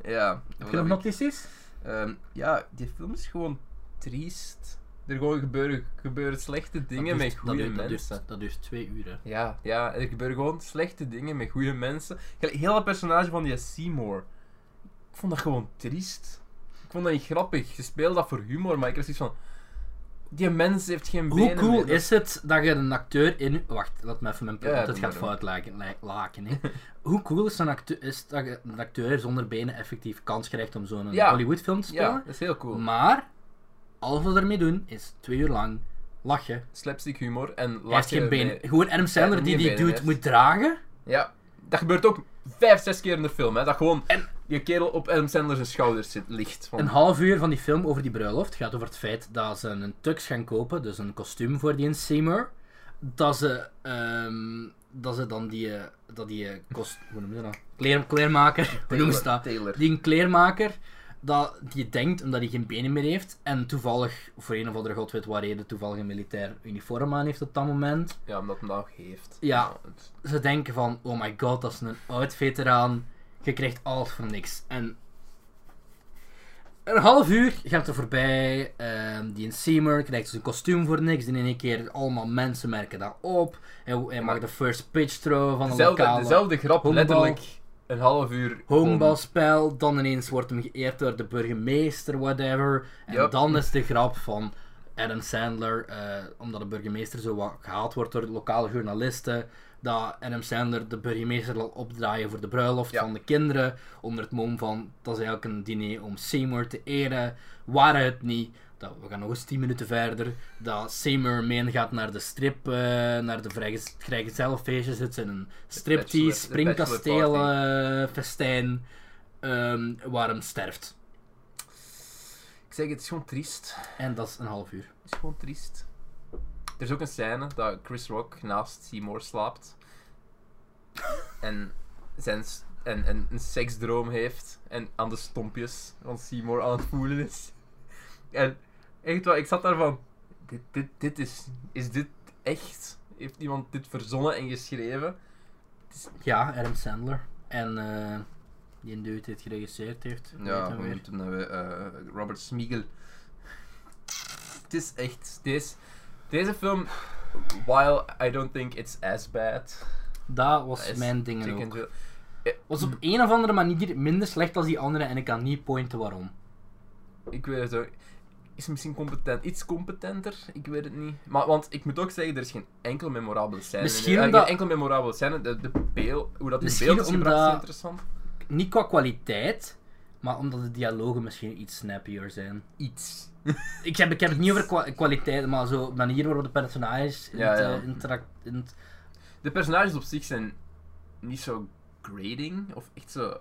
[SPEAKER 1] Ja.
[SPEAKER 2] Heb je nog notities?
[SPEAKER 1] Ehm, ja, die film is gewoon triest. Er gewoon gebeuren, gebeuren slechte dingen met goede mensen.
[SPEAKER 2] dat duurt twee uren.
[SPEAKER 1] Ja, ja, er gebeuren gewoon slechte dingen met goede mensen. Gelijk, Heel dat personage van die Seymour. Ik vond dat gewoon triest. Ik vond dat niet grappig. Ze speelde dat voor humor, maar ik was iets van. Die mens heeft geen benen.
[SPEAKER 2] Hoe cool
[SPEAKER 1] meer. Dat-
[SPEAKER 2] is het dat je een acteur in... Wacht, laat me even mijn punt,
[SPEAKER 1] Ja, doe
[SPEAKER 2] want het gaat
[SPEAKER 1] maar, doe
[SPEAKER 2] fout laken. la- laken, hè. [laughs] Hoe cool is, een acteur, is dat je een acteur zonder benen effectief kans krijgt om zo'n
[SPEAKER 1] Ja.
[SPEAKER 2] Hollywoodfilm te
[SPEAKER 1] Ja,
[SPEAKER 2] spelen?
[SPEAKER 1] dat is heel cool.
[SPEAKER 2] Maar, alles wat we ermee doen, is twee uur lang lachen.
[SPEAKER 1] Slapstick humor en
[SPEAKER 2] Hij heeft
[SPEAKER 1] lachen.
[SPEAKER 2] geen benen.
[SPEAKER 1] met-
[SPEAKER 2] Gewoon Adam Sandler
[SPEAKER 1] niet
[SPEAKER 2] die
[SPEAKER 1] een
[SPEAKER 2] die
[SPEAKER 1] benen
[SPEAKER 2] dude
[SPEAKER 1] heeft.
[SPEAKER 2] moet dragen.
[SPEAKER 1] Ja, dat gebeurt ook vijf, zes keer in de film. Hè. Dat gewoon je kerel op Adam Sandler zijn schouders zit, ligt. Van,
[SPEAKER 2] Een half uur van die film over die bruiloft gaat over het feit dat ze een tux gaan kopen, dus een kostuum voor die Seymour. dat ze, ehm, dat ze dan die, eh, dat die eh, kost, hoe noemen ze dat? Kleer, kleermaker, [laughs] hoe noemen ze dat?
[SPEAKER 1] Taylor.
[SPEAKER 2] Die een kleermaker, dat, die denkt omdat hij geen benen meer heeft en toevallig, voor een of andere god weet wat reden, toevallig een militair uniform aan heeft op dat moment.
[SPEAKER 1] Ja, omdat hem dat nog heeft.
[SPEAKER 2] Ja.
[SPEAKER 1] het-
[SPEAKER 2] Ze denken van, oh my god, dat is een oud veteraan, je krijgt alles voor niks. En een half uur gaat er voorbij, ehm, die een seamer krijgt zijn kostuum voor niks, en in één keer allemaal mensen merken dat op, hij, hij mag de first pitch throw van de
[SPEAKER 1] Dezelfde,
[SPEAKER 2] lokale...
[SPEAKER 1] dezelfde grap,
[SPEAKER 2] honkbal.
[SPEAKER 1] letterlijk een half uur.
[SPEAKER 2] honkbalspel, dan ineens wordt hem geëerd door de burgemeester, whatever. En
[SPEAKER 1] Yup.
[SPEAKER 2] dan is de grap van Adam Sandler, eh, omdat de burgemeester zo wat gehaald wordt door de lokale journalisten, dat Adam Sandler de burgemeester laat opdraaien voor de bruiloft
[SPEAKER 1] Ja.
[SPEAKER 2] van de kinderen, onder het mom van, dat is eigenlijk een diner om Seymour te eren, waren het niet. Dat, we gaan nog eens 10 minuten verder. Dat Seymour meengaat naar de strip, eh, naar de vrijgez- vrijgezelfenfeestjes. Het zijn een striptease,
[SPEAKER 1] bachelor- de bachelor
[SPEAKER 2] springkastelen, festijn, ehm, waar hem sterft.
[SPEAKER 1] Ik zeg, het is gewoon triest.
[SPEAKER 2] En dat is een half uur.
[SPEAKER 1] Het is gewoon triest. Er is ook een scène dat Chris Rock naast Seymour
[SPEAKER 2] [laughs]
[SPEAKER 1] slaapt. en zijn s- en, en een seksdroom heeft. En aan de stompjes van Seymour aan het voelen is. En echt waar, ik zat daarvan. Dit, dit, dit is. Is dit echt? Heeft iemand dit verzonnen en geschreven?
[SPEAKER 2] Ja, Adam Sandler. En eh, die dude die het geregisseerd heeft. Hoe heet hem weer?
[SPEAKER 1] moeten we Robert Smigel. Het is echt. Deze, deze film. While I don't think it's as bad.
[SPEAKER 2] Dat was
[SPEAKER 1] is
[SPEAKER 2] mijn dingen
[SPEAKER 1] Chicken
[SPEAKER 2] ook.
[SPEAKER 1] Little-
[SPEAKER 2] Was op een of andere manier minder slecht als die andere en ik kan niet pointen waarom.
[SPEAKER 1] Ik weet het ook. Is misschien competent, iets competenter, ik weet het niet. Maar, want ik moet ook zeggen, er is geen enkel memorabele scène. in-
[SPEAKER 2] Misschien
[SPEAKER 1] eh,
[SPEAKER 2] omdat-
[SPEAKER 1] Geen enkel memorabele scène. De, de beel, hoe dat in
[SPEAKER 2] Misschien
[SPEAKER 1] beeld is gebracht
[SPEAKER 2] omdat-
[SPEAKER 1] is interessant.
[SPEAKER 2] Niet qua kwaliteit, maar omdat de dialogen misschien iets snappier zijn.
[SPEAKER 1] Iets.
[SPEAKER 2] Ik heb, ik heb het niet over kwa- kwaliteit, maar zo de manier waarop de personages in
[SPEAKER 1] Ja,
[SPEAKER 2] het,
[SPEAKER 1] ja.
[SPEAKER 2] eh, interact- in het-
[SPEAKER 1] De personages op zich zijn niet zo grading, of echt zo...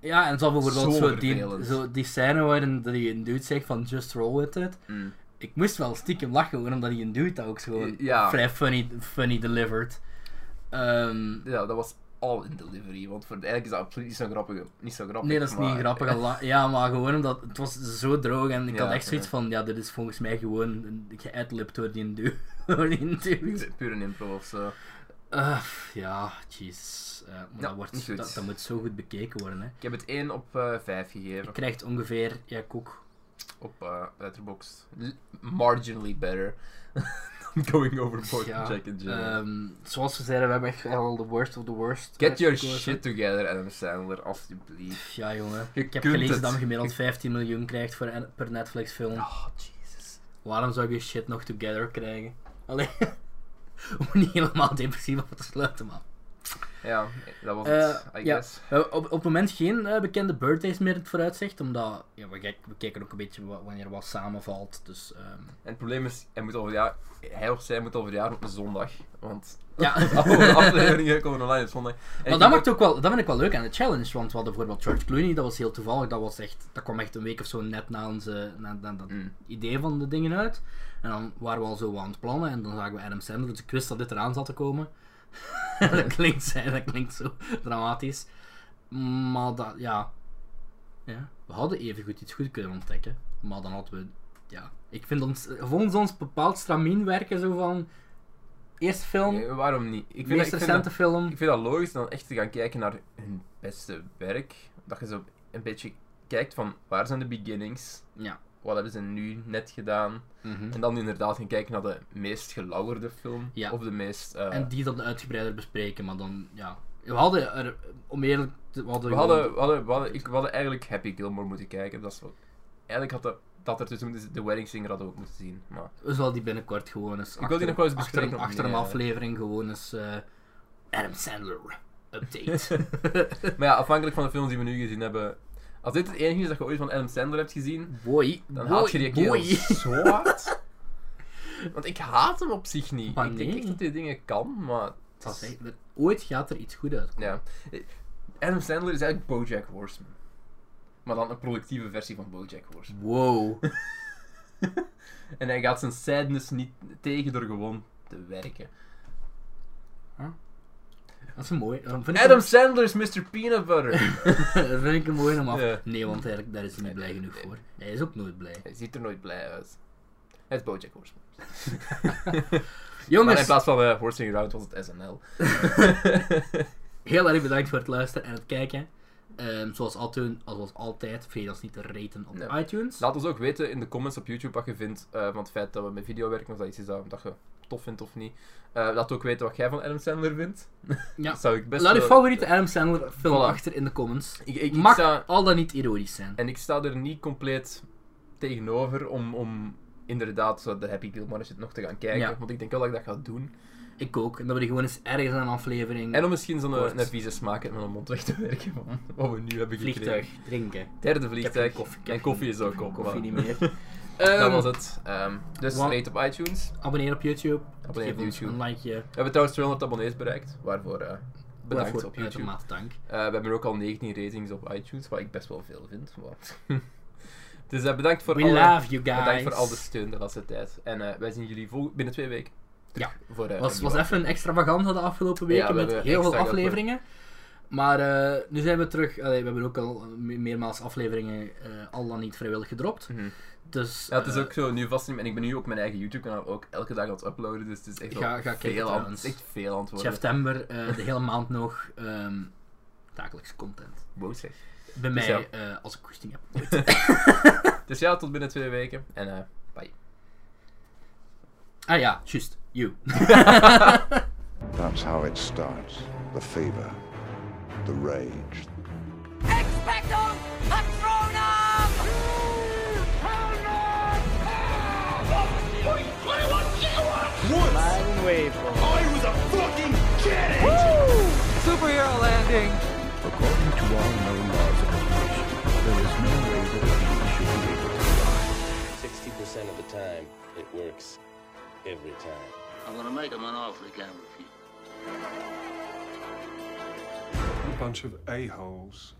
[SPEAKER 2] Ja, en zo bijvoorbeeld
[SPEAKER 1] Zo
[SPEAKER 2] zo die,
[SPEAKER 1] vervelend.
[SPEAKER 2] zo die scène waarin die een dude zegt van just roll with it.
[SPEAKER 1] Mm.
[SPEAKER 2] Ik moest wel stiekem lachen, gewoon omdat die een dude dat ook zo gewoon
[SPEAKER 1] Ja.
[SPEAKER 2] vrij funny, funny delivered. Ehm,
[SPEAKER 1] Ja, dat was all in delivery, want voor eigenlijk is dat absoluut niet zo grappig. Niet zo grappig
[SPEAKER 2] nee, dat is niet
[SPEAKER 1] maar-
[SPEAKER 2] grappig. la- Ja, maar gewoon omdat het was zo droog en ik
[SPEAKER 1] Ja,
[SPEAKER 2] had echt zoiets
[SPEAKER 1] ja.
[SPEAKER 2] van, ja, dit is volgens mij gewoon een- geadlibbed door die dude. [laughs] door die dude.
[SPEAKER 1] Puur een impro of zo.
[SPEAKER 2] Eh, ja, jeez. Eh, maar
[SPEAKER 1] Ja,
[SPEAKER 2] dat, wordt,
[SPEAKER 1] niet goed.
[SPEAKER 2] dat, dat moet zo goed bekeken worden. Hè.
[SPEAKER 1] Ik heb het 1 op eh 5 gegeven.
[SPEAKER 2] Je krijgt ongeveer, ja, koek.
[SPEAKER 1] op eh Letterboxd. L- marginally better [laughs] than going overboard
[SPEAKER 2] Ja,
[SPEAKER 1] Jack and Jill.
[SPEAKER 2] ehm, zoals we zeiden, we hebben echt wel de worst of the worst.
[SPEAKER 1] Get your
[SPEAKER 2] uitgekozen.
[SPEAKER 1] shit together, Adam Sandler, alsjeblieft.
[SPEAKER 2] Pff, Ja, jongen.
[SPEAKER 1] Je
[SPEAKER 2] ik heb
[SPEAKER 1] kunt
[SPEAKER 2] gelezen
[SPEAKER 1] het.
[SPEAKER 2] dat hij gemiddeld 15 miljoen krijgt voor en- per Netflix-film.
[SPEAKER 1] Oh, Jesus.
[SPEAKER 2] Waarom zou ik je shit nog together krijgen? [laughs] Alleen, om niet helemaal depressief op te sluiten, man.
[SPEAKER 1] Ja, dat was
[SPEAKER 2] Eh,
[SPEAKER 1] het, I
[SPEAKER 2] ja.
[SPEAKER 1] guess.
[SPEAKER 2] We hebben op, op het moment geen eh, bekende birthdays meer in het vooruitzicht, omdat ja, we, kijk- we kijken ook een beetje wa- wanneer wat samenvalt. Dus, ehm,
[SPEAKER 1] En het probleem is, hij, moet over jaar, hij of zij moet over jaar op een zondag.
[SPEAKER 2] [laughs]
[SPEAKER 1] Want [laughs]
[SPEAKER 2] Ja.
[SPEAKER 1] de afleveringen komen online op zondag. En ik
[SPEAKER 2] Maar
[SPEAKER 1] denk
[SPEAKER 2] dat, maakt ook wel, dat vind ik wel leuk aan de challenge, want we hadden bijvoorbeeld George Clooney, dat was heel toevallig, dat, was echt, dat kwam echt een week of zo net na, onze, na, na dat
[SPEAKER 1] Mm.
[SPEAKER 2] idee van de dingen uit. En dan waren we al zo wat aan het plannen en dan zagen we Adam Sandler, dus ik wist dat dit eraan zat te komen. [laughs] dat, klinkt, dat klinkt zo dramatisch. Maar dat, ja. ja. We hadden evengoed iets goed kunnen ontdekken, maar dan hadden we, ja. Ik vind ons, of ons, ons bepaald stramien werken zo van, eerste film,
[SPEAKER 1] Nee, Eh, waarom niet? Ik vind, dat,
[SPEAKER 2] meest
[SPEAKER 1] ik, vind
[SPEAKER 2] recente
[SPEAKER 1] dat,
[SPEAKER 2] film.
[SPEAKER 1] ik vind dat logisch dan echt te gaan kijken naar hun beste werk. Dat je zo een beetje kijkt van waar zijn de beginnings?
[SPEAKER 2] Ja.
[SPEAKER 1] Wat hebben ze nu net gedaan?
[SPEAKER 2] Mhm.
[SPEAKER 1] En dan inderdaad gaan kijken naar de meest gelauwerde film.
[SPEAKER 2] Ja.
[SPEAKER 1] Of de meest... eh,
[SPEAKER 2] En die dan uitgebreider bespreken, maar dan, ja. We hadden er, om eerlijk te we hadden
[SPEAKER 1] we,
[SPEAKER 2] gewoon-
[SPEAKER 1] hadden, we, hadden, we, hadden, ik, we hadden eigenlijk Happy Gilmore moeten kijken. Dat is wel, eigenlijk had dat, dat er tussen moeten de Wedding Singer hadden we ook moeten zien.
[SPEAKER 2] [laughs]
[SPEAKER 1] Maar
[SPEAKER 2] we zullen die binnenkort gewoon eens. Ik
[SPEAKER 1] wil die nog wel eens
[SPEAKER 2] achter, een-
[SPEAKER 1] bespreken, eh,
[SPEAKER 2] achter een
[SPEAKER 1] nee.
[SPEAKER 2] aflevering gewoon eens eh, Adam Sandler
[SPEAKER 1] [laughs]
[SPEAKER 2] update.
[SPEAKER 1] Maar ja, afhankelijk van de films die we nu gezien hebben. Als dit het enige is dat je ooit van Adam Sandler hebt gezien,
[SPEAKER 2] boy,
[SPEAKER 1] dan
[SPEAKER 2] boy,
[SPEAKER 1] haat je die kerel
[SPEAKER 2] boy.
[SPEAKER 1] zo [laughs] hard. Want ik haat hem op zich niet.
[SPEAKER 2] Maar
[SPEAKER 1] ik denk
[SPEAKER 2] nee.
[SPEAKER 1] echt dat hij dingen kan, maar... het
[SPEAKER 2] Dat is
[SPEAKER 1] is-
[SPEAKER 2] echt- Ooit gaat er iets goed uit.
[SPEAKER 1] Ja. Adam Sandler is eigenlijk Bojack Horseman. Maar dan een productieve versie van Bojack Horseman.
[SPEAKER 2] Wow.
[SPEAKER 1] En hij gaat zijn sadness niet tegen door gewoon te werken.
[SPEAKER 2] Dat is een mooi. dat vind ik
[SPEAKER 1] Adam
[SPEAKER 2] een-
[SPEAKER 1] Sandler is Mr. Peanut
[SPEAKER 2] [laughs]
[SPEAKER 1] Butter.
[SPEAKER 2] dat vind ik een mooi om af.
[SPEAKER 1] Ja.
[SPEAKER 2] Nee, want eigenlijk, daar is hij niet blij genoeg
[SPEAKER 1] nee.
[SPEAKER 2] voor. Hij is ook nooit blij.
[SPEAKER 1] Hij ziet er nooit blij uit. Het is Bojack Horseman. Maar in
[SPEAKER 2] Jongens,
[SPEAKER 1] plaats van eh, Horsing Around was het
[SPEAKER 2] [laughs]
[SPEAKER 1] SNL.
[SPEAKER 2] heel erg bedankt voor het luisteren en het kijken. Ehm, zoals, altijd, zoals altijd, vergeet ons niet te raten op
[SPEAKER 1] Nee.
[SPEAKER 2] iTunes.
[SPEAKER 1] Laat ons ook weten in de comments op YouTube wat je vindt eh, van het feit dat we met video werken. Of dat iets is dat, dat je tof vindt of niet. Eh, laat ook weten wat jij van Adam Sandler vindt. [laughs]
[SPEAKER 2] Ja.
[SPEAKER 1] Dat zou ik best
[SPEAKER 2] Laat uw
[SPEAKER 1] wel-
[SPEAKER 2] favoriete Adam Sandler film
[SPEAKER 1] Voilà.
[SPEAKER 2] achter in de comments.
[SPEAKER 1] Ik, ik, ik
[SPEAKER 2] Mag
[SPEAKER 1] sta-
[SPEAKER 2] al dan niet ironisch zijn.
[SPEAKER 1] En ik sta er niet compleet tegenover om, om inderdaad zo de Happy Gilmore shit nog te gaan kijken.
[SPEAKER 2] Ja.
[SPEAKER 1] Want ik denk wel dat ik dat ga doen.
[SPEAKER 2] Ik ook. En dat we die gewoon eens ergens aan een aflevering...
[SPEAKER 1] En om misschien zo'n
[SPEAKER 2] Kort.
[SPEAKER 1] een vieze smaak uit mijn mond weg te [laughs] werken van wat we nu hebben gekregen.
[SPEAKER 2] vliegtuig drinken.
[SPEAKER 1] Derde
[SPEAKER 2] Ik heb
[SPEAKER 1] vliegtuig.
[SPEAKER 2] geen koffie. Ik heb
[SPEAKER 1] Mijn koffie is ook
[SPEAKER 2] geen
[SPEAKER 1] op.
[SPEAKER 2] koffie
[SPEAKER 1] maar-
[SPEAKER 2] niet
[SPEAKER 1] [laughs]
[SPEAKER 2] meer.
[SPEAKER 1] Dat
[SPEAKER 2] Ehm,
[SPEAKER 1] was het. Ehm, dus
[SPEAKER 2] wa-
[SPEAKER 1] rate op iTunes.
[SPEAKER 2] Abonneer op YouTube.
[SPEAKER 1] Abonneer op
[SPEAKER 2] Geef ons
[SPEAKER 1] YouTube.
[SPEAKER 2] Een likeje.
[SPEAKER 1] We hebben trouwens 200 abonnees bereikt. Waarvoor eh, bedankt
[SPEAKER 2] Waarvoor
[SPEAKER 1] op YouTube.
[SPEAKER 2] Uitermate dank.
[SPEAKER 1] Eh, we hebben er ook al 19 ratings op iTunes, wat ik best wel veel vind. Maar... [laughs] dus eh, bedankt voor
[SPEAKER 2] We
[SPEAKER 1] alle...
[SPEAKER 2] love you guys.
[SPEAKER 1] Bedankt voor al de steun de laatste tijd. En eh, wij zien jullie vol- binnen twee weken.
[SPEAKER 2] Ja.
[SPEAKER 1] Voor, eh,
[SPEAKER 2] was,
[SPEAKER 1] een
[SPEAKER 2] was
[SPEAKER 1] nieuwe-
[SPEAKER 2] even een extravagante de afgelopen weken
[SPEAKER 1] Ja, we
[SPEAKER 2] met
[SPEAKER 1] hebben
[SPEAKER 2] heel veel
[SPEAKER 1] extra gehad,
[SPEAKER 2] afleveringen. Maar eh, nu zijn we terug. Allee, we hebben ook al me- meermaals afleveringen eh, al dan niet vrijwillig gedropt.
[SPEAKER 1] Mhm.
[SPEAKER 2] Dus
[SPEAKER 1] Ja, het is
[SPEAKER 2] eh,
[SPEAKER 1] ook zo, nu vast niet, en ik ben nu ook mijn eigen YouTube-kanaal ook elke dag aan het uploaden, dus het is echt wel
[SPEAKER 2] Ga- ga kijken
[SPEAKER 1] veel, aan,
[SPEAKER 2] trouwens.
[SPEAKER 1] het is echt veel antwoorden.
[SPEAKER 2] september, eh, de hele maand nog, ehm dagelijks content.
[SPEAKER 1] Wow, zeg.
[SPEAKER 2] Bij
[SPEAKER 1] Dus
[SPEAKER 2] mij,
[SPEAKER 1] ja.
[SPEAKER 2] eh, als ik koesting heb.
[SPEAKER 1] Dus ja, tot binnen twee weken, en eh bye.
[SPEAKER 2] Ah ja, juist. You.
[SPEAKER 4] That's how it starts. The fever, the rage,
[SPEAKER 5] Expecto Patronum! What do you want?
[SPEAKER 6] once. I was a fucking kid.
[SPEAKER 7] According to all known laws of evolution, there is no way that a bee should be able to fly.
[SPEAKER 8] 60% of the time, it works every time.
[SPEAKER 9] I'm gonna make him an offer again with you.
[SPEAKER 10] A bunch of a-holes.